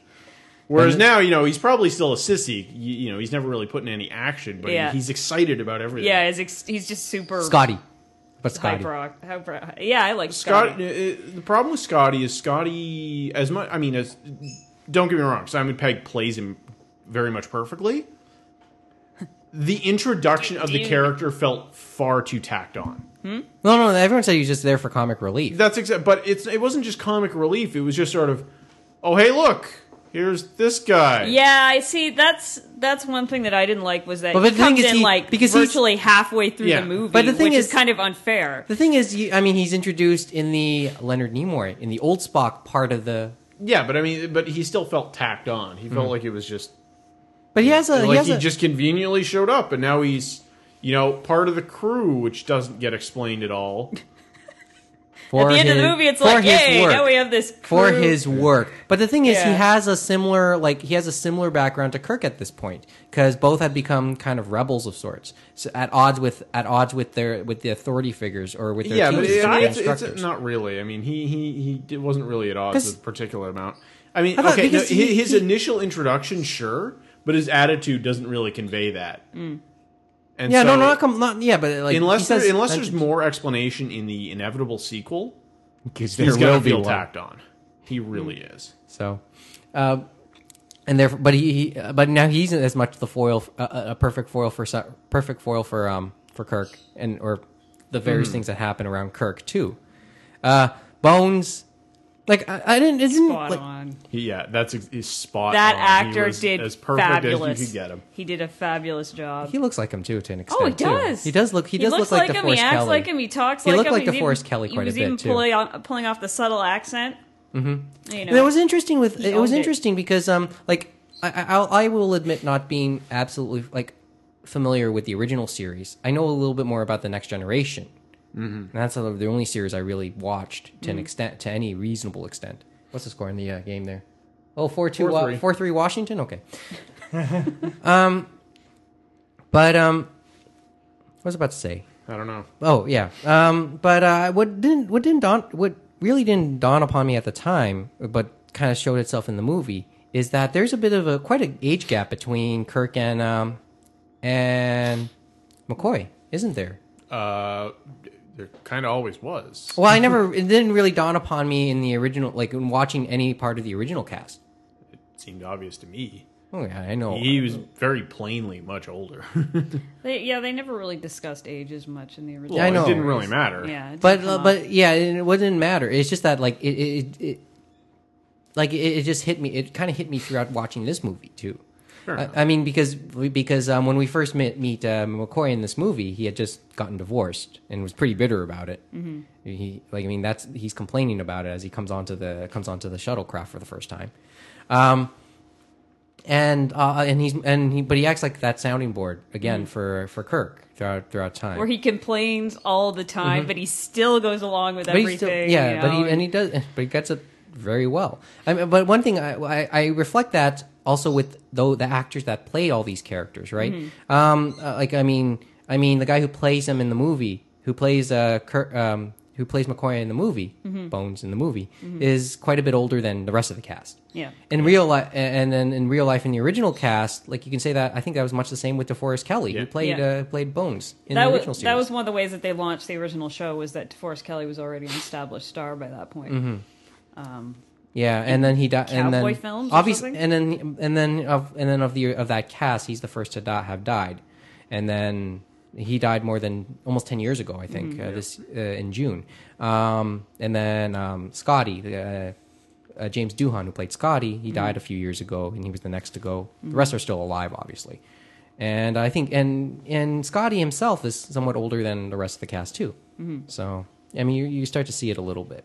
S4: Whereas now, you know, he's probably still a sissy. You, you know, he's never really put in any action, but
S5: Yeah.
S4: he's excited about everything.
S5: Yeah, he's, ex- he's just super
S1: Scotty, but Scotty.
S5: Hyper, hyper, yeah, I like Scotty.
S4: Scott. uh, uh, the problem with Scotty is Scotty. As much, I mean, as don't get me wrong, Simon Pegg plays him very much perfectly. The introduction of the
S5: Dude.
S4: character felt far too tacked on.
S1: No, no, everyone said he was just there for comic relief.
S4: That's exact. But it's it wasn't just comic relief. It was just sort of, oh hey, look, here's this guy.
S5: Yeah, I see. That's that's one thing that I didn't like was that
S1: But
S5: he
S1: the thing
S5: comes
S1: is
S5: in
S1: he-
S5: like
S1: because he's-
S5: virtually halfway through
S4: Yeah.
S5: the movie,
S1: But the thing
S5: which is,
S1: is-
S5: kind of unfair.
S1: The thing is, you, I mean, he's introduced in the Leonard Nimoy in the old Spock part of the,
S4: Yeah, but I mean, but he still felt tacked on. He felt like it was just
S1: but he has a Mm-hmm. he
S4: like
S1: has
S4: he
S1: a,
S4: just conveniently showed up, and now he's you know part of the crew, which doesn't get explained at all.
S5: At the end of the
S1: his-
S5: movie, it's
S1: for
S5: like,
S1: his
S5: yay!
S1: work.
S5: Now we have this
S1: for
S5: crew.
S1: his work. But the thing is, he
S5: Yeah.
S1: has a similar like he has a similar background to Kirk at this point because both had become kind of rebels of sorts, so at odds with at odds with their with the authority figures or with their
S4: yeah,
S1: teachers
S4: but it,
S1: and
S4: I mean, it's, it's
S1: instructors.
S4: not really. I mean, he he he it wasn't really at odds
S1: 'Cause-
S4: with a particular amount. I mean,
S1: I thought
S4: okay, no,
S1: because
S4: hi-
S1: he-
S4: his
S1: he-
S4: initial introduction, sure, but his attitude doesn't really convey that. And
S1: yeah,
S4: so,
S1: no, no, not, com- not yeah, but like
S4: unless
S1: he says,
S4: there, unless there's more explanation in the inevitable sequel,
S9: Because
S4: he's
S9: there
S4: gonna
S9: will be
S4: feel
S9: one.
S4: tacked on. He really is.
S1: So, uh, and therefore, but he, he, uh, but now he's as much the foil, uh, a perfect foil for Sa- perfect foil for um for Kirk and or the various
S5: Hmm.
S1: things that happen around Kirk too. Uh, Bones, like I, I didn't, isn't
S5: Spot
S1: like,
S5: on.
S4: He, yeah, that's ex- is spot.
S5: That
S4: on. He
S5: actor
S4: was
S5: did
S4: as perfect as
S5: fabulous.
S4: you could get him.
S5: He did a fabulous job.
S1: he looks like him too to an extent.
S5: Oh, he
S1: too.
S5: does.
S1: He does look. He, does
S5: looks
S1: look like,
S5: him.
S1: DeForest
S5: He acts
S1: Kelly.
S5: like him. He talks
S1: He
S5: like
S1: looked
S5: him.
S1: like
S5: He's
S1: DeForest
S5: even-
S1: Kelly
S5: he
S1: quite a
S5: was
S1: bit,
S5: even
S1: too.
S5: Pulling, on, pulling off the subtle accent. Mm-hmm. You know,
S1: And it was interesting with
S5: He
S1: it was
S5: owned it.
S1: interesting because um like I, I I'll- I will admit not being absolutely like familiar with the original series. I know a little bit more about the Next Generation, mm-hmm. and that's sort of the only series I really watched to
S5: Mm-hmm.
S1: an extent to any reasonable extent. What's the score in the uh, game there? Oh, four two
S4: Four three.
S1: uh, four three Washington. Okay. um, but um, what was I about to say?
S4: I don't know.
S1: Oh yeah, um, but uh, what didn't what didn't dawn what really didn't dawn upon me at the time, but kind of showed itself in the movie, is that there's a bit of a quite an age gap between Kirk and um, and McCoy, isn't there?
S4: Uh, there kind of always was.
S1: Well, I never it didn't really dawn upon me in the original, like in watching any part of the original cast.
S4: seemed obvious to me.
S1: Oh yeah, I know.
S4: He was very plainly much older.
S5: They, yeah, they never really discussed age as much in the original.
S1: I know.
S4: It didn't really matter.
S5: Yeah, it
S1: but
S5: didn't come
S1: uh,
S5: up.
S1: but yeah, it, it wouldn't matter. It's just that like it it, it, it like it, it just hit me. It kind of hit me throughout watching this movie too. I, I mean, because because um, when we first met, meet um, McCoy in this movie, he had just gotten divorced and was pretty bitter about it. Mm-hmm. He like I mean that's he's complaining about it as he comes onto the comes onto the shuttlecraft for the first time. Um, and uh, and he's and he, but he acts like that sounding board again for for Kirk throughout throughout time.
S5: where Mm-hmm. he complains all the time, but he still goes along with
S1: Mm-hmm. But he
S5: everything.
S1: still-
S5: you
S1: yeah,
S5: know,
S1: but he and he does, but he gets it very well. I mean, but one thing I, I, I reflect that also with though the actors that play all these characters, right?
S5: Mm-hmm.
S1: Um, uh, like I mean, I mean the guy who plays him in the movie, who plays uh, Kurt, um, who plays McCoy in the movie,
S5: Mm-hmm.
S1: Bones in the movie, is quite a bit older than the rest of the cast.
S5: Yeah.
S1: In real life, and then in real life, in the original cast, like you can say that I think that was much the same with DeForest Kelly,
S4: Yeah.
S1: who played
S5: Yeah.
S1: uh, played Bones in
S5: that
S1: the
S5: was
S1: original series.
S5: that was one of the ways that they launched the original show was that DeForest Kelly was already an established star by that point.
S1: Yeah, and then he died. and
S5: Cowboy
S1: then,
S5: films or
S1: obviously,
S5: something?
S1: and then and then of and then of the of that cast, he's the first to not have died, and then he died more than almost ten years ago, I think,
S5: Mm,
S1: uh, this uh, in June. Um, and then um, Scotty, uh, uh, James Doohan, who played Scotty,
S5: Mm-hmm.
S1: he died a few years ago, and he was the next to go. The rest are still alive, obviously. And I think and and Scotty himself is somewhat older than the rest of the cast too.
S5: Mm-hmm.
S1: So I mean, you, you start to see it a little bit.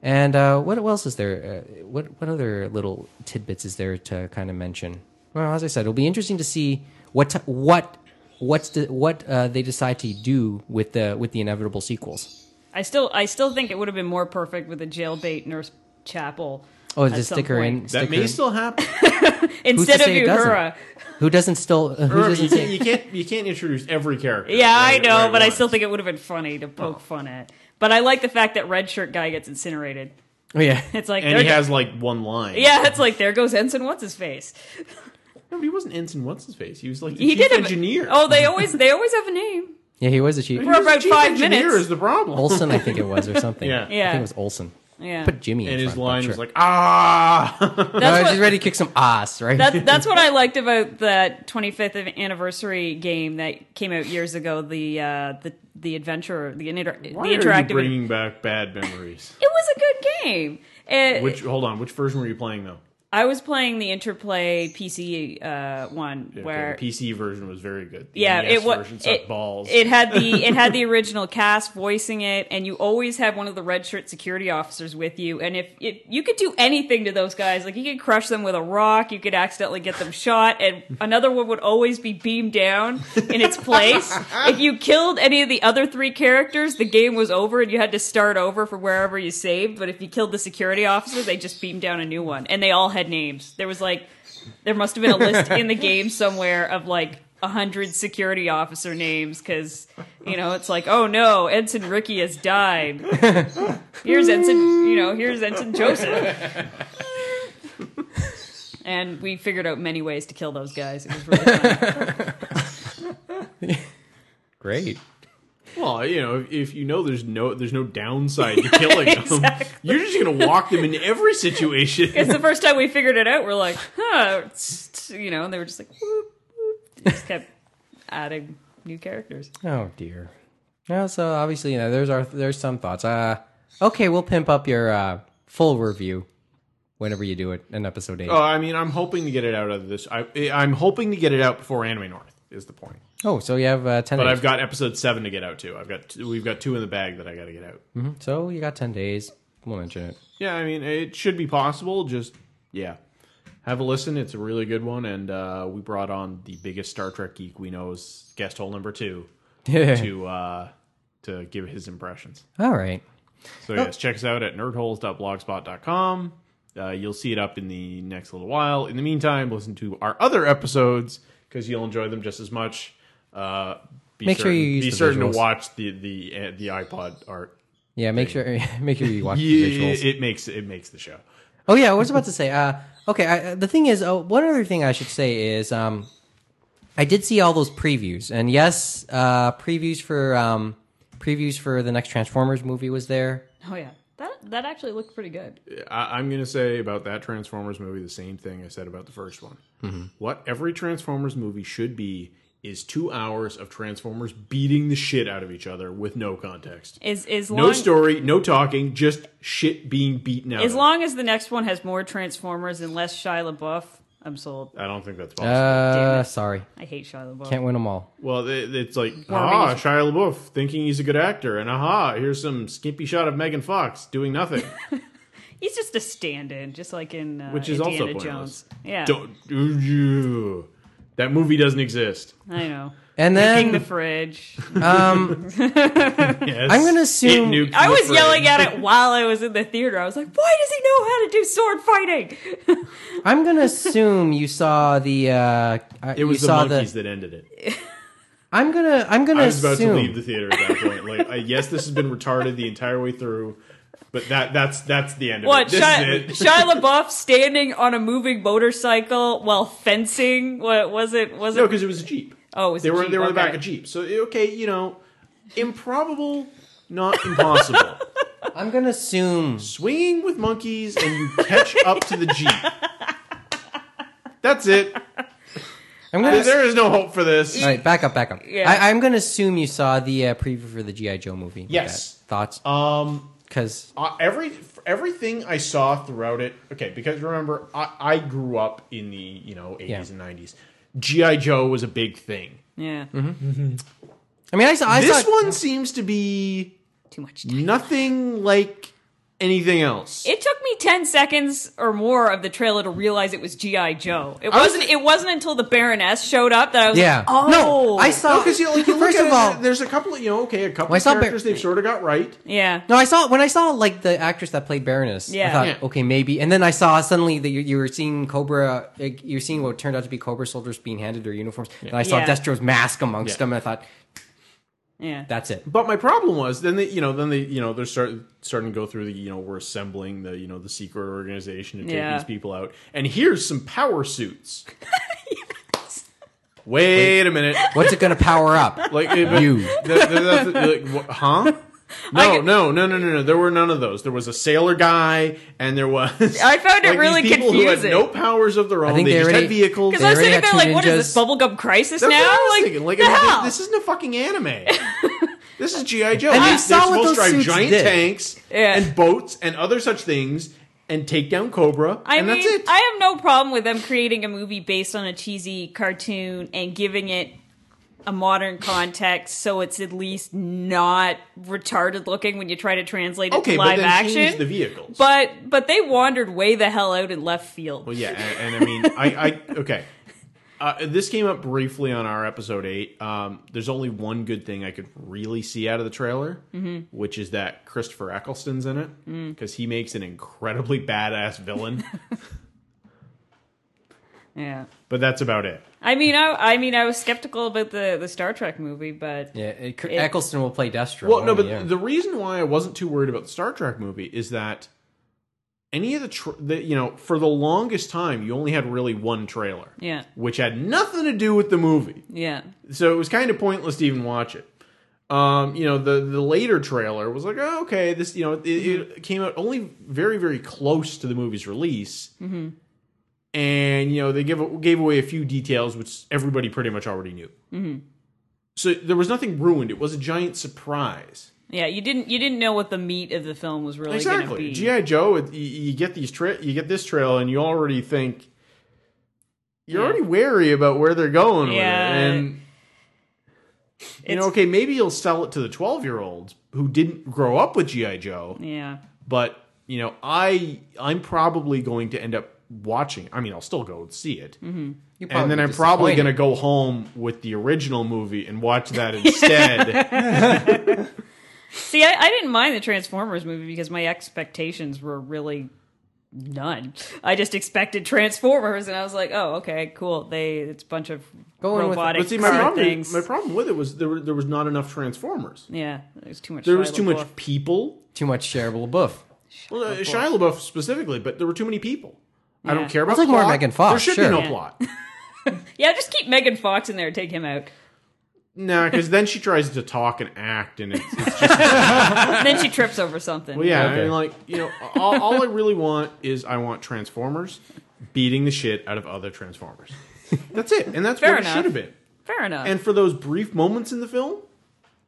S1: And uh, what else is there? Uh, what what other little tidbits is there to kind of mention? Well, as I said, it'll be interesting to see what t- what what's the, what uh, they decide to do with the with the inevitable sequels.
S5: I still I still think it would have been more perfect with a jailbait nurse chapel.
S1: Oh,
S5: at
S1: the
S5: some
S1: sticker
S5: point.
S1: in
S4: That
S1: sticker
S4: may still happen.
S1: Who's to
S5: instead of
S1: say it doesn't?
S5: Uhura.
S1: Who doesn't still? Who
S4: Remember,
S1: doesn't
S4: you, can't,
S1: say?
S4: you can't you can't introduce every character.
S5: Yeah, I
S4: right-
S5: know,
S4: right Oh.
S5: but I
S4: once.
S5: still think it would have been funny to poke fun at. But I like the fact that red shirt guy gets incinerated.
S1: Oh, yeah,
S5: It's like
S4: And
S5: there
S4: he
S5: go-
S4: has like one line.
S5: yeah, it's like there goes Ensign. What's his face?
S4: no, but he wasn't Ensign. What's his face? He was like the
S5: He
S4: chief
S5: did have
S4: engineer.
S5: Oh, they always they always have a name.
S1: yeah. He was a cheat.
S4: He was
S5: for about
S4: the chief
S5: five
S4: engineer
S5: minutes.
S4: Is the problem?
S1: Olson, I think it was, or something.
S4: Yeah.
S1: I
S5: Yeah.
S1: think it was Olson.
S5: Yeah,
S1: Put Jimmy in
S4: and his
S1: front, but
S4: line
S1: sure.
S4: was like ah.
S1: No,
S5: that's
S1: she's
S5: what,
S1: ready to kick some ass, right?
S5: that's, that's what I liked about that 25th anniversary game that came out years ago. The uh, the the adventure, the inter- the
S4: Why are you
S5: interactive.
S4: bringing back bad memories?
S5: it was a good game. It,
S4: Which hold on, which version were you playing though?
S5: I was playing the Interplay PC uh, one
S4: Okay,
S5: where
S4: the PC version was very good. The
S5: yeah,
S4: NES
S5: it was
S4: version sucked balls.
S5: It had the it had the original cast voicing it, and you always had one of the red shirt security officers with you. And if, if you could do anything to those guys, like you could crush them with a rock, you could accidentally get them shot, and another one would always be beamed down in its place. if you killed any of the other three characters, the game was over, and you had to start over from wherever you saved. But if you killed the security officer, they just beamed down a new one, and they all had names. There was like there must have been a list in the game somewhere of like a hundred security officer names because you know it's like oh no ensign ricky has died here's ensign you know here's ensign joseph and we figured out many ways to kill those guys it was really fun
S1: Great.
S4: well, you know, if, if you know there's no there's no downside to killing
S5: exactly.
S4: them, you're just gonna walk them in every situation.
S5: it's the first time we figured it out we're like huh tss, tss, you know and they were just like whoop, whoop. just kept adding new characters
S1: Oh dear. Yeah, so obviously, you know, there's our there's some thoughts. Uh, okay, we'll pimp up your uh, full review whenever you do it in episode eight.
S4: Uh, I mean, I'm hoping to get it out of this. I, I'm hoping to get it out before Anime North is the point.
S1: oh, so you have uh, ten.
S4: But
S1: days.
S4: I've got episode seven to get out too. I've got t- we've got two in the bag that I got to get out.
S1: so you got ten days. We'll mention it.
S4: Yeah, I mean, it should be possible. Just yeah, have a listen. It's a really good one, and uh, we brought on the biggest Star Trek geek we know is guest hole number two to uh, to give his impressions.
S1: All right.
S4: So
S1: Oh.
S4: yes, check us out at nerdholes.blogspot.com. Uh, you'll see it up in the next little while. In the meantime, listen to our other episodes because you'll enjoy them just as much. Uh, be
S1: Make sure
S4: certain,
S1: you use
S4: be
S1: the
S4: certain
S1: visuals.
S4: to watch the the uh, the iPod art.
S1: Yeah, make sure make sure you watch the
S4: Yeah,
S1: visuals.
S4: it makes it makes the show.
S1: Oh yeah, I was about to say. Uh, okay, I, the thing is, oh, one other thing I should say is, um, I did see all those previews, and yes, uh, previews for um, previews for the next Transformers movie was there.
S5: oh yeah that that actually looked pretty good
S4: I, I'm going to say about that Transformers movie the same thing I said about the first one.
S1: Mm-hmm.
S4: What every Transformers movie should be is two hours of Transformers beating the shit out of each other with no context.
S5: is is
S4: No
S5: long-
S4: story, no talking, just shit being beaten out.
S5: As
S4: of.
S5: long as the next one has more Transformers and less Shia LaBeouf, I'm sold.
S4: I don't think that's possible.
S5: Damn
S1: Uh,
S5: it.
S1: sorry,
S5: I hate Shia LaBeouf.
S1: can't win them all.
S4: well, it, it's like
S5: Well,
S4: aha,
S5: maybe-
S4: Shia LaBeouf thinking he's a good actor, and aha, here's some skimpy shot of Megan Fox doing nothing.
S5: He's just a stand-in, just like in uh,
S4: Which is also
S5: Indiana
S4: pointless.
S5: Jones. Yeah,
S4: Don't you? That movie doesn't exist.
S5: I know.
S1: And
S5: King the
S1: then
S5: fridge.
S4: Yes,
S1: I'm gonna
S4: It
S1: assume-
S4: nuked
S5: I
S4: the
S5: was
S4: fridge.
S5: yelling at it while I was in the theater. I was like, "Why does he know how to do sword fighting?"
S1: I'm gonna assume you saw the. Uh,
S4: It was
S1: you
S4: the
S1: saw
S4: monkeys that ended it.
S1: I'm gonna. I'm gonna
S4: I was about
S1: assume.
S4: to leave the theater at that point. Like, I, yes, this has been retarded the entire way through, but that that's that's the end of
S5: what
S4: it. This
S5: Shia,
S4: is it.
S5: Shia LaBeouf standing on a moving motorcycle while fencing? What was it? Was
S4: No,
S5: it?
S4: because it was a jeep.
S5: Oh, it was
S4: they
S5: a
S4: were
S5: Jeep,
S4: they were in the back
S5: okay.
S4: of jeep. So okay, you know, improbable, not impossible.
S1: I'm gonna assume.
S4: Swinging with monkeys, and you catch up to the jeep. That's it.
S1: I'm gonna.
S4: There is no hope for this.
S1: all right, back up, back up.
S5: Yeah.
S1: I, I'm gonna assume you saw the uh, preview for the GI Joe movie. Like
S4: Yes.
S1: that. Thoughts?
S4: Um,
S1: Because
S4: uh, every everything I saw throughout it. Okay, because remember, I, I grew up in the you know eighties and nineties. GI Joe was a big thing.
S5: yeah,
S1: I mean, I saw. I
S4: this
S1: saw,
S4: one seems to be
S5: too much.
S4: nothing like anything else.
S5: It took me ten seconds or more of the trailer to realize it was GI Joe. It
S4: was-
S5: wasn't. it wasn't until the Baroness showed up that I was
S1: Yeah.
S5: like, "Oh,
S1: No, I saw.
S4: no, because you, like, you
S1: first
S4: look
S1: of
S4: at
S1: all,
S4: it, there's a couple of you know, okay, a couple
S1: Well, I
S4: of
S1: saw Bar-
S4: characters they've sort of got right.
S5: yeah."
S1: no, I saw when I saw like the actress that played Baroness. I
S5: Yeah.
S1: thought,
S4: Yeah.
S1: okay, maybe. And then I saw suddenly that you, you were seeing Cobra. Like, you're seeing what turned out to be Cobra soldiers being handed their uniforms. And I saw
S5: Yeah.
S1: Destro's mask amongst
S4: Yeah.
S1: them. And I thought,
S5: Yeah.
S1: that's it.
S4: But my problem was then they, you know, then they, you know, they're start, starting to go through the, you know, we're assembling the, you know, the secret organization to take
S5: Yeah.
S4: these people out, and here's some power suits. Wait, a minute,
S1: What's it going to power up?
S4: like eh, but-
S1: You.
S4: that- that- that's- like, wha- huh? No,
S5: get-
S4: no, no, no, no, no. There were none of those. There was a sailor guy, and there was.
S5: I found it
S4: like, these
S5: really
S4: people Who
S5: confusing.
S4: had no powers of their own.
S1: think
S4: they,
S1: they
S4: just
S1: already-
S4: had vehicles.
S5: Because I was
S1: They already
S5: sitting there
S1: had
S5: like,
S1: two
S5: "What is this
S1: ninjas.
S5: bubblegum crisis
S4: That's
S5: now?"
S4: what I was
S5: like,
S4: thinking. Like,
S5: the
S4: I mean,
S5: hell?
S4: this isn't a fucking anime. this is GI Joe.
S1: And you
S4: They're
S1: saw what
S4: supposed to
S1: those
S4: drive
S1: suits
S4: giant
S1: did.
S4: tanks
S5: Yeah.
S4: and boats and other such things, and take down Cobra,
S5: I
S4: and
S5: mean,
S4: that's it.
S5: I have no problem with them creating a movie based on a cheesy cartoon and giving it a modern context so it's at least not retarded looking when you try to translate it
S4: okay,
S5: to
S4: but
S5: live
S4: then change
S5: action.
S4: the vehicles.
S5: but but they wandered way the hell out in left field.
S4: Well, yeah, and, and I mean, I, I okay. Uh, this came up briefly on our episode eight. Um, there's only one good thing I could really see out of the trailer,
S5: Mm-hmm.
S4: which is that Christopher Eccleston's in
S5: Mm.
S4: it because he makes an incredibly badass villain.
S5: yeah.
S4: but that's about it.
S5: I mean, I, I mean, I was skeptical about the, the Star Trek movie, but
S1: Yeah, it, Eccleston will play Destro.
S4: Well, no,
S1: won't
S4: but
S1: he? Oh, Yeah.
S4: the reason why I wasn't too worried about the Star Trek movie is that any of the, tra- the you know for the longest time you only had really one trailer,
S5: Yeah.
S4: which had nothing to do with the movie.
S5: yeah,
S4: so it was kind of pointless to even watch it. Um, you know, the the later trailer was like, oh, okay, this, you know, it, it came out only very very close to the movie's release, mm-hmm. and you know they give gave away a few details which everybody pretty much already knew. Mm-hmm. So there was nothing ruined. It was a giant surprise.
S5: yeah. You didn't you didn't know what the meat of the film was really going to
S4: Exactly,
S5: be.
S4: GI Joe. It, you, you get these tra- you get this trail, and you already think you're
S5: Yeah.
S4: already wary about where they're going
S5: Yeah.
S4: with it, and you know,
S5: It's-
S4: okay, maybe you'll sell it to the 12 year olds who didn't grow up with G.I. Joe,
S5: yeah,
S4: but, you know, I, I'm probably going to end up watching. I mean, I'll still go and see it.
S5: Mm-hmm.
S1: You'll
S4: And
S1: probably
S4: then
S1: be
S4: I'm probably going to
S1: disappointed.
S4: go home with the original movie and watch that instead.
S5: See, I, I didn't mind the Transformers movie because my expectations were really none. I just expected Transformers, and I was like, "Oh, okay, cool. They it's a bunch of
S1: Going with-
S5: robotic
S4: but see, my
S5: side
S4: problem,
S5: things.
S4: my problem with it was there, were, there was not enough Transformers.
S5: yeah, there's too much.
S4: There was
S5: Shia
S4: too much
S5: LaBeouf.
S4: people.
S1: too much shareable buff.
S4: Well, uh, Shia LaBeouf specifically, but there were too many people. I
S5: Yeah.
S4: don't care about
S1: It's like more
S4: plot.
S1: Megan Fox,
S4: There should
S1: sure.
S4: be no
S1: Yeah.
S4: plot.
S5: Yeah, just keep Megan Fox in there. Take him out.
S4: No, because then she tries to talk and act, and it's
S5: And then she trips over something.
S4: Well, yeah,
S1: Okay.
S4: I mean, like you know, all, all I really want is I want Transformers beating the shit out of other Transformers. That's it, and that's
S5: Fair
S4: what
S5: enough.
S4: it should have been.
S5: fair enough.
S4: And for those brief moments in the film,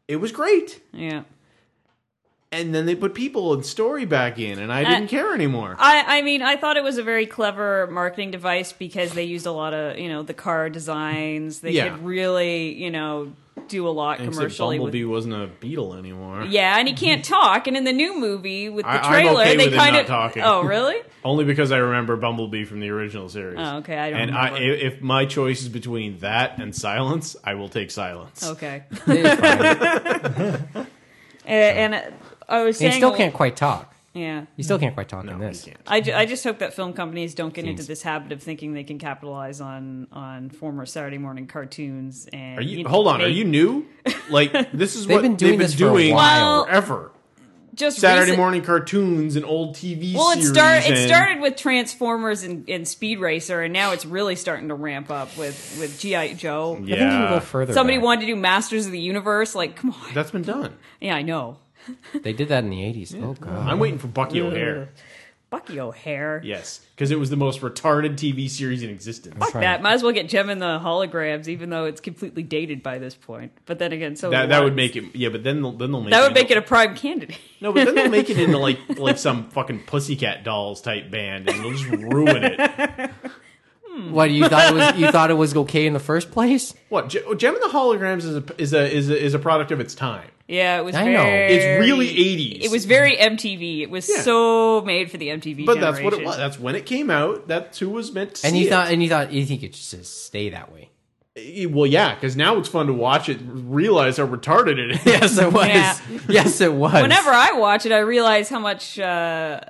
S4: it was great.
S5: yeah.
S4: And then they put people and story back in, and
S5: Uh,
S4: I didn't care anymore.
S5: I, I mean, I thought it was a very clever marketing device because they used a lot of, you know, the car designs. They
S4: Yeah.
S5: could really, you know, do a lot
S4: Except
S5: commercially. with-
S4: Bumblebee wasn't a beetle anymore.
S5: Yeah, and he can't talk. And in the new movie with the
S4: I- I'm
S5: trailer,
S4: okay
S5: they
S4: with him
S5: kind
S4: not
S5: of
S4: talking.
S5: Oh, really?
S4: Only because I remember Bumblebee from the original series.
S5: Oh, okay. I don't.
S4: And I,
S5: remember.
S4: if my choice is between that and silence, I will take silence.
S5: okay.
S1: It's fine.
S5: and, and uh, I was
S1: he
S5: saying,
S1: still can't quite talk.
S5: Yeah.
S1: He still can't quite talk
S4: No,
S1: in
S4: you
S1: this.
S4: can't.
S5: I, ju- I just hope that film companies don't get into
S1: Seems-
S5: this habit of thinking they can capitalize on on former Saturday morning cartoons and
S4: Are you, hold on? Are
S5: make-
S4: you new? Like this is
S1: They've
S4: what
S1: been doing
S4: they've been
S1: this for a
S4: doing
S5: while.
S4: forever.
S5: just
S4: Saturday
S5: recent-
S4: morning cartoons and old TV.
S5: Well, it
S4: series
S5: start it
S4: and-
S5: started with Transformers and, and Speed Racer, and now it's really starting to ramp up with with GI Joe.
S1: I think you can
S4: Yeah.
S1: go further.
S5: Uh, Somebody
S1: back.
S5: wanted to do Masters of the Universe. Like, come on.
S4: That's been done.
S5: Yeah, I know.
S1: They did that in the eighties. Oh god.
S4: I'm waiting for Bucky O'Hare.
S5: Bucky O'Hare.
S4: Yes, because it was the most retarded TV series in existence.
S5: Fuck
S1: right.
S5: that. Might as well get Gem in the holograms, even though it's completely dated by this point. But then again, so
S4: That, that would
S5: was.
S4: make it. Yeah, but then they'll, then they'll make
S5: that
S4: it
S5: would make it
S4: into-
S5: a prime candidate.
S4: no, but then they'll make it into like like some fucking pussycat dolls type band, and they'll just ruin it.
S1: Why do you thought it was you thought it was okay in the first place?
S4: What? Ge- Gem and the Holograms is a is a is a, is a product of its time.
S5: Yeah, it was.
S1: I know.
S5: Very,
S4: It's really eighties.
S5: It was very MTV. It was
S4: Yeah.
S5: so made for the MTV.
S4: But that's what it
S5: generation.
S4: was. That's when it came out. That's who was meant to
S1: And
S4: see
S1: you
S4: it.
S1: thought and you thought you think it should just stay that way.
S4: Eh, Well, yeah, because now it's fun to watch it, realize how retarded it is.
S1: Yes, it was.
S5: Yeah.
S1: Yes, it was.
S5: Whenever I watch it, I realize how much uh,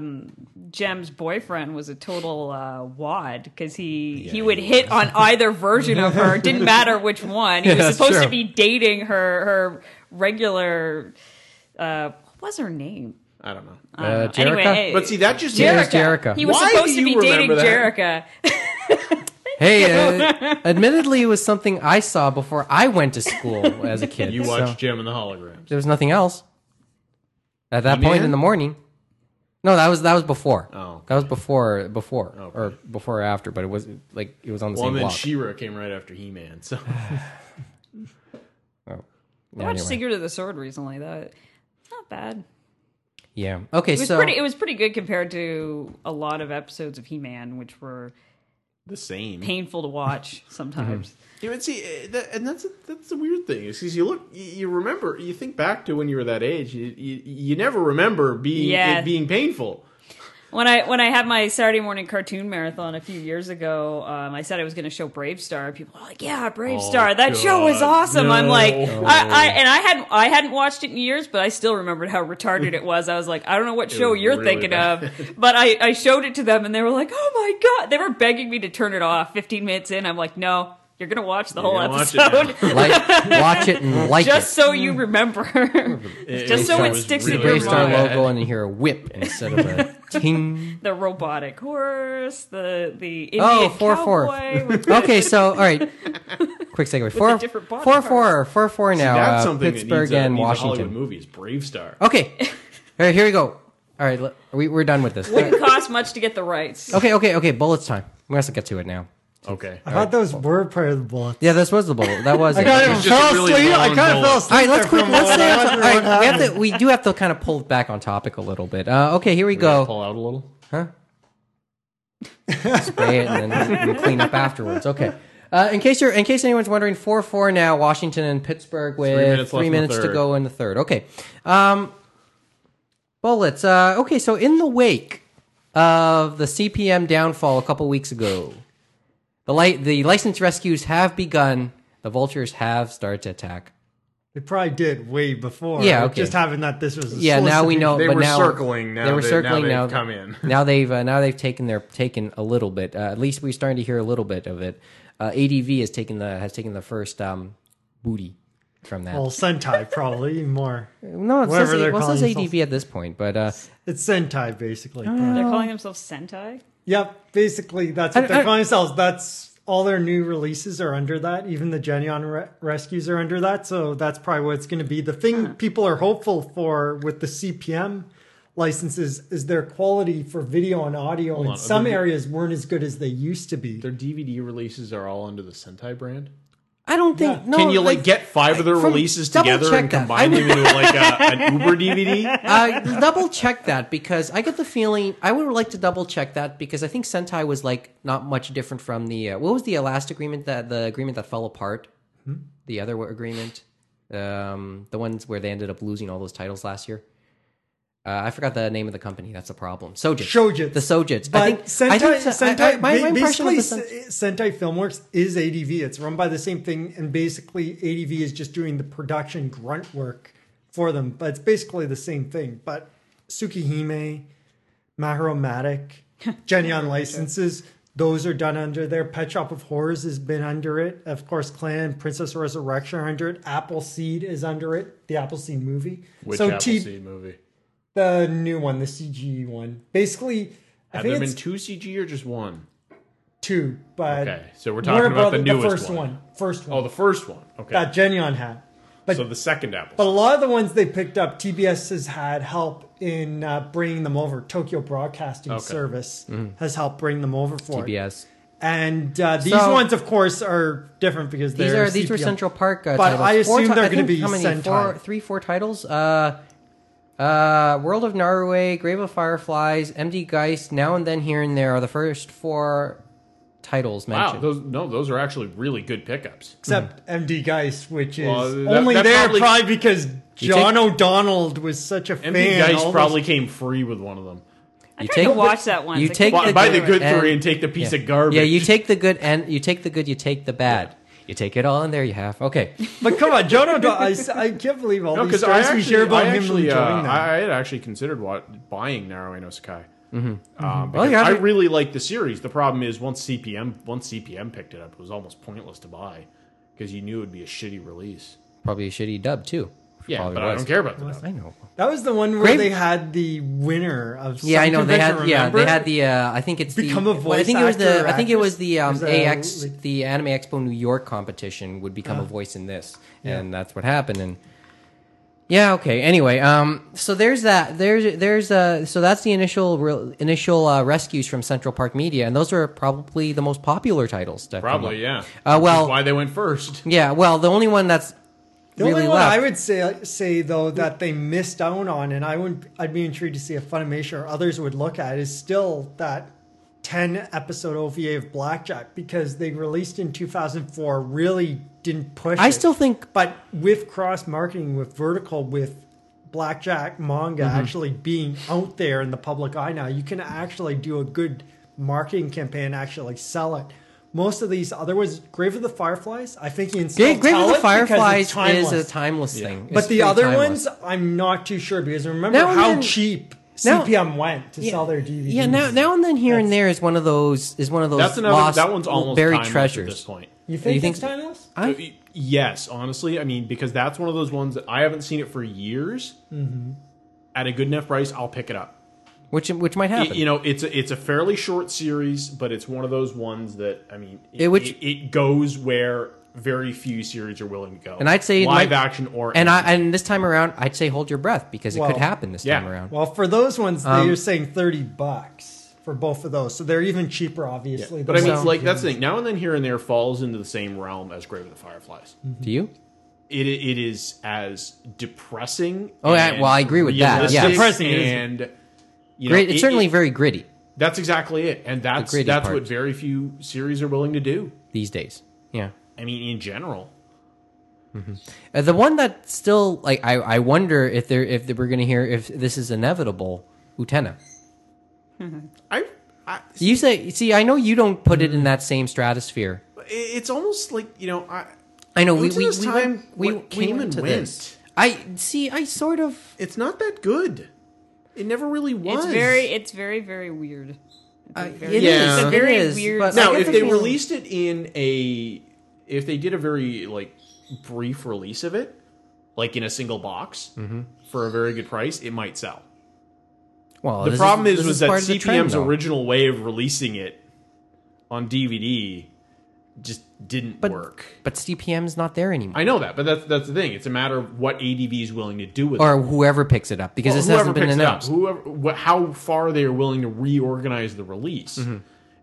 S5: um, Jem's boyfriend was a total uh, wad because he he would hit on either version of her. Didn't matter which one. He
S1: Yeah,
S5: was
S1: that's
S5: supposed to
S1: true.
S5: be dating her her regular. Uh, what was her name?
S4: I don't know.
S1: uh, Jerica.
S5: Anyway, hey,
S4: But see, that just
S1: Jerica.
S4: makes,
S1: Jerica.
S5: He was
S4: Why do
S5: supposed to be
S4: you
S5: dating
S4: remember that?
S5: Jerica.
S1: Hey, uh, admittedly, it was something I saw before I went to school as a kid.
S4: you
S1: so
S4: watched Jim and the Holograms.
S1: There was nothing else. At that
S4: Man?
S1: point in the morning. No, that was that was before.
S4: Oh.
S1: that was before before
S4: Okay.
S1: or before or after, but it was like it was on the same
S4: Well, and then
S1: block.
S4: She-Ra came right after He-Man. So
S1: oh.
S5: I
S1: Yeah,
S5: watched
S1: Oh. anyway.
S5: Secret of the Sword recently. That not bad.
S1: Yeah. Okay.
S5: It was
S1: so
S5: pretty. It was pretty good compared to a lot of episodes of He Man, which were
S4: The same.
S5: painful to watch sometimes.
S4: Yeah, but see, eh, that, and that's that's the weird thing is because you look, you- you remember, you think back to when you were that age, you you, you never remember being
S5: Yeah.
S4: it being painful.
S5: when I when I had my Saturday morning cartoon marathon a few years ago, um, I said I was going to show Brave Star. People were like, "Yeah, Brave Star, that show was
S4: Oh, God,
S5: awesome." I'm
S4: no.
S5: like, I, I and I hadn't I hadn't watched it in years, but I still remembered how retarded it was. I was like, I don't know what show
S4: was
S5: you're
S4: really
S5: thinking
S4: bad.
S5: of, but I I showed it to them, and they were like, "Oh my god!" They were begging me to turn it off. 15 minutes in, I'm like, "No, you're going to watch the
S4: You're
S5: whole
S4: gonna watch it now." Mm.
S5: episode."
S1: like watch it and like
S5: Just
S1: it.
S5: so you remember, just so
S1: show
S5: it
S1: was
S5: sticks
S1: See
S5: in
S1: the
S5: your
S1: Brave Star
S5: mind.
S1: logo and you hear a whip instead of a ting.
S5: the robotic horse, the the Indian
S1: Oh, four four.
S5: cowboy with
S1: okay, so all right. Quick segue. Four,
S5: different body
S1: four,
S5: parts.
S1: four, four, four now.
S4: That's
S1: uh,
S4: something
S1: Pittsburgh
S4: that needs a,
S1: and
S4: needs a Hollywood
S1: Washington.
S4: movie is Brave Star.
S1: Okay. All right, here we go. All right, le- we, we're done with this.
S5: Wouldn't cost much to get the rights.
S1: Okay, okay, okay. Bullets time. We must get to it now.
S4: Okay,
S6: I thought those were part of the bullets.
S1: Yeah, this was the bullet. That was.
S6: I
S1: it.
S6: kind
S4: It
S6: of
S4: was just a
S6: fell
S4: really
S6: asleep. I
S4: long
S6: kind of
S4: bullet.
S6: fell asleep.
S1: All right, let's
S6: there
S1: quick.
S6: for a
S1: Let's
S6: moment.
S1: stay
S6: I
S1: on.
S6: wonder
S1: All
S6: what
S1: right, we
S6: happened.
S1: have to. We do have to kind of pull back on topic a little bit. Uh, okay, here we
S4: Gotta
S1: go.
S4: pull out a little.
S1: Huh? Spray it and then we can clean up afterwards. Okay. Uh, in case you're, in case anyone's wondering, four four now. Washington and Pittsburgh with three minutes,
S4: minutes left in
S1: to
S4: the third.
S1: go in the third. Okay. Um, bullets. Uh, okay, so in the wake of the CPM downfall a couple weeks ago, the light the licensed rescues have begun. The vultures have started to attack.
S6: They probably did way before.
S1: Yeah, okay.
S6: Just having that this was a
S1: yeah, now we
S6: solicitation.
S1: know.
S4: They
S1: but
S4: were
S1: now,
S4: circling, now
S1: they were
S4: they- now
S1: circling.
S4: they've
S1: now
S4: come in.
S1: now they've uh, now they've taken their taken a little bit. Uh, at least we're starting to hear a little bit of it. Uh, ADV has taken the has taken the first um, booty from that.
S6: Well, Sentai probably even more.
S1: no, it says,
S6: whatever they're
S1: well, it says
S6: calling
S1: ADV at this point, but uh,
S6: It's Sentai basically.
S5: They're calling themselves Sentai.
S6: Yep, basically that's
S1: I-
S6: what
S1: I-
S6: they're calling themselves. That's all their new releases are under that. Even the Genion re- rescues are under that. So that's probably what it's going to be. The thing people are hopeful for with the CPM licenses is their quality for video and audio in
S4: on,
S6: some
S4: they're-
S6: areas weren't as good as they used to be.
S4: Their DVD releases are all under the Sentai brand.
S1: I don't think. No,
S4: Can you like get five of their
S1: from-
S4: releases
S1: double
S4: together
S1: check
S4: and
S1: that.
S4: combine
S1: I
S4: them into like a, an Uber DVD?
S1: uh, double check that because I get the feeling I would like to double check that because I think Sentai was like not much different from the uh, what was the last agreement that the agreement that fell apart,
S6: Hmm?
S1: the other agreement, um, the ones where they ended up losing all those titles last year. Uh, I forgot the name of the company. That's a problem. Sojits.
S6: Shojits.
S1: The Sojits.
S6: But
S1: I think
S6: Sentai,
S1: I think,
S6: Sentai,
S1: I- I- my, my
S6: ba-
S1: impression of
S6: basically,
S1: the Sen-
S6: S- Sentai Filmworks is ADV. It's run by the same thing, and basically, ADV is just doing the production grunt work for them. But it's basically the same thing. But Tsukihime, Mahiromatic, Genion licenses, those are done under there. Pet Shop of Horrors has been under it. Of course, Clan, Princess Resurrection are under it. Appleseed is under it. The Appleseed movie.
S4: Which
S6: so T-
S4: Appleseed movie?
S6: the new one, the CG one. Basically, I
S4: Have
S6: think
S4: there
S6: it's
S4: been two CG or just one?
S6: two, but
S4: Okay, so we're talking about the
S6: Brother-
S4: newest
S6: first
S4: one.
S6: one, first one
S4: Oh, the first one. Okay,
S6: that Genion had. But
S4: so the second Apple.
S6: but a lot of the ones they picked up, TBS has had help in uh, bringing them over. Tokyo Broadcasting
S4: Okay. Mm-hmm.
S6: Service has helped bring them over for it.
S1: TBS.
S6: And uh, these
S1: So-
S6: ones, of course, are different because
S1: These
S6: they're
S1: are these were
S6: CPM.
S1: Central Park. Uh,
S6: But
S1: titles.
S6: I
S1: Four
S6: assume
S1: ti-
S6: they're
S1: I
S6: gonna
S1: think
S6: be
S1: how many?
S6: Sentai.
S1: Four, three, four titles. Uh, uh, World of Norway, Grave of Fireflies, MD Geist, Now and Then, Here and There are the first four titles
S4: wow,
S1: mentioned.
S4: those no, those are actually really good pickups.
S6: Except MD Geist, which is
S4: Well, that-
S6: only
S4: that
S6: there
S4: probably-
S6: probably, because John O'Donnell was such a fan.
S4: MD Geist
S6: all those-
S4: probably came free with one of them.
S1: you
S5: tried to watch that once.
S1: You
S5: I
S1: take
S5: couldn't
S4: Buy,
S1: the
S4: buy
S1: good
S4: the good
S1: and-
S4: three and take the piece
S1: yeah.
S4: of garbage.
S1: Yeah, you take the good and you take the good. You take the bad. You take it all in there. You have okay.
S6: But come on, John O'Donnell, I, s- I can't believe all
S4: No,
S6: these
S4: because I
S6: stories
S4: actually,
S6: we hear about
S4: I
S6: him
S4: actually, uh,
S6: joining them.
S4: I I had actually considered wa- buying Naruto no Sakai. Um, because
S1: you have
S4: I
S1: to-
S4: really liked the series. The problem is once CPM once CPM picked it up, it was almost pointless to buy because you knew it would be a shitty release.
S1: Probably a shitty dub too.
S4: Yeah,
S1: Probably
S4: but I
S1: was.
S4: don't care about the dub.
S1: I know.
S6: That was the one where
S1: Great-
S6: they had the winner of. Some
S1: Yeah, I know they had.
S6: convention,
S1: Yeah,
S6: remember?
S1: they had the. Uh, I think it's
S6: Become
S1: the,
S6: a
S1: I
S6: voice
S1: think it was the.
S6: actor or
S1: I think it was
S6: actress?
S1: the um,
S6: Is that
S1: AX,
S6: like-
S1: the Anime Expo New York competition would become
S6: Ah.
S1: a voice in this, and that's what happened. And yeah, okay. Anyway, um, so there's that. There's there's uh, so that's the initial re- initial uh, rescues from Central Park Media, and those are probably the most popular titles. to come up.
S4: Probably, yeah.
S1: Uh,
S4: Which is
S1: well,
S4: why they went first.
S1: yeah, well, the only one that's
S6: The
S1: really
S6: only one
S1: left.
S6: I would say say though that they missed out on, and I would I'd be intrigued to see if Funimation or others would look at is still that ten episode OVA of Blackjack because they released in two thousand four really didn't push.
S1: I
S6: it.
S1: still think-
S6: but with cross marketing with vertical with Blackjack manga
S1: Mm-hmm.
S6: actually being out there in the public eye now, you can actually do a good marketing campaign, and actually sell it. Most of these other ones, Grave of the Fireflies, I think you can still
S1: Great Grave
S6: tell
S1: of the
S6: it because it's
S1: Fireflies is
S6: timeless.
S1: a timeless thing. It's
S6: But the
S1: pretty
S6: other
S1: timeless.
S6: ones, I'm not too sure because remember
S1: Now and
S6: how
S1: then-
S6: cheap
S1: now-
S6: CPM went to sell their DVDs.
S1: Yeah, now now and then here and there is one of those is one of those
S4: That's another.
S1: lost
S4: that one's almost
S1: buried
S4: timeless
S1: treasures.
S4: at this point.
S6: you think
S1: you think-
S6: it's timeless?
S1: I-
S4: Uh, y- yes, honestly, I mean because that's one of those ones that I haven't seen it for years.
S1: Mm-hmm.
S4: At a good enough price, I'll pick it up.
S1: which which might
S4: Y-
S1: happen.
S4: you know, it's a, it's a fairly short series, but it's one of those ones that I mean, it,
S1: It which-
S4: it, it goes where very few series are willing to go.
S1: and I'd say like-
S4: live action or
S1: and I
S4: animated.
S1: and this time around I'd say hold your breath because it
S6: Well,
S1: could happen this
S4: yeah.
S1: time around.
S6: Well, for those ones,
S1: Um,
S6: they're saying 30 bucks for both of those, so they're even cheaper, obviously.
S4: but I mean,
S6: than-
S1: So-
S4: like that's the thing. Now and then, here and there, falls into the same realm as Grave of the Fireflies.
S1: Do you?
S4: It it is as depressing.
S1: Oh, yeah, well, I agree with that, yeah.
S4: realistic
S6: Depressing, isn't it?
S4: and you know,
S1: Great. It's
S4: it-
S1: certainly
S4: it-
S1: very gritty
S4: That's exactly it, and that's
S1: gritty
S4: that's
S1: part.
S4: what very few series are willing to do.
S1: these days. Yeah.
S4: I mean, in general,
S1: Uh, the one that still like I, I wonder if they're if we're gonna hear if this is inevitable. Utena.
S4: I, I
S1: You say see I know you don't put it in that same stratosphere.
S4: it's almost like you know, I
S1: I know we
S4: Utena's
S1: we, we
S4: time,
S1: went, we,
S4: what
S1: we
S4: came
S1: went
S4: and
S1: to
S4: went.
S1: this. I see. I sort of.
S4: it's not that good. It never really was.
S5: It's very, it's very, very weird.
S1: Uh, it
S5: very-
S1: is,
S4: Yeah.
S5: It's a very
S1: it is,
S5: weird-
S1: but I
S4: now
S1: get
S4: if
S1: the
S4: they
S1: feeling-
S4: released it in a if they did a very like brief release of it like in a single box
S1: Mm-hmm.
S4: for a very good price it might sell
S1: well,
S4: the
S1: Oh, this
S4: problem is,
S1: this
S4: was that
S1: part of the
S4: cpm's
S1: trend, though.
S4: original way of releasing it on dvd just didn't
S1: But-
S4: work
S1: but CPM's not there anymore,
S4: i know that but that's that's the thing it's a matter of what adv is willing to do with it
S1: or whoever picks it up because
S4: Well,
S1: this
S4: whoever
S1: hasn't been
S4: picks it
S1: announced.
S4: Up, whoever, wh- how far they are willing to reorganize the release,
S1: Mm-hmm.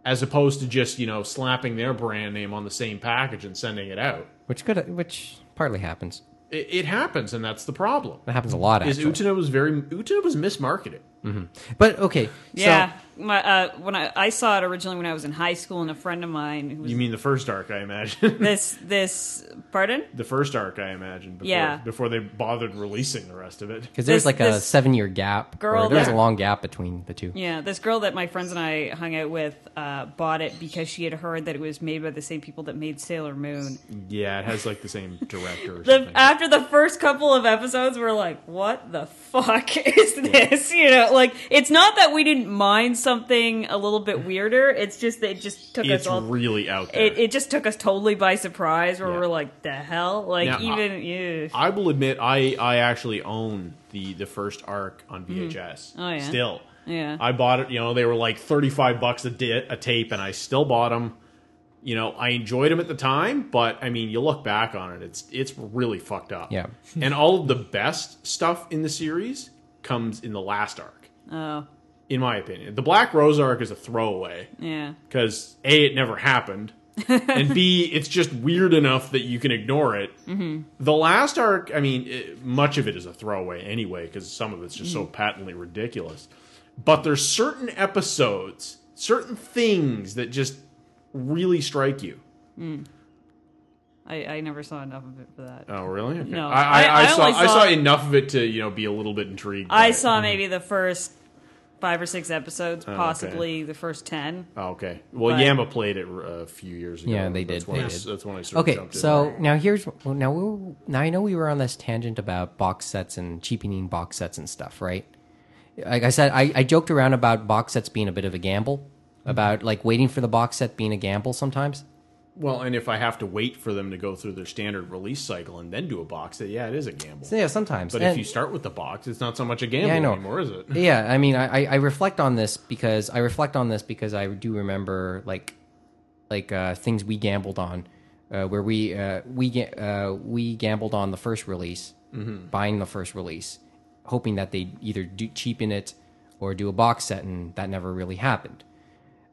S4: as opposed to just you know slapping their brand name on the same package and sending it out.
S1: which could which partly happens.
S4: It, it happens, and that's the problem.
S1: That happens a lot
S4: Is
S1: actually.
S4: Utena was very Utena was mismarketed.
S1: but okay,
S5: Yeah,
S1: So,
S5: my uh, when I, I saw it originally when I was in high school, and a friend of mine who was
S4: You mean the first arc, I imagine.
S5: this this pardon
S4: the first arc, I imagine. Before,
S5: Yeah.
S4: Before they bothered releasing the rest of it.
S1: because there was like
S5: This-
S1: a
S5: this
S1: seven-year gap.
S5: girl
S1: or there was a
S5: that-
S1: long gap between the two.
S5: yeah this girl that my friends and I hung out with uh, bought it because she had heard that it was made by the same people that made Sailor Moon.
S4: Yeah, it has like the same director. Or
S5: The,
S4: something.
S5: after the first couple of episodes, we're like, "What the fuck is this?" You know, like it's not that we didn't mind something a little bit weirder. It's just that it just took
S4: it's
S5: us all.
S4: really out there.
S5: it, it just took us totally by surprise where
S4: Yeah.
S5: we're like the hell like
S4: Now, I-
S5: even yeah.
S4: I will admit, I I actually own the the first arc on VHS.
S5: Oh, yeah?
S4: Still,
S5: Yeah.
S4: I bought it. You know, they were like thirty five bucks a, di- a tape, and I still bought them. You know, I enjoyed them at the time, but I mean, you look back on it, it's it's really fucked up.
S1: Yeah.
S4: and all of the best stuff in the series comes in the last arc,
S5: oh
S4: in my opinion. The Black Rose arc is a throwaway
S5: yeah
S4: because a it never happened and b it's just weird enough that you can ignore it
S5: Mm-hmm.
S4: the last arc i mean it, much of it is a throwaway anyway because some of it's just
S5: Mm.
S4: so patently ridiculous but there's certain episodes certain things that just really strike you
S5: I, I never saw enough of it for that
S4: oh really okay.
S5: No,
S4: I, I, I,
S5: I- I
S4: saw,
S5: only
S4: I
S5: saw-
S4: saw enough of it to you know be a little bit intrigued by
S5: i
S4: it.
S5: saw maybe the first five or six episodes possibly the first ten
S4: oh, okay well
S5: But-
S4: yama played it uh, a few years ago
S1: Yeah, they
S4: That's
S1: did,
S4: when
S1: they
S4: I-
S1: did.
S4: that's when i sort of
S1: Okay,
S4: jumped in.
S1: so now here's well, now we now I know we were on this tangent about box sets and cheapening box sets and stuff, right? Like I said, I, I joked around about box sets being a bit of a gamble, about like waiting for the box set being a gamble sometimes.
S4: Well, and if I have to wait for them to go through their standard release cycle and then do a box, then yeah, it is a gamble.
S1: So, yeah, sometimes.
S4: But if
S1: And-
S4: you start with the box, it's not so much a gamble
S1: Yeah, I know.
S4: anymore, is it?
S1: yeah, I mean, I, I- I reflect on this because I reflect on this because I do remember like like uh, things we gambled on, uh, where we uh, we ga- uh, we gambled on the first release, buying the first release, hoping that they would either do cheapen it or do a box set, and that never really happened.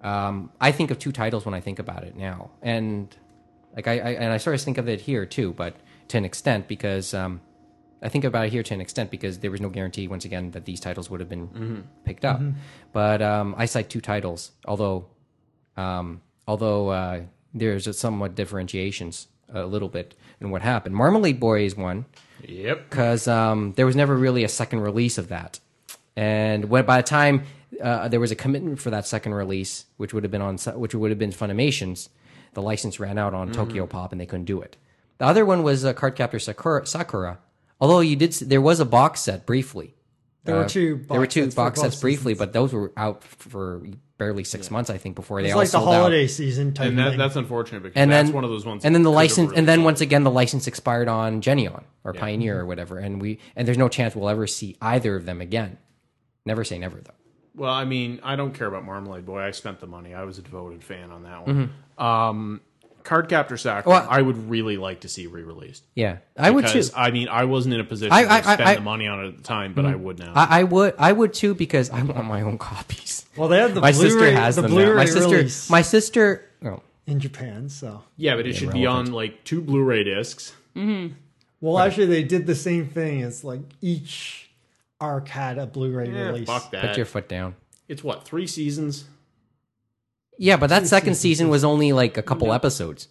S1: Um, I think of two titles when I think about it now, and like I, I and I sort of think of it here too, but to an extent because um, I think about it here to an extent because there was no guarantee once again that these titles would have been picked up. But um, I cite two titles, although um, although uh, there's a somewhat differentiations a little bit in what happened. Marmalade Boy is one
S4: Yep.
S1: because um, there was never really a second release of that. And when, by the time uh, there was a commitment for that second release, which would have been on, which would have been Funimation's, the license ran out
S6: Mm-hmm.
S1: on Tokyo Pop, and they couldn't do it. The other one was uh, Cardcaptor Sakura, Sakura. Although you did, s- there was a box set briefly.
S6: There were two. Box
S1: there were two
S6: sets for
S1: box
S6: both
S1: sets briefly,
S6: seasons.
S1: but those were out for barely six months, I think, before they
S6: it's
S1: all
S6: like the
S1: sold out.
S6: holiday season type
S4: And that,
S6: thing.
S4: that's unfortunate because
S1: and
S4: that's
S1: then
S4: one of those ones.
S1: And then the
S4: that could've
S1: license,
S4: really
S1: and then
S4: killed
S1: once
S4: it.
S1: again, the license expired on Genion or Pioneer or whatever, and we and there's no chance we'll ever see either of them again. Never say never though.
S4: Well, I mean, I don't care about Marmalade Boy. I spent the money. I was a devoted fan on that one. Um, Cardcaptor Sakura,
S1: Mm-hmm. Well-
S4: I would really like to see re-released.
S1: Yeah, I would too.
S4: Because, I mean, I wasn't in a position
S1: I- I-
S4: to spend
S1: I- Mm-hmm.
S4: the money on it at the time, but I would now.
S1: I, I would, I would too, because I want my own copies.
S6: well, they had the
S1: my
S6: Blu-ray,
S1: sister has
S6: the
S1: them now.
S6: Blu-ray
S1: My sister,
S6: release
S1: my sister. Oh,
S6: in Japan. So
S4: yeah, but it should be on like two Blu-ray discs.
S6: well, actually, they did the same thing. It's like each arc had a Blu-ray
S4: Eh,
S6: release.
S4: fuck that.
S1: put your foot down.
S4: It's what three seasons?
S1: Yeah, but that second season was only like a couple episodes.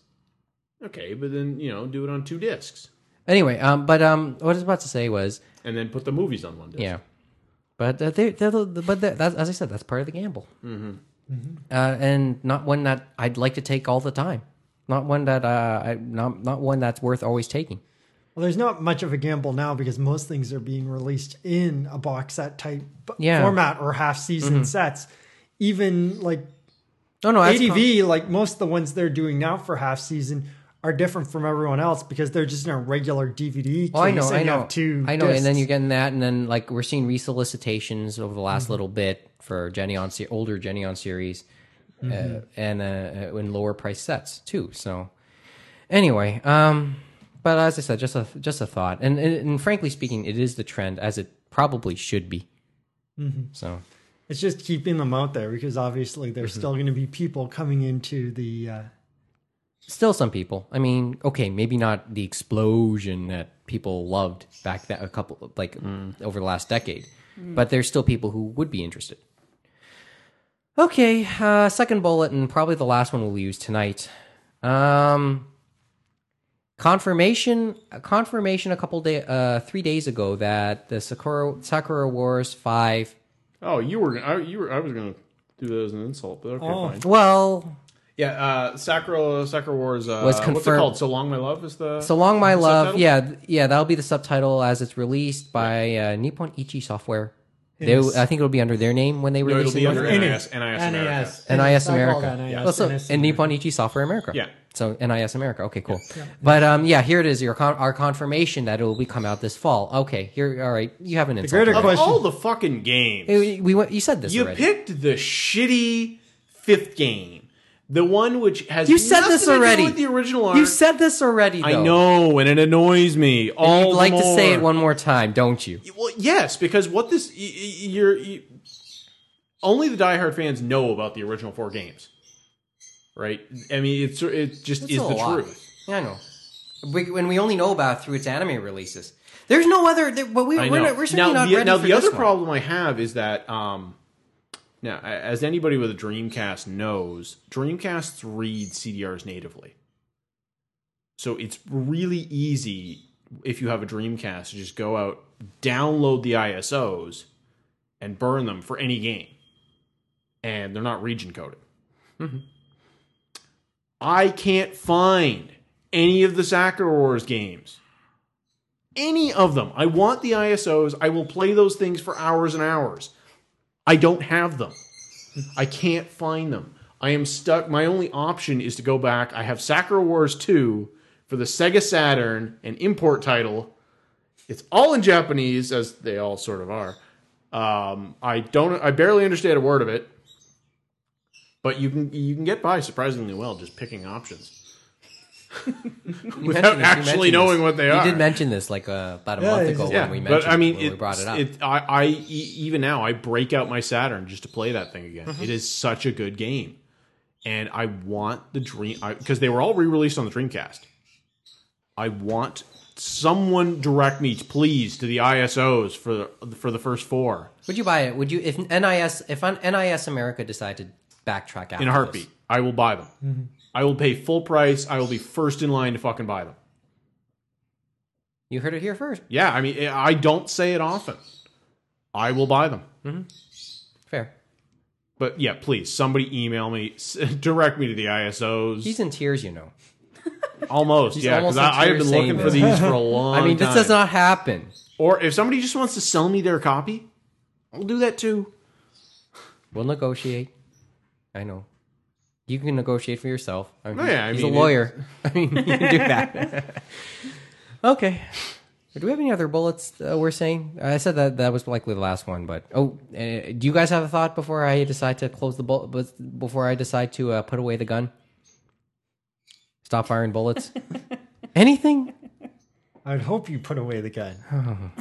S4: Okay, but then you know, do it on two discs,
S1: Anyway, um, but um, what I was about to say was,
S4: and then put the movies on one disc.
S1: Yeah, but uh, they, they're, the- but that that's, as I said, that's part of the gamble, mm-hmm. Uh, and not one that I'd like to take all the time. Not one that uh, I, not not one that's worth always taking.
S6: Well, there's not much of a gamble now because most things are being released in a box set type b-
S1: Yeah.
S6: format or half season sets. Even like
S1: No, no, Oh, that's fine.
S6: ATV, like most of the ones they're doing now for half season are different from everyone else because they're just in a regular DVD.
S1: Oh, I know,
S6: case and
S1: I
S6: you
S1: know,
S6: have Two
S1: I know, and then
S6: discs.
S1: you're getting that, and then like we're seeing resolicitations over the last
S6: Mm-hmm.
S1: little bit for Jenny on se- older Jenny on series,
S6: Mm-hmm.
S1: uh, and uh, uh, in lower price sets too. So anyway, um, but as I said, just a just a thought, and, and and frankly speaking, it is the trend as it probably should be.
S6: Mm-hmm.
S1: So
S6: it's just keeping them out there because obviously there's
S1: Mm-hmm.
S6: still going to be people coming into the. Uh,
S1: still some people. I mean, okay, maybe not the explosion that people loved back that a couple like over the last decade, but there's still people who would be interested. Okay, uh, second bullet and probably the last one we'll use tonight. Um, confirmation, confirmation a couple day, uh, three days ago that the Sakura Sakura Wars Five.
S4: Oh, you were I, you were I was gonna do that as an insult, but okay, fine.
S1: Well,
S4: Oh. Yeah, uh, Sakura Sakura Wars uh,
S1: Was
S4: What's it
S1: confirmed.
S4: called? So long, my love is the
S1: So Long My
S4: the
S1: Love,
S4: subtitle?
S1: yeah, th- yeah, that'll be the subtitle as it's released by uh, Nippon Ichi Software. They,
S6: Yes.
S1: I think it'll be under their name when they
S4: No,
S1: release
S4: it'll be
S1: it.
S4: under E
S1: N- E
S4: NIS, NIS, America.
S1: NIS
S6: I call
S1: America.
S6: that NIS.
S1: Well, so-
S6: NIS.
S1: and Nippon Ichi Software America.
S4: Yeah.
S1: So NIS America. Okay, cool. But um, yeah, here it is. Your con- our confirmation that it will be come out this fall. Okay, here. All right, you have an insult.
S6: greater
S1: to
S4: Of
S1: that.
S6: question-
S4: all the fucking games,
S1: Hey, we went, you said this
S4: you
S1: already.
S4: picked the shitty fifth game, the one which has
S1: you said this
S4: nothing to do
S1: already.
S4: with the original art.
S1: You said this already.
S4: I
S1: though.
S4: know, and it annoys me.
S1: And
S4: all
S1: You'd
S4: the
S1: like to say
S4: more.
S1: it one more time, don't you?
S4: Well, yes, because what this y- y- you're you, only the diehard fans know about the original four games, right? I mean, it's it just
S1: That's
S4: is
S1: still a
S4: the
S1: lot.
S4: truth.
S1: Yeah, I know. We, when we only know about it through its anime releases, there's no other. There, but we,
S4: I
S1: we're,
S4: know.
S1: not, we're certainly
S4: now,
S1: not
S4: the,
S1: ready
S4: now
S1: for
S4: the
S1: this
S4: other
S1: one.
S4: problem I have is that um, now, a- as anybody with a Dreamcast knows, Dreamcasts read CDRs natively, so it's really easy if you have a Dreamcast to just go out, download the ISOs, and burn them for any game, and they're not region coded. Mm-hmm. I can't find any of the Sakura Wars games. Any of them. I want the ISOs. I will play those things for hours and hours. I don't have them. I can't find them. I am stuck. My only option is to go back. I have Sakura Wars 2 for the Sega Saturn, an import title. It's all in Japanese, as they all sort of are. Um, I don't. I barely understand a word of it. But you can you can get by surprisingly well just picking options
S1: You
S4: without
S1: mentioned this, you
S4: actually
S1: mentioned
S4: knowing
S1: this.
S4: what they
S1: you
S4: are.
S1: did mention this like uh, about a
S6: Yeah,
S1: month
S6: you
S1: ago
S6: just-
S1: when we mentioned
S4: but I mean,
S1: when we brought it up.
S4: It, I, I e- even now I break out my Saturn just to play that thing again.
S1: Mm-hmm.
S4: It is such a good game, and I want the dream because they were all re-released on the Dreamcast. I want someone direct me, please, to the ISOs for the, for the first four
S1: Would you buy it? Would you if NIS if un- NIS America decided to backtrack out
S4: in a heartbeat. I will buy them.
S1: Mm-hmm.
S4: I will pay full price. I will be first in line to fucking buy them.
S1: You heard it here first.
S4: Yeah, I mean, I don't say it often. I will buy them.
S1: Fair.
S4: But yeah, please, somebody email me, s- direct me to the ISOs.
S1: He's in tears, you know.
S4: almost,
S1: he's
S4: yeah,
S1: almost
S4: because I, I have
S1: into
S4: been
S1: saying
S4: looking for
S1: this.
S4: these for a long time.
S1: I mean, this does not happen.
S4: Or if somebody just wants to sell me their copy, I'll do that too.
S1: We'll negotiate. I know. You can negotiate for yourself. I mean,
S4: Oh, yeah, I
S1: he's
S4: mean,
S1: a lawyer. I mean, you can do that. okay. Do we have any other bullets uh, we're saying? I said that that was likely the last one, but oh, uh, do you guys have a thought before I decide to close the bullet? But before I decide to uh, put away the gun, stop firing bullets. Anything?
S6: I'd hope you put away the gun.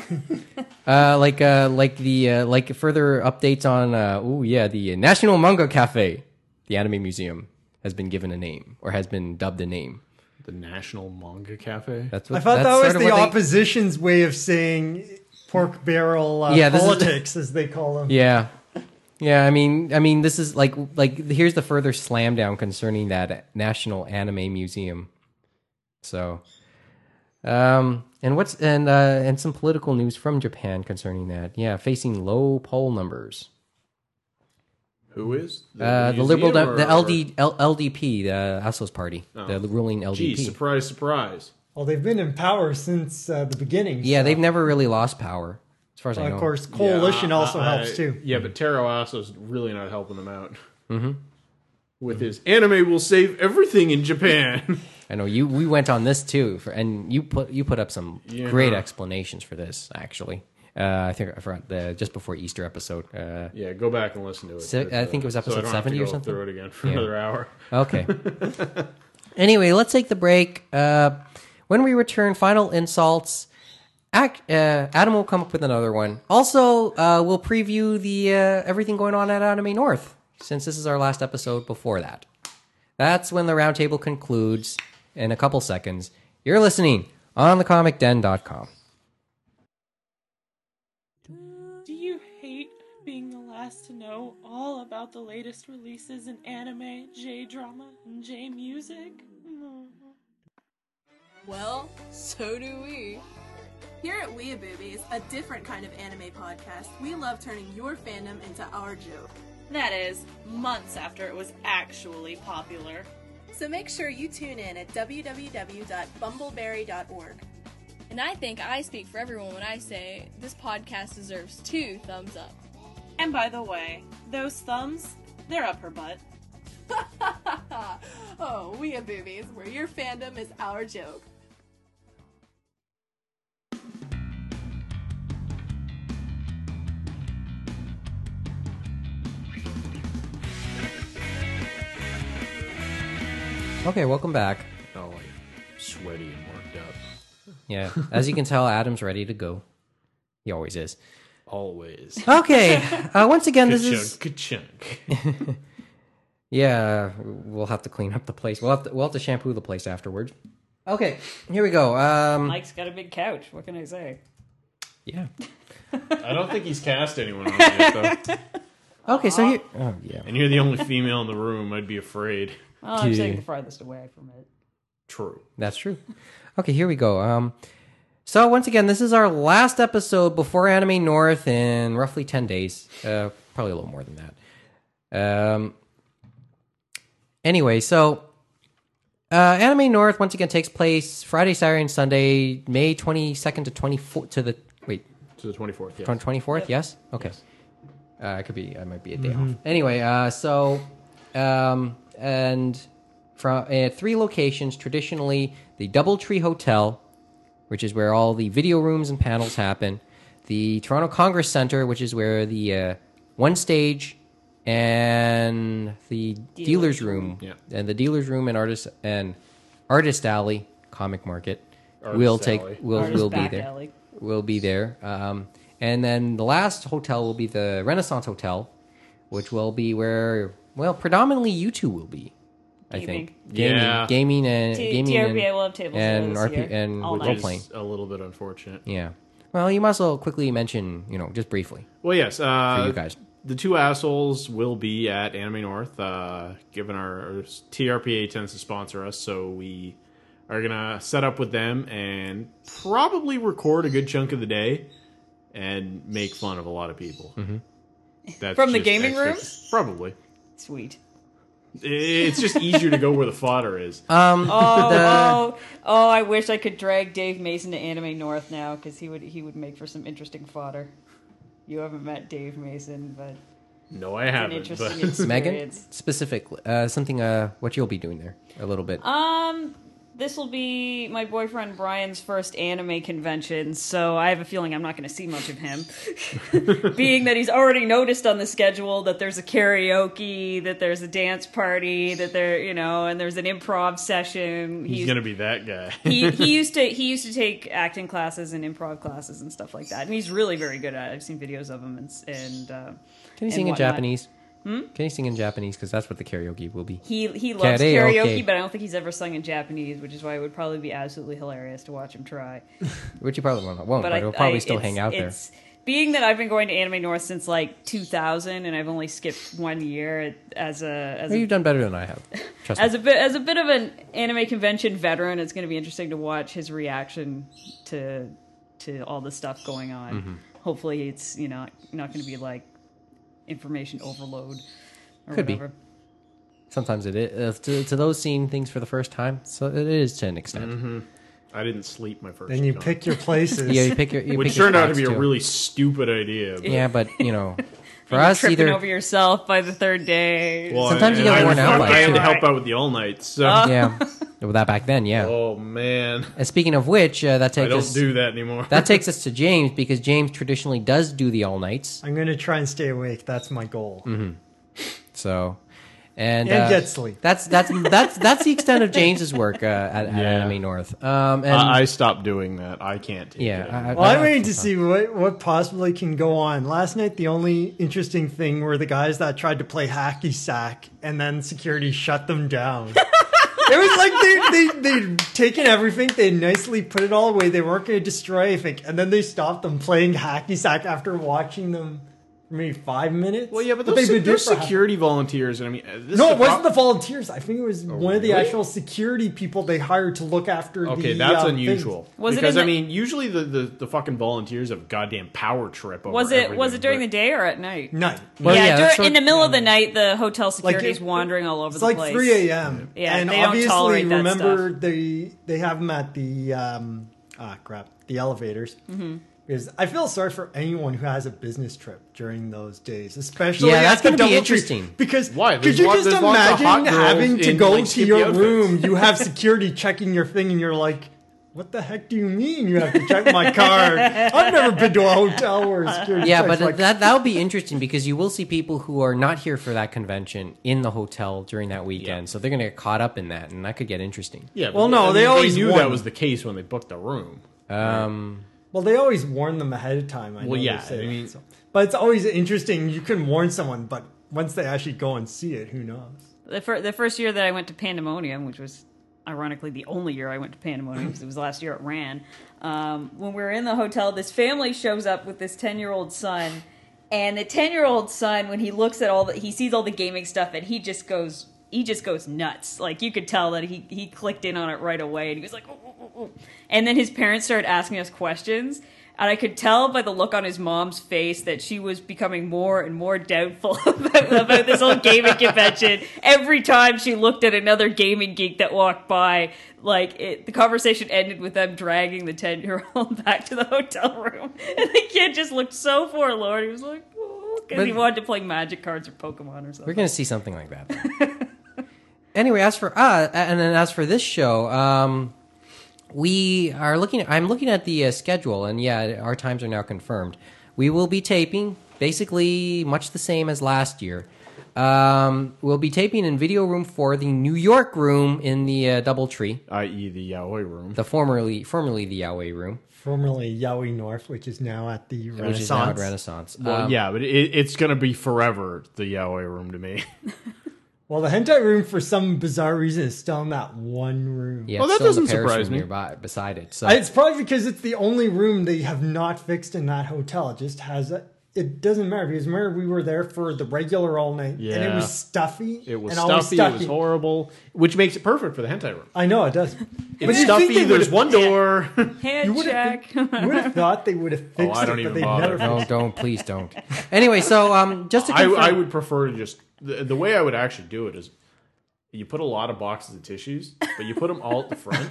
S1: Uh, like uh, like the uh, like further updates on uh, oh yeah the National Manga Cafe, the anime museum has been given a name or has been dubbed a name.
S4: The National Manga Cafe.
S1: That's what
S6: I thought
S1: that's
S6: that was
S1: sort of
S6: the
S1: what they-
S6: opposition's way of saying pork barrel uh,
S1: Yeah, this is-
S6: politics, as they call them.
S1: Yeah, yeah. I mean, I mean, this is like like here's the further slam down concerning that National Anime Museum. So, um, and what's and uh, and some political news from Japan concerning that. Yeah, facing low poll numbers.
S4: Who is
S1: Uh, the liberal,
S4: museum
S1: Dem-
S4: or-
S1: the LD, L- LDP, the Asso's party, the ruling LDP.
S4: Gee, surprise, surprise.
S6: Well, they've been in power since uh, the beginning.
S1: yeah, they've never really lost power, as far as I
S6: Well,
S1: know.
S6: of course, coalition
S4: Yeah, I-
S6: also
S4: I-
S6: helps too.
S4: Yeah, but Taro Asso's really not helping them out. Mm-hmm. With his anime will save everything in Japan.
S1: I know you. We went on this too, for, and you put you put up some
S4: Yeah.
S1: great explanations for this. Actually, uh, I think I forgot the just before Easter episode. Uh,
S4: yeah, go back and listen to it.
S1: So- I think it was
S4: So I don't
S1: episode
S4: have to
S1: 70 or
S4: go
S1: something?
S4: Through it again for
S1: Yeah.
S4: another hour.
S1: Okay. anyway, let's take the break. Uh, when we return, final insults. Ac- uh, Adam will come up with another one. Also, uh, we'll preview the uh, everything going on at Anime North, since this is our last episode before that. That's when the roundtable concludes in a couple seconds. You're listening on thecomicden.com.
S9: Do you hate being the last to know all about the latest releases in anime, J drama, and J music?
S10: Well, so do we. Here at Weeaboobies, a different kind of anime podcast, we love turning your fandom into our joke.
S9: That is, months after it was actually popular.
S10: So make sure you tune in at www.bumbleberry.org.
S11: And I think I speak for everyone when I say this podcast deserves two thumbs up.
S9: And by the way, those thumbs, they're up her butt.
S10: Oh, Weeaboobies, where your fandom is our joke.
S1: Okay, welcome back.
S4: All like sweaty and worked up.
S1: Yeah, as you can tell, Adam's ready to go. He always is.
S4: Always.
S1: Okay, uh, once again, this is.
S4: Ka-chunk, ka-chunk.
S1: Yeah, we'll have to clean up the place. We'll have to, we'll have to shampoo the place afterwards. Okay, here we go.
S4: Hmm.
S1: Um,
S5: Mike's got a big couch. What can I say?
S1: yeah.
S4: I don't think he's cast anyone on yet, though.
S1: Okay, so here. Oh yeah.
S4: And you're the only female in the room. I'd be afraid.
S5: Well, Oh, I'm
S1: Yeah.
S5: staying the farthest away from it.
S4: True.
S1: That's true. Okay, here we go. Um, so once again, this is our last episode before Anime North in roughly ten days. Uh, probably a little more than that. Um. Anyway, so uh, Anime North once again takes place Friday, Saturday, and Sunday, May twenty second to twenty four to the wait
S4: To the 24th. Yes.
S1: On twenty fourth, yes. Okay, Uh, I could be. I might be a day off. Anyway, uh, so um, and from uh, three locations traditionally: the DoubleTree Hotel, which is where all the video rooms and panels happen; the Toronto Congress Center, which is where the uh, one stage and the dealers, room,
S4: Yeah.
S1: and the dealers room and artist and artist alley comic market will
S4: Artist
S1: take
S4: alley.
S1: will
S5: Artist
S1: will be
S5: back
S1: there
S5: alley.
S1: will be there. Um, and then the last hotel will be the Renaissance Hotel, which will be where, well, predominantly you two will be. I
S5: You
S1: think.
S5: think?
S1: Gaming,
S4: Yeah.
S1: gaming, and
S5: T-
S1: uh, gaming and,
S5: TRPA will have tables
S1: and
S5: this year.
S1: and
S5: All
S1: role
S5: night.
S1: playing.
S4: It's a little bit unfortunate.
S1: Yeah. Well, you must also quickly mention, you know, just briefly.
S4: Well, yes. Uh,
S1: you guys.
S4: The two assholes will be at Anime North, uh, given our, our TRPA tends to sponsor us, so we are gonna set up with them and probably record a good chunk of the day and make fun of a lot of people.
S1: Mm-hmm.
S4: That's
S5: From the
S4: just
S5: gaming
S4: expect- Probably.
S5: Sweet.
S4: It's just easier to go where the fodder is.
S1: Um,
S5: Oh,
S1: the-
S5: oh, oh! I wish I could drag Dave Mason to Anime North now because he would he would make for some interesting fodder. You haven't met Dave Mason, but
S4: No, I
S5: an
S4: haven't.
S5: interesting
S4: But
S5: experience.
S1: Megan, specifically, uh, something uh, what you'll be doing there a little bit.
S5: Um, this will be my boyfriend Brian's first anime convention, so I have a feeling I'm not going to see much of him. Being that he's already noticed on the schedule that there's a karaoke, that there's a dance party, that there, you know, and there's an improv session.
S4: he's gonna be that guy.
S5: he, he used to he used to take acting classes and improv classes and stuff like that, and he's really very good at it. I've seen videos of him and s- and uh,
S1: Can you
S5: and
S1: sing in
S5: whatnot. Hmm?
S1: Japanese? Can you sing in Japanese? Because that's what the karaoke will be.
S5: He he loves
S1: Karaoke.
S5: karaoke, but I don't think he's ever sung in Japanese, which is why it would probably be absolutely hilarious to watch him try.
S1: Which you probably won't, won't but,
S5: but I,
S1: it'll probably
S5: I-
S1: still hang
S5: it's-
S1: out there.
S5: it's- Being that I've been going to Anime North since like 2000, and I've only skipped one year it- as a as
S1: Well,
S5: a,
S1: You've done better than I have. Trust
S5: as
S1: me.
S5: a bit as a bit of an anime convention veteran, it's going to be interesting to watch his reaction to to all the stuff going on.
S1: Mm-hmm.
S5: Hopefully, it's you know not going to be like information overload or
S1: Could be.
S5: whatever.
S1: Sometimes it is. Uh, to, to those seeing things for the first time, so it is to an extent.
S4: Mm-hmm. I didn't sleep my first.
S6: Then you
S4: time.
S6: pick your places.
S1: Yeah, you pick your. You
S4: which
S1: pick your
S4: turned out to
S1: spots,
S4: be a
S1: too.
S4: really stupid idea. But,
S1: Yeah, but you know, for us
S5: Tripping
S1: either.
S5: over yourself by the third day.
S4: Well,
S1: Sometimes
S4: and-
S1: you get
S4: and I
S1: worn
S4: was-
S1: out by
S4: I had
S1: it,
S4: to
S1: too.
S4: help out with the all nights. So.
S5: Uh,
S1: yeah, well, that back then, yeah.
S4: Oh man,
S1: And speaking of which, uh, that
S4: I
S1: takes
S4: don't
S1: us.
S4: do that anymore.
S1: that takes us to James because James traditionally does do the all nights.
S6: I'm going to try and stay awake. That's my goal.
S1: So, and,
S6: And
S1: uh,
S6: get sleep.
S1: That's that's that's that's the extent of James's work uh, at, at
S4: Yeah.
S1: Anime North. Um, and
S4: I, I stopped doing that. I can't. Take
S1: yeah,
S4: it
S1: I- I-
S4: anymore.
S6: Well, I'm waiting
S1: I-
S6: to see what, what possibly can go on. Last night, the only interesting thing were the guys that tried to play hacky sack, and then security shut them down. it was like they, they, they'd taken everything, they nicely put it all away, they weren't going to destroy anything, and then they stopped them playing hacky sack after watching them for maybe five minutes.
S4: Well, yeah, but,
S6: they've
S4: those,
S6: been
S4: they're
S6: doing it for half-
S4: security volunteers, and I mean, uh, this
S6: No,
S4: is
S6: it wasn't
S4: pro-
S6: the volunteers. I think it was one of the
S4: Oh, really?
S6: actual security people they hired to look after.
S4: Okay,
S6: the,
S4: that's
S6: um,
S4: unusual.
S6: things.
S5: Was it
S4: because
S5: in
S4: I
S5: the-
S4: mean, usually the, the, the fucking volunteers have goddamn power trip. Over
S5: was it was
S4: everything,
S5: it during the
S4: but-
S5: day or at night?
S6: Night.
S1: Well,
S5: yeah,
S1: yeah,
S5: dur-
S1: that's what-
S5: in the middle of the night, the hotel security's
S6: it-
S5: wandering all over
S6: It's
S5: the
S6: like
S5: place.
S6: 3 a.m.
S5: Yeah,
S6: and
S5: they don't
S6: obviously
S5: tolerate that
S6: remember they they have them at the um, ah crap the elevators.
S5: Mm-hmm.
S6: Because I feel sorry for anyone who has a business trip during those days, especially
S1: Yeah,
S6: at
S1: that's
S6: the
S1: gonna be
S6: DoubleTree.
S1: interesting.
S6: Because
S4: Why?
S6: could
S4: There's
S6: you
S4: lot-
S6: just
S4: there's lots of hot
S6: imagine
S4: girls
S6: having to
S4: in,
S6: go
S4: like,
S6: to
S4: skimpy
S6: your
S4: outfits.
S6: room? You have security checking your thing, and you're like. What the heck do you mean you have to check my card? I've never been to a hotel where security
S1: Yeah,
S6: checks
S1: but
S6: like
S1: that that'll be interesting because you will see people who are not here for that convention in the hotel during that weekend, so they're going to get caught up in that, and that could get interesting.
S4: Yeah.
S6: Well,
S4: but
S6: no,
S4: I mean,
S6: they always
S4: knew
S6: won.
S4: that was the case when they booked the room.
S1: Um,
S6: Well, they always warn them ahead of time. I know
S4: Well, yeah,
S6: they say
S4: I
S6: that,
S4: mean-
S6: so. but it's always interesting. You can warn someone, but once they actually go and see it, who knows?
S5: The, fir- the first year that I went to Pandemonium, which was ironically the only year I went to Pandemonium because it was the last year it ran, um, when we were in the hotel, this family shows up with this 10 year old son. And the 10 year old son, when he looks at all the, he sees all the gaming stuff and he just goes, he just goes nuts. Like you could tell that he, he clicked in on it right away and he was like, "Ooh, ooh, ooh, ooh." and then his parents started asking us questions. And I could tell by the look on his mom's face that she was becoming more and more doubtful about, about this whole gaming convention. Every time she looked at another gaming geek that walked by, like it, the conversation ended with them dragging the ten year old back to the hotel room, and the kid just looked so forlorn. He was like, because he
S1: But-
S5: wanted to play Magic cards or Pokemon or something.
S1: We're gonna see something like that. anyway, as for us, and then as for this show, um, we are looking. I'm looking at the uh, schedule, and yeah, our times are now confirmed. We will be taping basically much the same as last year. Um, we'll be taping in Video Room Four, the New York room in the uh, DoubleTree,
S4: I.e., the Yaoi room.
S1: the formerly formerly the Yahweh room,
S6: Formerly Yowie North, which is now at the Renaissance.
S1: which is now at Renaissance.
S4: well,
S1: Um,
S4: yeah, but it, it's gonna be forever the Yaoi room to me.
S6: Well, the hentai room, for some bizarre reason, is still in that one room.
S1: Yeah, it's still in the Paris room Nearby, beside it. So
S6: I- It's probably because it's the only room they have not fixed in that hotel. It just has a. It doesn't matter because remember we were there for the regular all night and it
S4: Yeah.
S6: was stuffy.
S4: It was
S6: and always
S4: stuffy. It was
S6: stucky.
S4: horrible, which makes it perfect for the hentai room.
S6: I know it does. But
S4: It's
S6: you'd think they
S4: stuffy. There's
S6: would've-
S4: one door.
S5: Hand check.
S6: You would have thought they would have fixed
S4: Oh, I don't
S6: it,
S4: even
S6: but they
S4: bother.
S6: never.
S1: no, don't please don't. Anyway, so um, just to
S4: I,
S1: confirm,
S4: I would prefer to just the, the way I would actually do it is you put a lot of boxes of tissues, but you put them all at the front,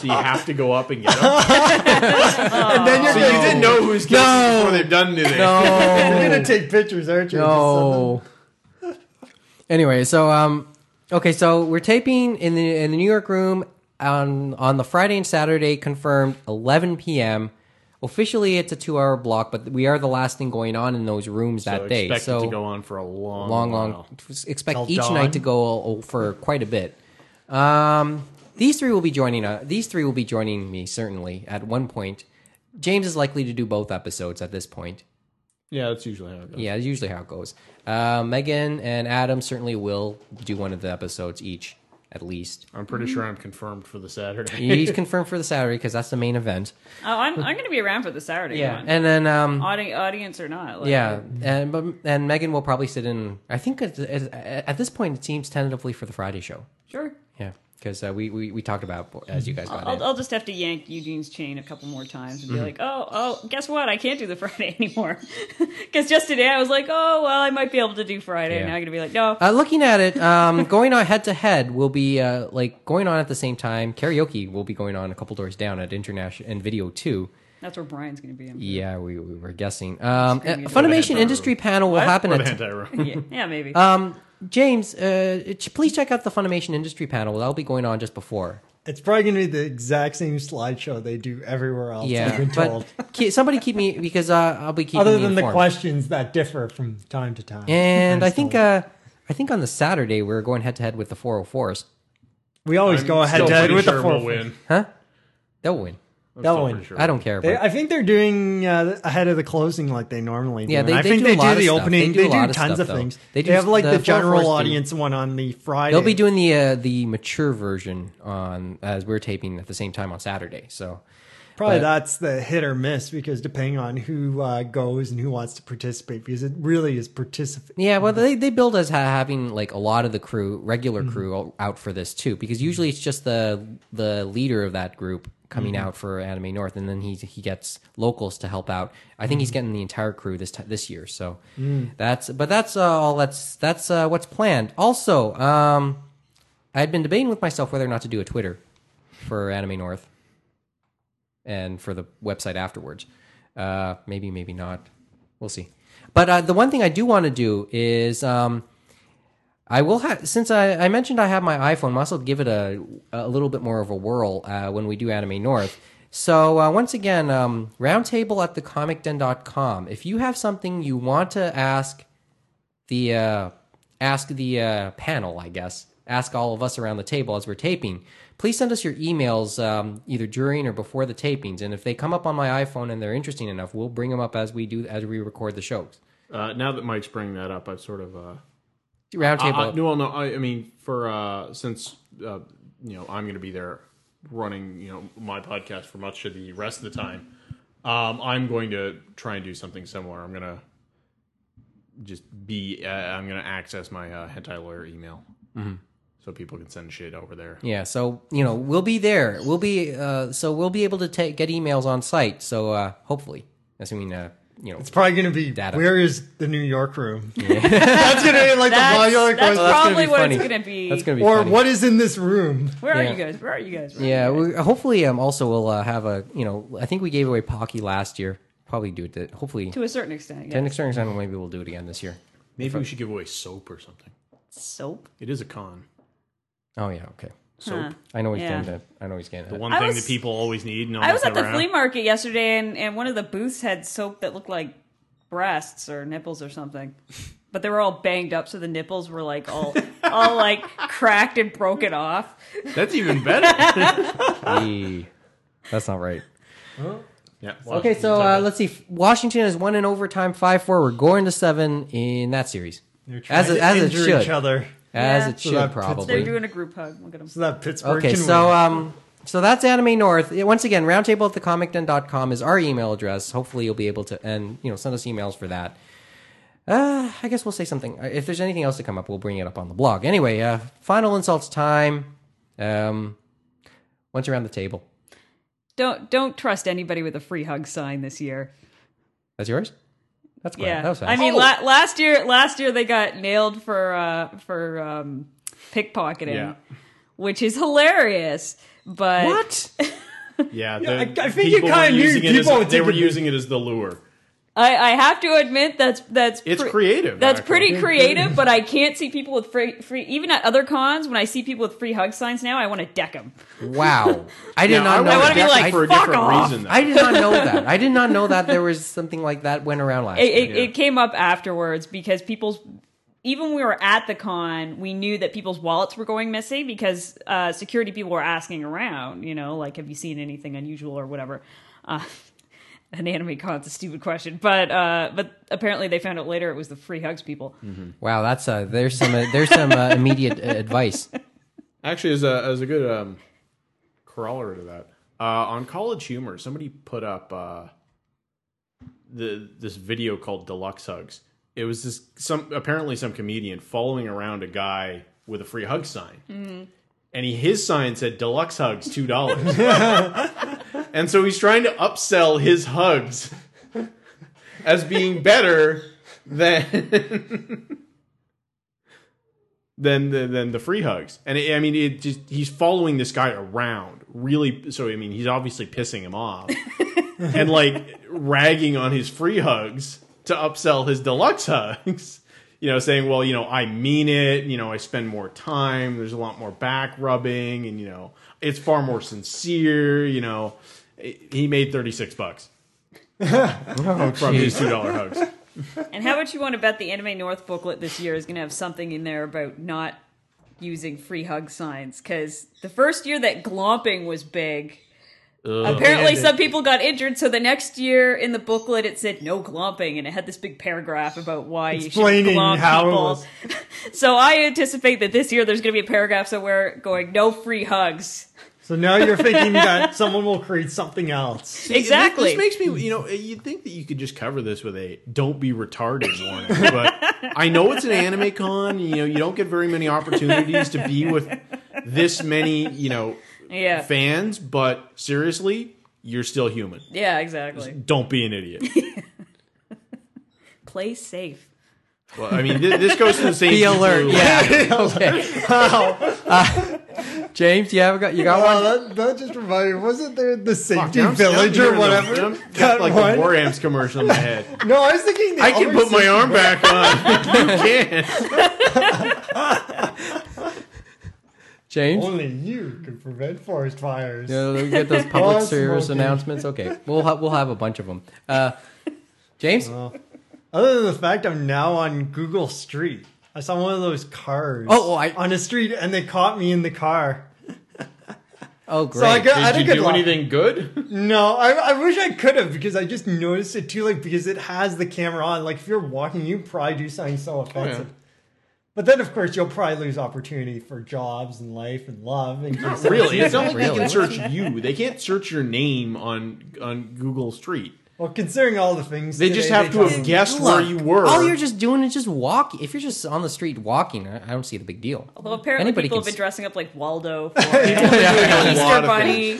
S4: so you have to go up and get them.
S6: And then you're
S4: So you
S6: gonna,
S4: didn't know who's kissing before they've done anything.
S6: you're
S1: no,
S6: gonna take pictures, aren't you?
S1: no. Anyway, so um, okay, so we're taping in the in the New York room on on the Friday and Saturday, confirmed 11 p.m. Officially, it's a two-hour block, but we are the last thing going on in those rooms
S4: So
S1: that day.
S4: expect
S1: So
S4: it to go on for a long,
S1: long, long.
S4: while.
S1: Expect
S6: Till
S1: each
S6: dawn?
S1: night to go uh, for quite a bit. Um, these three will be joining. Uh, these three will be joining me certainly at one point. James is likely to do both episodes at this point.
S4: Yeah, that's usually how it goes.
S1: Yeah, that's usually how it goes. Uh, Megan and Adam certainly will do one of the episodes each, at least.
S4: I'm pretty sure I'm confirmed for the Saturday.
S1: He's confirmed for the Saturday because that's the main event.
S5: Oh, I'm, I'm going to be around for the Saturday one.
S1: and then um,
S5: Audi- audience or not. Like,
S1: yeah, and but and Megan will probably sit in. I think at, at, at this point it seems tentatively for the Friday show.
S5: Sure.
S1: Yeah, because uh, we, we we talked about Mm-hmm. as you guys got in.
S5: I'll, I'll just have to yank Eugene's chain a couple more times and be like, oh, oh, guess what? I can't do the Friday anymore. Because just today I was like, oh, well, I might be able to do Friday. And
S1: Yeah.
S5: now I'm going to be like, no.
S1: Uh, looking at it, um, going on head to head will be uh, like going on at the same time. Karaoke will be going on a couple doors down at International and Video Two.
S5: That's where Brian's going to be. I'm-
S1: Yeah, we, we were guessing. Um, uh,
S5: Screaming into
S4: the
S1: Funimation
S4: hentai
S1: Industry Panel will happen
S4: Or the
S1: at.
S4: hentai room.
S5: Yeah, yeah, maybe.
S1: Um, James, uh, ch- please check out the Funimation Industry Panel. That'll be going on just before.
S6: It's probably gonna be the exact same slideshow they do everywhere else. I've
S1: Yeah,
S6: been told.
S1: but ke- somebody keep me because uh, I'll be keeping.
S6: Other
S1: you
S6: than the
S1: informed.
S6: questions that differ from time to time.
S1: and I
S6: I'm
S1: think
S6: still-
S1: uh, I think on the Saturday we're going head to head with the 404s.
S6: we always
S4: I'm
S6: go ahead
S4: still
S6: to head
S4: pretty
S6: with
S4: sure
S6: the
S4: we'll
S6: 4
S4: win.
S1: They'll win.
S4: I'm
S6: They'll
S4: still
S6: win.
S4: pretty sure
S1: I don't care.
S6: They,
S1: but-
S6: I think they're doing uh, ahead of the closing like they normally do.
S1: Yeah, they-
S6: and I
S1: they
S6: think
S1: do a
S6: they
S1: lot
S6: do
S1: of
S6: the
S1: stuff.
S6: opening.
S1: They do a lot of
S6: tons
S1: stuff,
S6: of
S1: though.
S6: things.
S1: They
S6: They,
S1: do
S6: have like
S1: the
S6: the,
S1: four
S6: general
S1: fours do.
S6: audience one on the Friday.
S1: They'll be doing the uh, the mature version on as we're taping at the same time on Saturday. So
S6: probably
S1: but-
S6: that's the hit or miss because depending on who uh, goes and who wants to participate, because it really is participate.
S1: yeah, well they they build us ha- having like a lot of the crew, regular crew o- out for this too because usually it's just the the leader of that group coming out for Anime North and then he he gets locals to help out. I think he's getting the entire crew this ti- this year. So that's but that's uh, all that's that's uh, what's planned. Also, um I had been debating with myself whether or not to do a Twitter for Anime North. and for the website afterwards. Uh, maybe, maybe not. We'll see. But uh, the one thing I do want to do is um, I will have since I, I mentioned I have my iPhone. I also give it a a little bit more of a whirl uh, when we do Anime North. So uh, once again, um, roundtable at thecomicden.com. If you have something you want to ask the uh, ask the uh, panel, I guess, ask all of us around the table as we're taping. Please send us your emails um, either during or before the tapings, and if they come up on my iPhone and they're interesting enough, we'll bring them up as we do as we record the shows.
S4: Uh, now that Mike's bringing that up, I've sort of. Uh,
S1: Roundtable.
S4: Uh, uh, no, well, no. I, I mean, for uh, since uh, you know, I'm going to be there running, you know, my podcast for much of the rest of the time. Um, I'm going to try and do something similar. I'm going to just be. Uh, I'm going to access my uh, hentai lawyer email,
S5: Mm-hmm.
S4: so people can send shit over there.
S1: Yeah, so you know we'll be there. We'll be uh, so we'll be able to ta get emails on site. So uh, hopefully, assuming uh, you know
S6: It's probably going to be
S1: Data.
S6: where is the New York room? that's going to be like
S5: That's-
S6: the New York
S5: that's
S6: room.
S5: probably
S1: be
S5: what
S1: funny.
S5: it's going to be.
S1: that's gonna be
S6: Or
S1: funny.
S6: what is in this room?
S5: Where
S1: Yeah.
S5: are you guys? Where are you guys? Where are
S1: Yeah,
S5: you guys?
S1: we, hopefully, um, also we'll uh, have a you know I think we gave away Pocky last year. Probably do it. th- Hopefully,
S5: to a certain extent.
S1: to an
S5: Yeah.
S1: extent, extent, maybe we'll do it again this year.
S4: Maybe we should give away soap or something.
S5: Soap.
S4: It is a con.
S1: Oh yeah, okay.
S4: Soap,
S5: Huh.
S1: I know he's
S5: Yeah.
S1: getting that. I know he's getting
S4: the
S1: that.
S4: one
S5: I
S4: thing
S5: was-
S4: that people always need. No,
S5: I was at the flea market yesterday, and, and one of the booths had soap that looked like breasts or nipples or something, but they were all banged up, so the nipples were like all all like cracked and broken off.
S4: That's even better.
S1: Eee. That's not right.
S4: yeah.
S1: Okay, so uh, let's see. Washington is one in overtime, five four. We're going to seven in that series.
S6: They're trying
S1: As it-
S6: to
S1: as it
S6: injure
S1: should.
S6: each other.
S1: As
S5: Yeah.
S1: it
S5: So
S1: should
S5: that puts-
S1: probably.
S5: They're doing a group hug. Look at them.
S6: So that Pittsburgh.
S1: Okay,
S6: can
S1: so
S6: win.
S1: um, so that's Anime North. Yeah, Once again, roundtable at thecomicden.com is our email address. Hopefully, you'll be able to and you know send us emails for that. Uh, I guess we'll say something. Uh, If there's anything else to come up, we'll bring it up on the blog. Anyway, uh, final insults time. Um, once around the table.
S5: Don't don't trust anybody with a free hug sign this year.
S1: That's yours. That's great.
S5: Yeah,
S1: That was fast.
S5: I mean, la- last year, last year they got nailed for uh, for um, pickpocketing,
S4: Yeah.
S5: which is hilarious. But
S1: what?
S4: Yeah,
S5: Yeah,
S4: the-
S5: I- I think you
S4: people were
S5: kinda knew
S4: using it
S5: people
S4: as-
S5: would
S4: They
S5: think
S4: were
S5: it-
S4: using it as the lure.
S5: I, I have to admit that's that's
S4: It's creative,
S5: That's
S4: actually.
S5: pretty creative, but I can't see people with free free even at other cons. When I see people with free hug signs now, I want to deck them.
S1: Wow. I did
S5: Yeah, I
S1: not know. that.
S5: wanna be like,
S1: I-
S5: For a "Fuck different off." reason, though.
S1: I did not know that. I did not know that there was something like that went around last
S5: It, it,
S1: year.
S5: it came up afterwards because people's even when we were at the con, we knew that people's wallets were going missing because uh, security people were asking around. You know, like, have you seen anything unusual or whatever? Uh, an anime con's a stupid question, but uh, but apparently they found out later it was the free hugs people.
S1: Wow, that's uh, there's some uh, there's some uh, immediate uh, advice.
S4: Actually, as a as a good um, corollary to that, uh, on College Humor, somebody put up uh, the this video called Deluxe Hugs. It was this some apparently some comedian following around a guy with a free hug sign,
S5: Mm-hmm.
S4: and he his sign said Deluxe Hugs two dollars, and so he's trying to upsell his hugs as being better than than the than the free hugs. And it, I mean, it just he's following this guy around, really. So I mean, he's obviously pissing him off and like ragging on his free hugs to upsell his deluxe hugs. You know, saying, "Well, you know, I mean it. You know, I spend more time. There's a lot more back rubbing, and you know, it's far more sincere. You know, he made thirty six bucks from his
S1: jeez.
S4: two dollar hugs.
S5: And how much you want to bet the Anime North booklet this year is going to have something in there about not using free hug signs? Because the first year that glomping was big, apparently some people got injured. So the next year in the booklet it said no glomping, and it had this big paragraph about why you should
S6: Explaining
S5: glomp
S6: how it
S5: people.
S6: was.
S5: so I anticipate that this year there's going to be a paragraph somewhere going no free hugs.
S6: So now you're thinking that someone will create something else.
S5: Exactly.
S4: This makes me, you know, you'd think that you could just cover this with a "don't be retarded" warning, but I know it's an anime con. You know, you don't get very many opportunities to be with this many, you know,
S5: Yeah.
S4: fans. But seriously, you're still human.
S5: Yeah. Exactly.
S4: Don't be an idiot.
S5: Play safe.
S4: Well, I mean, th- this goes to the same.
S1: Be
S4: people
S1: alert.
S4: who-
S1: Yeah. okay. Oh, Uh, James, you have got you got one.
S6: Well, Uh, that, that just reminded me. Wasn't there the
S4: Fuck,
S6: safety
S4: I'm- I'm
S6: village
S4: hearing
S6: or
S4: the-
S6: whatever?
S4: I'm- got
S6: that
S4: like
S6: one?
S4: the War Amps commercial in my head.
S6: No, I was thinking. The
S4: I can
S6: other
S4: put my
S6: safety-
S4: arm back on. you can't.
S1: James.
S6: Only you can prevent forest fires.
S1: Yeah, we get those
S6: Oh,
S1: public service
S6: smoking.
S1: announcements. Okay, we'll ha- we'll have a bunch of them. Uh, James. Oh,
S6: Other than the fact I'm now on Google Street. I saw one of those cars
S1: Oh, oh, I-
S6: on a street and they caught me in the car.
S1: Oh, great.
S6: So I got, I had
S4: Did
S6: a
S4: you
S6: good
S4: do
S6: laugh.
S4: anything good?
S6: No, I, I wish I could have because I just noticed it too late because it has the camera on. Like if you're walking, you probably do something so offensive. But then, of course, you'll probably lose opportunity for jobs and life and love. And
S4: Not really. It's not like they
S1: Really?
S4: can search you. They can't search your name on on Google Street.
S6: Well, considering all the things,
S4: They
S6: today,
S4: just have to
S6: talk-
S4: have guessed where you were.
S1: All you're just doing is just walking. If you're just on the street walking, I I don't see the big deal.
S5: Although apparently
S1: Anybody
S5: people
S1: can
S5: have been
S1: s-
S5: dressing up like Waldo, for
S4: a lot
S5: Easter
S4: of
S5: Bunny.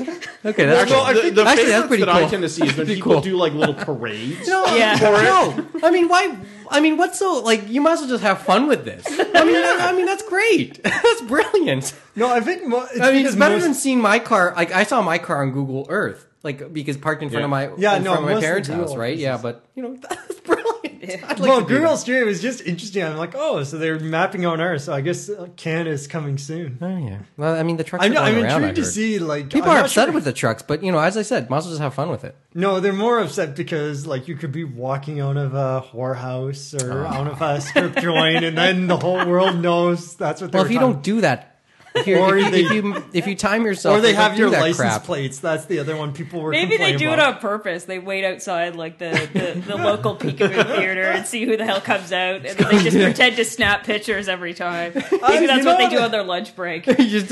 S1: Okay, that's
S4: Actually,
S1: cool.
S4: the, the
S1: actually, that's
S4: favorites
S1: pretty
S4: that I
S1: cool.
S4: tend to see is when
S1: Pretty
S4: people
S1: cool.
S4: do like little parades.
S1: No,
S5: Yeah.
S1: no. I mean, why? I mean, what's so like? You might as well just have fun with this. I mean, I, I mean that's great. That's brilliant.
S6: No, I think mo- it's
S1: I mean, it's
S6: because
S1: better
S6: most-
S1: than seeing my car. Like I saw my car on Google Earth, like because parked in front of my
S6: Yeah,
S1: in
S6: no,
S1: front of my
S6: most of
S1: parents'
S6: the
S1: house,
S6: Google
S1: right? Yeah,
S6: offices.
S1: but you know that's brilliant. I'd like
S6: well,
S1: to do
S6: Google
S1: that.
S6: Street was just interesting. I'm like, oh, so they're mapping on Earth. So I guess uh, Canada is coming soon.
S1: Oh, yeah. Well, I mean, the trucks.
S6: I'm,
S1: are
S6: I'm
S1: going around, I
S6: intrigued to
S1: heard.
S6: see like
S1: People
S6: I'm
S1: are
S6: not
S1: upset
S6: sure-
S1: with the trucks, but you know, as I said, might as well just have fun with it.
S6: No, they're more upset because like you could be walking out of a whorehouse
S1: Oh.
S6: or out of a strip joint, and then the whole world knows that's what. they
S1: Well,
S6: were
S1: if you
S6: talking-
S1: don't do that, If, you're,
S6: Or
S1: if, you- if
S6: they-
S1: you if you time yourself,
S6: or they
S1: don't
S6: have
S1: do
S6: your
S1: that
S6: license
S1: crap.
S6: plates. That's the other one people were.
S5: Maybe they
S6: complaining
S5: do it
S6: about.
S5: on purpose. They wait outside like the, the, the local peekaboo theater and see who the hell comes out, and then they just pretend to snap pictures every time. Maybe
S6: Uh, you
S5: that's what they
S6: know-
S5: do on their lunch break.
S1: You just-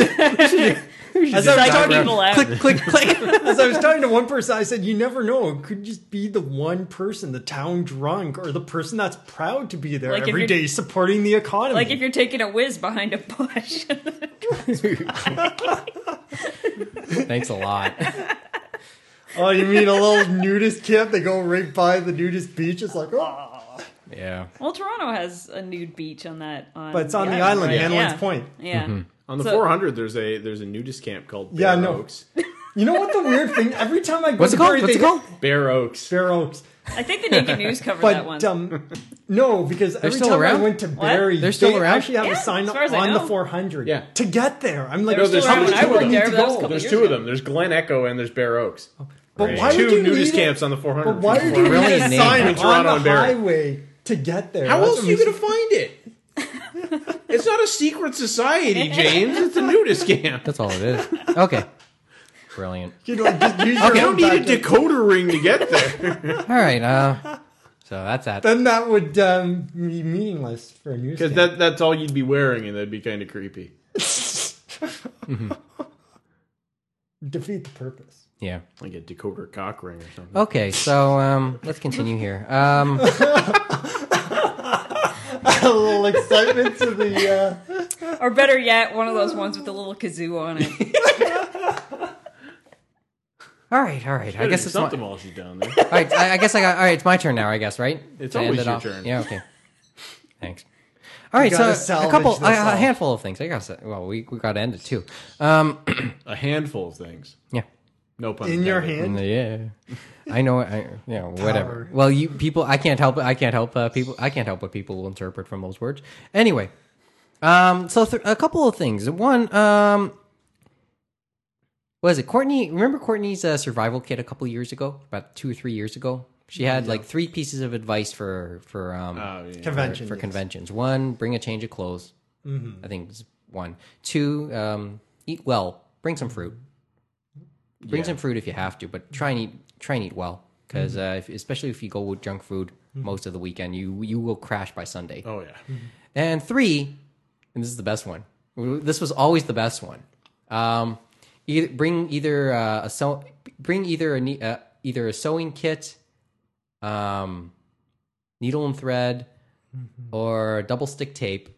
S1: you
S6: As
S1: just
S6: I was
S1: drive
S5: talking
S1: around.
S5: people out.
S1: click, click, click.
S6: As I was talking to one person, I said, "You never know. It could just be the one person, the town drunk, or the person that's proud to be there
S5: Like if
S6: every
S5: you're-
S6: day, supporting the economy."
S5: Like if you're taking a whiz behind a bush.
S1: Thanks a lot.
S6: oh, you mean a little nudist camp? They go right by the nudist beach. It's like, oh,
S1: Yeah.
S5: well, Toronto has a nude beach on that. On
S6: but it's on the island,
S5: right?
S6: Hanlon's
S5: Yeah.
S6: Point.
S5: Yeah.
S4: On the
S5: So-
S4: 400, there's a there's a nudist camp called Bear
S6: Yeah, I know.
S4: Oaks.
S6: You know what the weird thing? Every time I go
S1: What's it
S6: to
S1: called?
S6: Barrie,
S1: What's
S6: they
S1: it called?
S4: Bear Oaks.
S6: Fair Oaks.
S5: I think the Naked News covered that one.
S6: But um, no, because every
S1: still
S6: time
S1: around?
S6: I went to Barry,
S1: They're still
S6: they
S1: around?
S6: actually have
S5: Yeah,
S6: a sign
S5: as
S6: up
S5: far as I
S6: on the
S5: know.
S6: 400
S4: Yeah.
S6: to get there. I'm like,
S4: No, there's
S6: how
S4: still
S6: much
S4: around. I
S6: do
S4: went
S6: I need
S5: there,
S6: to
S5: but that was
S6: go?
S5: a couple-
S4: There's
S5: years
S4: two of
S5: ago.
S4: them. There's Glen Echo and there's Bear Oaks.
S6: But why would
S4: two
S6: you
S4: nudist
S6: need it?
S4: camps on the 400.
S6: But why
S4: between
S6: would you
S1: Really
S6: need a
S1: name.
S6: sign on
S4: Between Toronto
S6: the
S4: and Barrie.
S6: highway to get there?
S4: How
S6: That's
S4: else are you
S6: amazing.
S4: gonna find it? it's not a secret society, James. It's a nudist camp.
S1: That's all it is. Okay. Brilliant.
S6: You know, just use
S1: Okay.
S6: your
S4: You don't
S6: own
S4: need a
S6: back-
S4: decoder ring to get there.
S1: All right. Uh, so that's that.
S6: Then that would um, be meaningless for a news.
S4: Because
S6: camp.
S4: that that's all you'd be wearing, and that'd be kind of creepy.
S6: defeat the purpose.
S1: Yeah.
S4: Like a decoder cock ring or something.
S1: Okay. So um, let's continue here. Um,
S6: a little excitement to the. Uh,
S5: Or better yet, one of those ones with a little kazoo on it.
S1: all right. All right. I guess it's my,
S4: something
S1: all
S4: while she's down there.
S1: right. I, I guess I got. All right. It's my turn now. I guess right.
S4: It's
S1: To end
S4: always
S1: it
S4: your
S1: off.
S4: turn.
S1: Yeah. Okay. Thanks. All right.
S6: gotta
S1: So a
S6: salvage
S1: couple,
S6: this
S1: a, a
S6: all.
S1: handful of things. I guess. Well, we we got to end it too. Um.
S4: A handful of things.
S1: Yeah.
S4: No pun.
S6: in your
S4: intended.
S6: hand.
S1: Yeah. I know. I yeah. Whatever.
S6: Power.
S1: Well, you people. I can't help. I can't help uh, people. I can't help what people will interpret from those words. Anyway, um. So th- a couple of things. One. Um. Was it Courtney? Remember Courtney's uh, survival kit a couple years ago, about two or three years ago. She had like three pieces of advice for for um
S4: Oh, yeah.
S6: Convention.
S1: for
S6: yes.
S1: conventions. One, bring a change of clothes. I think it's one. Two, um, eat well. Bring some fruit. Bring some fruit if you have to, but try and eat try and eat well because uh, if, especially if you go with junk food most of the weekend, you you will crash by Sunday.
S4: Oh yeah.
S1: And three, and this is the best one. This was always the best one. Um, either, bring either uh, a sew, bring either a ne- uh, either a sewing kit, um, needle and thread,
S5: Mm-hmm.
S1: or double stick tape.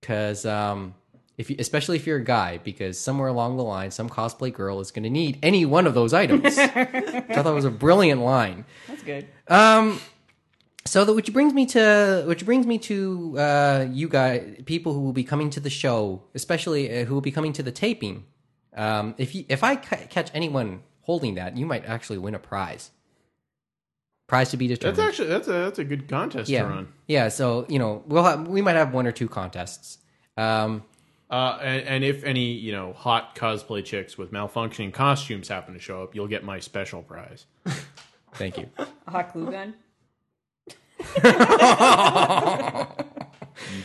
S1: Because um, if you, especially if you're a guy, because somewhere along the line, some cosplay girl is going to need any one of those items. Which I thought that was a brilliant line.
S5: That's good.
S1: Um, so that which brings me to which brings me to uh, you guys, people who will be coming to the show, especially uh, who will be coming to the taping. Um, if you, if I ca- catch anyone holding that, you might actually win a prize. Prize to be determined.
S4: That's actually that's a that's a good contest
S1: yeah,
S4: to run.
S1: yeah. So you know, we'll have, we might have one or two contests. Um,
S4: Uh, and, and if any you know hot cosplay chicks with malfunctioning costumes happen to show up, you'll get my special prize.
S1: thank you.
S5: A hot glue gun.
S4: You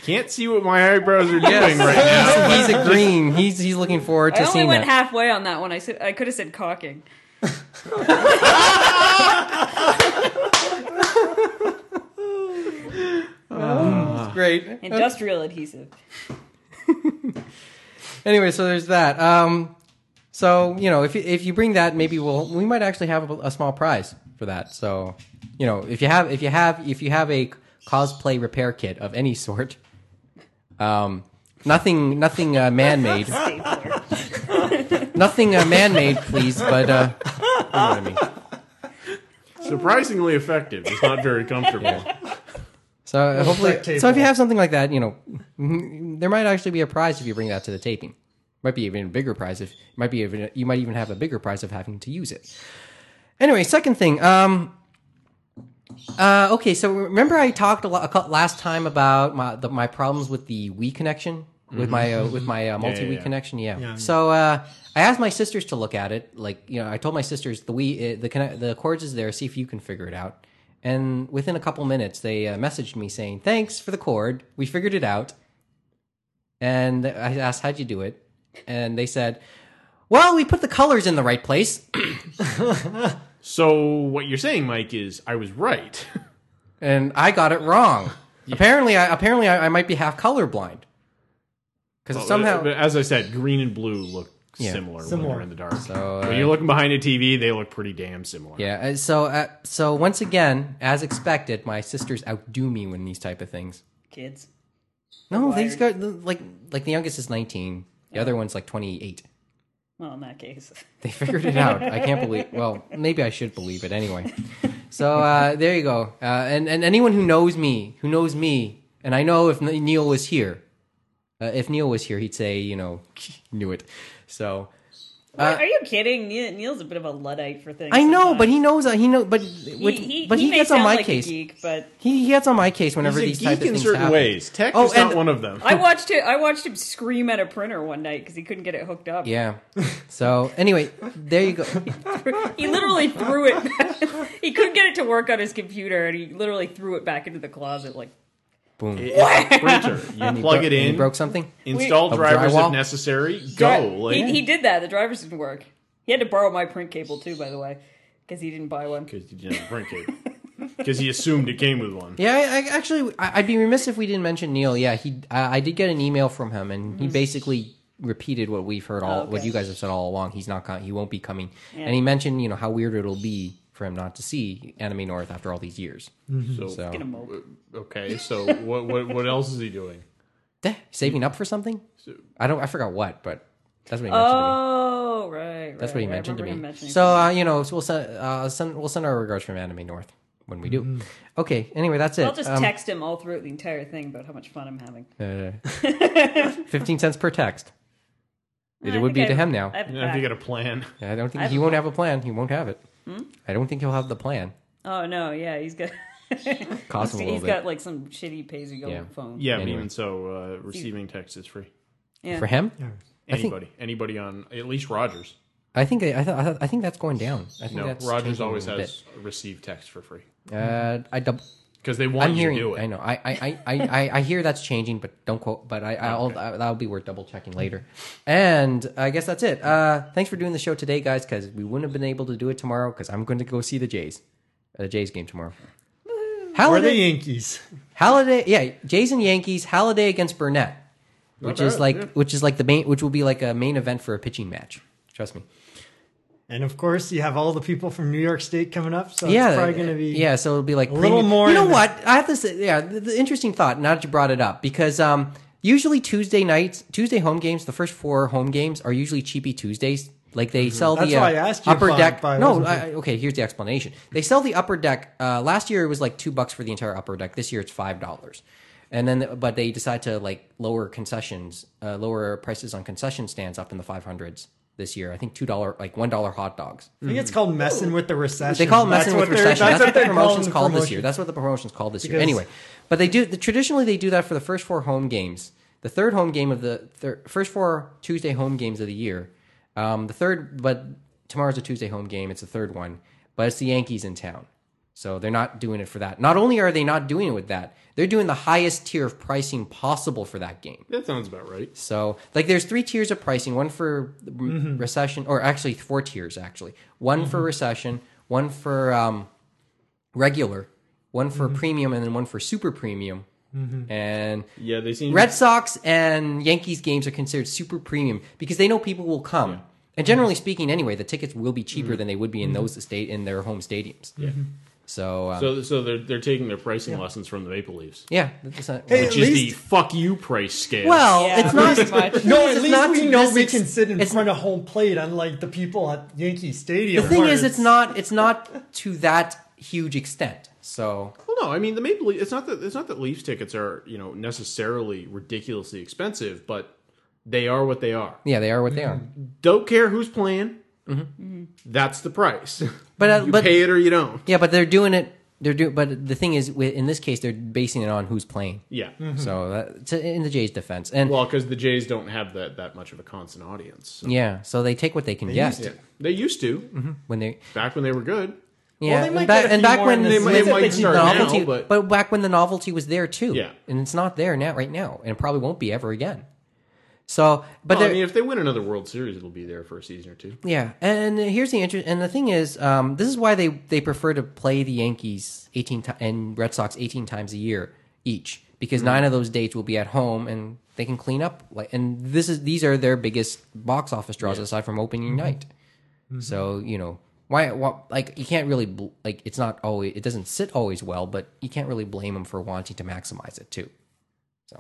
S4: can't see what my eyebrows are doing right now.
S1: he's agreeing. He's he's looking forward to
S5: I only
S1: seeing
S5: went
S1: that.
S5: halfway on that one. I said I could have said cocking.
S1: great.
S5: Industrial adhesive.
S1: anyway, so there's that. Um, so you know, if you- if you bring that, maybe we'll we might actually have a, a small prize for that. So you know, if you have if you have if you have a cosplay repair kit of any sort, um, nothing nothing uh, man made,
S5: Stapler.
S1: nothing uh, man made, please. But uh, you know what I mean.
S4: Surprisingly effective. It's not very comfortable.
S1: So uh, hopefully,
S6: duct
S1: so if you
S6: tape.
S1: have something like that, you know, mm, there might actually be a prize if you bring that to the taping. Might be even a bigger prize if might be even you might even have a bigger prize of having to use it. Anyway, second thing. Um, uh, okay, so remember I talked a lot last time about my the, my problems with the Wii connection with my uh, with my uh, multi Wii
S4: yeah.
S1: connection. Yeah. So uh, I asked my sisters to look at it. Like you know, I told my sisters the Wii uh, the conne- the cords is there. See if you can figure it out. And within a couple minutes, they uh, messaged me saying, "Thanks for the cord. We figured it out." And I asked, how'd you do it? And they said, well, we put the colors in the right place.
S4: So what you're saying, Mike, is I was right.
S1: and I got it wrong. Apparently, I, apparently I, I might be half colorblind. Because somehow.
S4: But as I said, green and blue look
S1: Yeah.
S4: similar, when
S6: Similar.
S4: they're in the dark.
S1: So, uh,
S4: when you're looking behind a TV, they look pretty damn similar.
S1: Yeah. uh, So uh, so once again, as expected, my sisters outdo me when these type of things.
S5: Kids.
S1: No, these guys like like the youngest is 19, the other one's like 28.
S5: Well, in that case,
S1: They figured it out. I can't believe. Well, maybe I should believe it anyway. So uh, there you go. Uh, and and anyone who knows me, who knows me, and I know if Neil was here, uh, if Neil was here, he'd say, you know, knew it. So
S5: are you kidding? Ne- Neil's a bit of a luddite for things.
S1: Uh, I know, but he knows. uh, He know, but
S5: sometimes. he, he,
S1: but he,
S5: may
S1: gets on
S5: sound
S1: my
S5: like a
S1: case.
S5: geek, but
S1: He, he gets on my case
S4: He's
S1: whenever
S4: a
S1: these type of
S4: geek in
S1: things
S4: certain
S1: happen.
S4: ways. Tech
S1: Oh,
S4: is not
S1: and-
S4: one of them.
S5: I watched it. I watched him scream at a printer one night because he couldn't get it hooked up.
S1: Yeah. So anyway, there you go.
S5: He literally threw it. he couldn't get it to work on his computer, and he literally threw it back into the closet. Like
S1: Boom.
S4: It- it's a printer. You plug
S1: Bro-
S4: it
S1: and He
S4: in,
S1: broke something.
S4: install
S1: Of
S4: drivers
S1: drywall?
S4: if necessary. Go.
S5: Dri-
S4: Like,
S5: he, he did that. The drivers didn't work. He had to borrow my print cable too, by the way, because he didn't buy one.
S4: because he didn't print it. Because he assumed it came with one.
S1: Yeah, I, I actually, I, I'd be remiss if we didn't mention Neil. Yeah, he. I, I did get an email from him, and he basically repeated what we've heard all,
S5: Oh, Mm-hmm. okay.
S1: what you guys have said all along. He's not, com- he won't be coming, and he mentioned, you know, how weird it'll be for him not to see Anime North after all these years.
S4: So,
S1: So,
S5: Get him over.
S4: okay, so what, what what else is he doing?
S1: Deh, eh, saving up for something. I don't, I forgot what, but that's what he mentioned. to me.
S5: Oh right, right,
S1: That's what he
S5: right. I
S1: mentioned to
S5: remember him
S1: me.
S5: mentioning
S1: So uh, you know, so we'll send, uh, send we'll send our regards from Anime North when we do.
S4: Mm-hmm.
S1: Okay. Anyway, that's it.
S5: I'll just
S1: Um,
S5: text him all throughout the entire thing about how much fun I'm having.
S1: uh, Fifteen cents per text. It
S5: I
S1: would be
S5: think
S1: to
S5: I-
S1: him now.
S5: I have
S4: You know, if you
S5: back.
S4: got a plan.
S1: I don't think
S5: have
S1: he
S5: a Hmm?
S1: won't have a plan. He won't have it. I don't think he'll have the plan.
S5: Oh no, yeah, he's got.
S1: Cost him a
S5: he's
S1: little bit.
S5: got like some shitty pay as you go
S1: Yeah.
S5: phone.
S4: Yeah, but
S1: Anyway.
S4: even so, uh, receiving text is free.
S5: Yeah.
S1: For him, think-
S4: Anybody, anybody on at least Rogers.
S1: I think I, th- I, th- I think that's going down. I think
S4: No,
S1: that's
S4: Rogers
S1: changing a
S4: always
S1: little
S4: has received text for free
S1: bit. Uh, I dub-
S4: because they want
S1: I'm
S4: you
S1: hearing.
S4: to do it.
S1: I know. I I, I, I, I I hear that's changing, but don't quote. But I, I'll I, that'll be worth double checking later. And I guess that's it. Uh, thanks for doing the show today, guys, because we wouldn't have been able to do it tomorrow because I'm going to go see the Jays, uh, the Jays game tomorrow.
S6: Or the
S1: Holiday,
S6: Yankees.
S1: Halliday, yeah, Jays and Yankees. Halliday against Burnett, which is
S4: bad,
S1: like
S4: yeah.
S1: which is like the main, which will be like a main event for a pitching match. Trust me.
S6: And of course, you have all the people from New York State coming up, so
S1: yeah, uh,
S6: it's probably going to be
S1: yeah. So it'll be like
S6: little
S1: premium-
S6: more
S1: You know
S6: in the-
S1: what? I have to say, yeah. The, the interesting thought. Now that you brought it up, because um, usually Tuesday nights, Tuesday home games, the first four home games are usually cheapy Tuesdays. Like they sell
S6: Mm-hmm. That's
S1: the uh,
S6: why I asked you
S1: upper
S6: if I-
S1: deck.
S6: if I
S1: no,
S6: wasn't
S1: I, I- okay. Here's the explanation. They sell the upper deck. Uh, last year it was like two bucks for the entire upper deck. This year it's five dollars. And then, uh, but they decide to like lower concessions, uh, lower prices on concession stands up in the five hundreds this year. I think two dollar, like one dollar hot dogs.
S6: I think it's called messing with the recession.
S1: They call it messing
S6: That's
S1: with
S6: what they're-
S1: recession. That's, what the
S6: they're calling
S1: promotion's
S6: the
S1: called this
S6: promotion.
S1: year. That's what the promotion's called this year.
S6: Because-
S1: Anyway, but they do the, traditionally they do that for the first four home games. The third home game of the thir- first four Tuesday home games of the year. Um, the third, but tomorrow's a Tuesday home game. It's the third one, but it's the Yankees in town, so they're not doing it for that. Not only are they not doing it with that, they're doing the highest tier of pricing possible for that game.
S4: That sounds about right.
S1: So, like, there's three tiers of pricing: one for the r-
S6: Mm-hmm.
S1: recession, or actually four tiers. Actually, one for recession, one for um, regular, one
S6: Mm-hmm.
S1: for premium, and then one for super premium. And
S4: Yeah, they seem
S1: Red Sox and Yankees games are considered super premium because they know people will come. And generally speaking, anyway, the tickets will be cheaper
S6: Mm-hmm.
S1: than they would be in those state in their home stadiums. Yeah. So, um,
S4: So so they're they're taking their pricing lessons from the Maple Leafs,
S1: yeah, that's not,
S6: Hey,
S4: which
S6: at
S4: is the
S6: least,
S4: fuck you price scale.
S1: well,
S5: Yeah,
S1: it's not.
S5: pretty much.
S6: no,
S1: it's
S6: at least
S1: not
S6: we
S1: to
S6: know
S1: this
S6: we
S1: ex-
S6: can sit in
S1: it's-
S6: front of home plate, unlike the people at Yankee Stadium.
S1: The thing
S6: where
S1: is, it's not it's not to that huge extent. So
S4: Well, no, I mean the Maple Leaf. It's not that it's not that Leafs tickets are you know necessarily ridiculously expensive, but they are what they are.
S1: yeah, they are what they are.
S4: Don't care who's playing. Mm-hmm. That's the price.
S1: But uh,
S4: you
S1: Mm-hmm. but
S4: pay it or you don't.
S1: yeah, but they're doing it. They're doing. But the thing is, wi- in this case, they're basing it on who's playing.
S4: Yeah.
S1: So that, to, in the Jays' defense, and
S4: Mm-hmm. Well, because the Jays don't have that that much of a constant audience. so-
S1: yeah, so they take what they can get
S4: Yeah. They used to
S1: when they
S4: back when they were good.
S1: yeah,
S6: they
S1: and
S6: might
S1: back,
S6: get a
S1: and
S6: few
S1: back
S6: more
S1: when
S6: in
S1: the,
S6: this
S1: when
S4: They
S1: the
S4: might start now,
S1: novelty,
S4: but-
S1: back when the novelty was there too.
S4: Yeah.
S1: and it's not there now right now, and it probably won't be ever again. So, but
S4: But I
S1: there-
S4: mean, if they win another World Series, it'll be there for a season or two.
S1: Yeah, and here's the interest. And the thing is, um, this is why they they prefer to play the Yankees eighteen ti- and Red Sox eighteen times a year each, because nine of those dates will be at home, and they can clean up. Like, and this is these are their biggest box office draws aside from opening night. So you know why, why like you can't really bl- like it's not always it doesn't sit always well, but you can't really blame them for wanting to maximize it too. So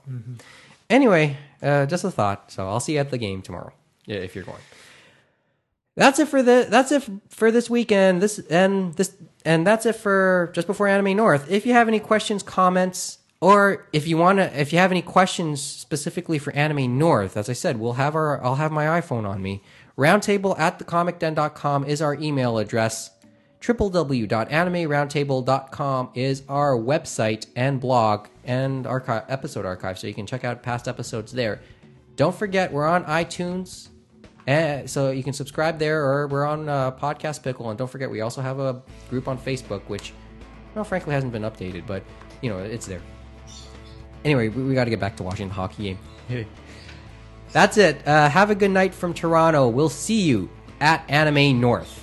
S1: anyway, uh, just a thought. So I'll see you at the game tomorrow. Yeah, if you're going that's it for the that's it for this weekend this and this and that's it for just before anime north if you have any questions comments or if you want to if you have any questions specifically for anime north as i said we'll have our i'll have my iphone on me roundtable at thecomicden.com is our email address www.animeroundtable.com is our website and blog and archive, episode archive so you can check out past episodes there don't forget we're on itunes Eh, so you can subscribe there, or we're on uh, Podcast Pickle, and don't forget we also have a group on Facebook, which, well, frankly, hasn't been updated, but you know it's there. Anyway, we, we got to get back to watching the hockey game. That's it. Uh, have a good night from Toronto. We'll see you at Anime North.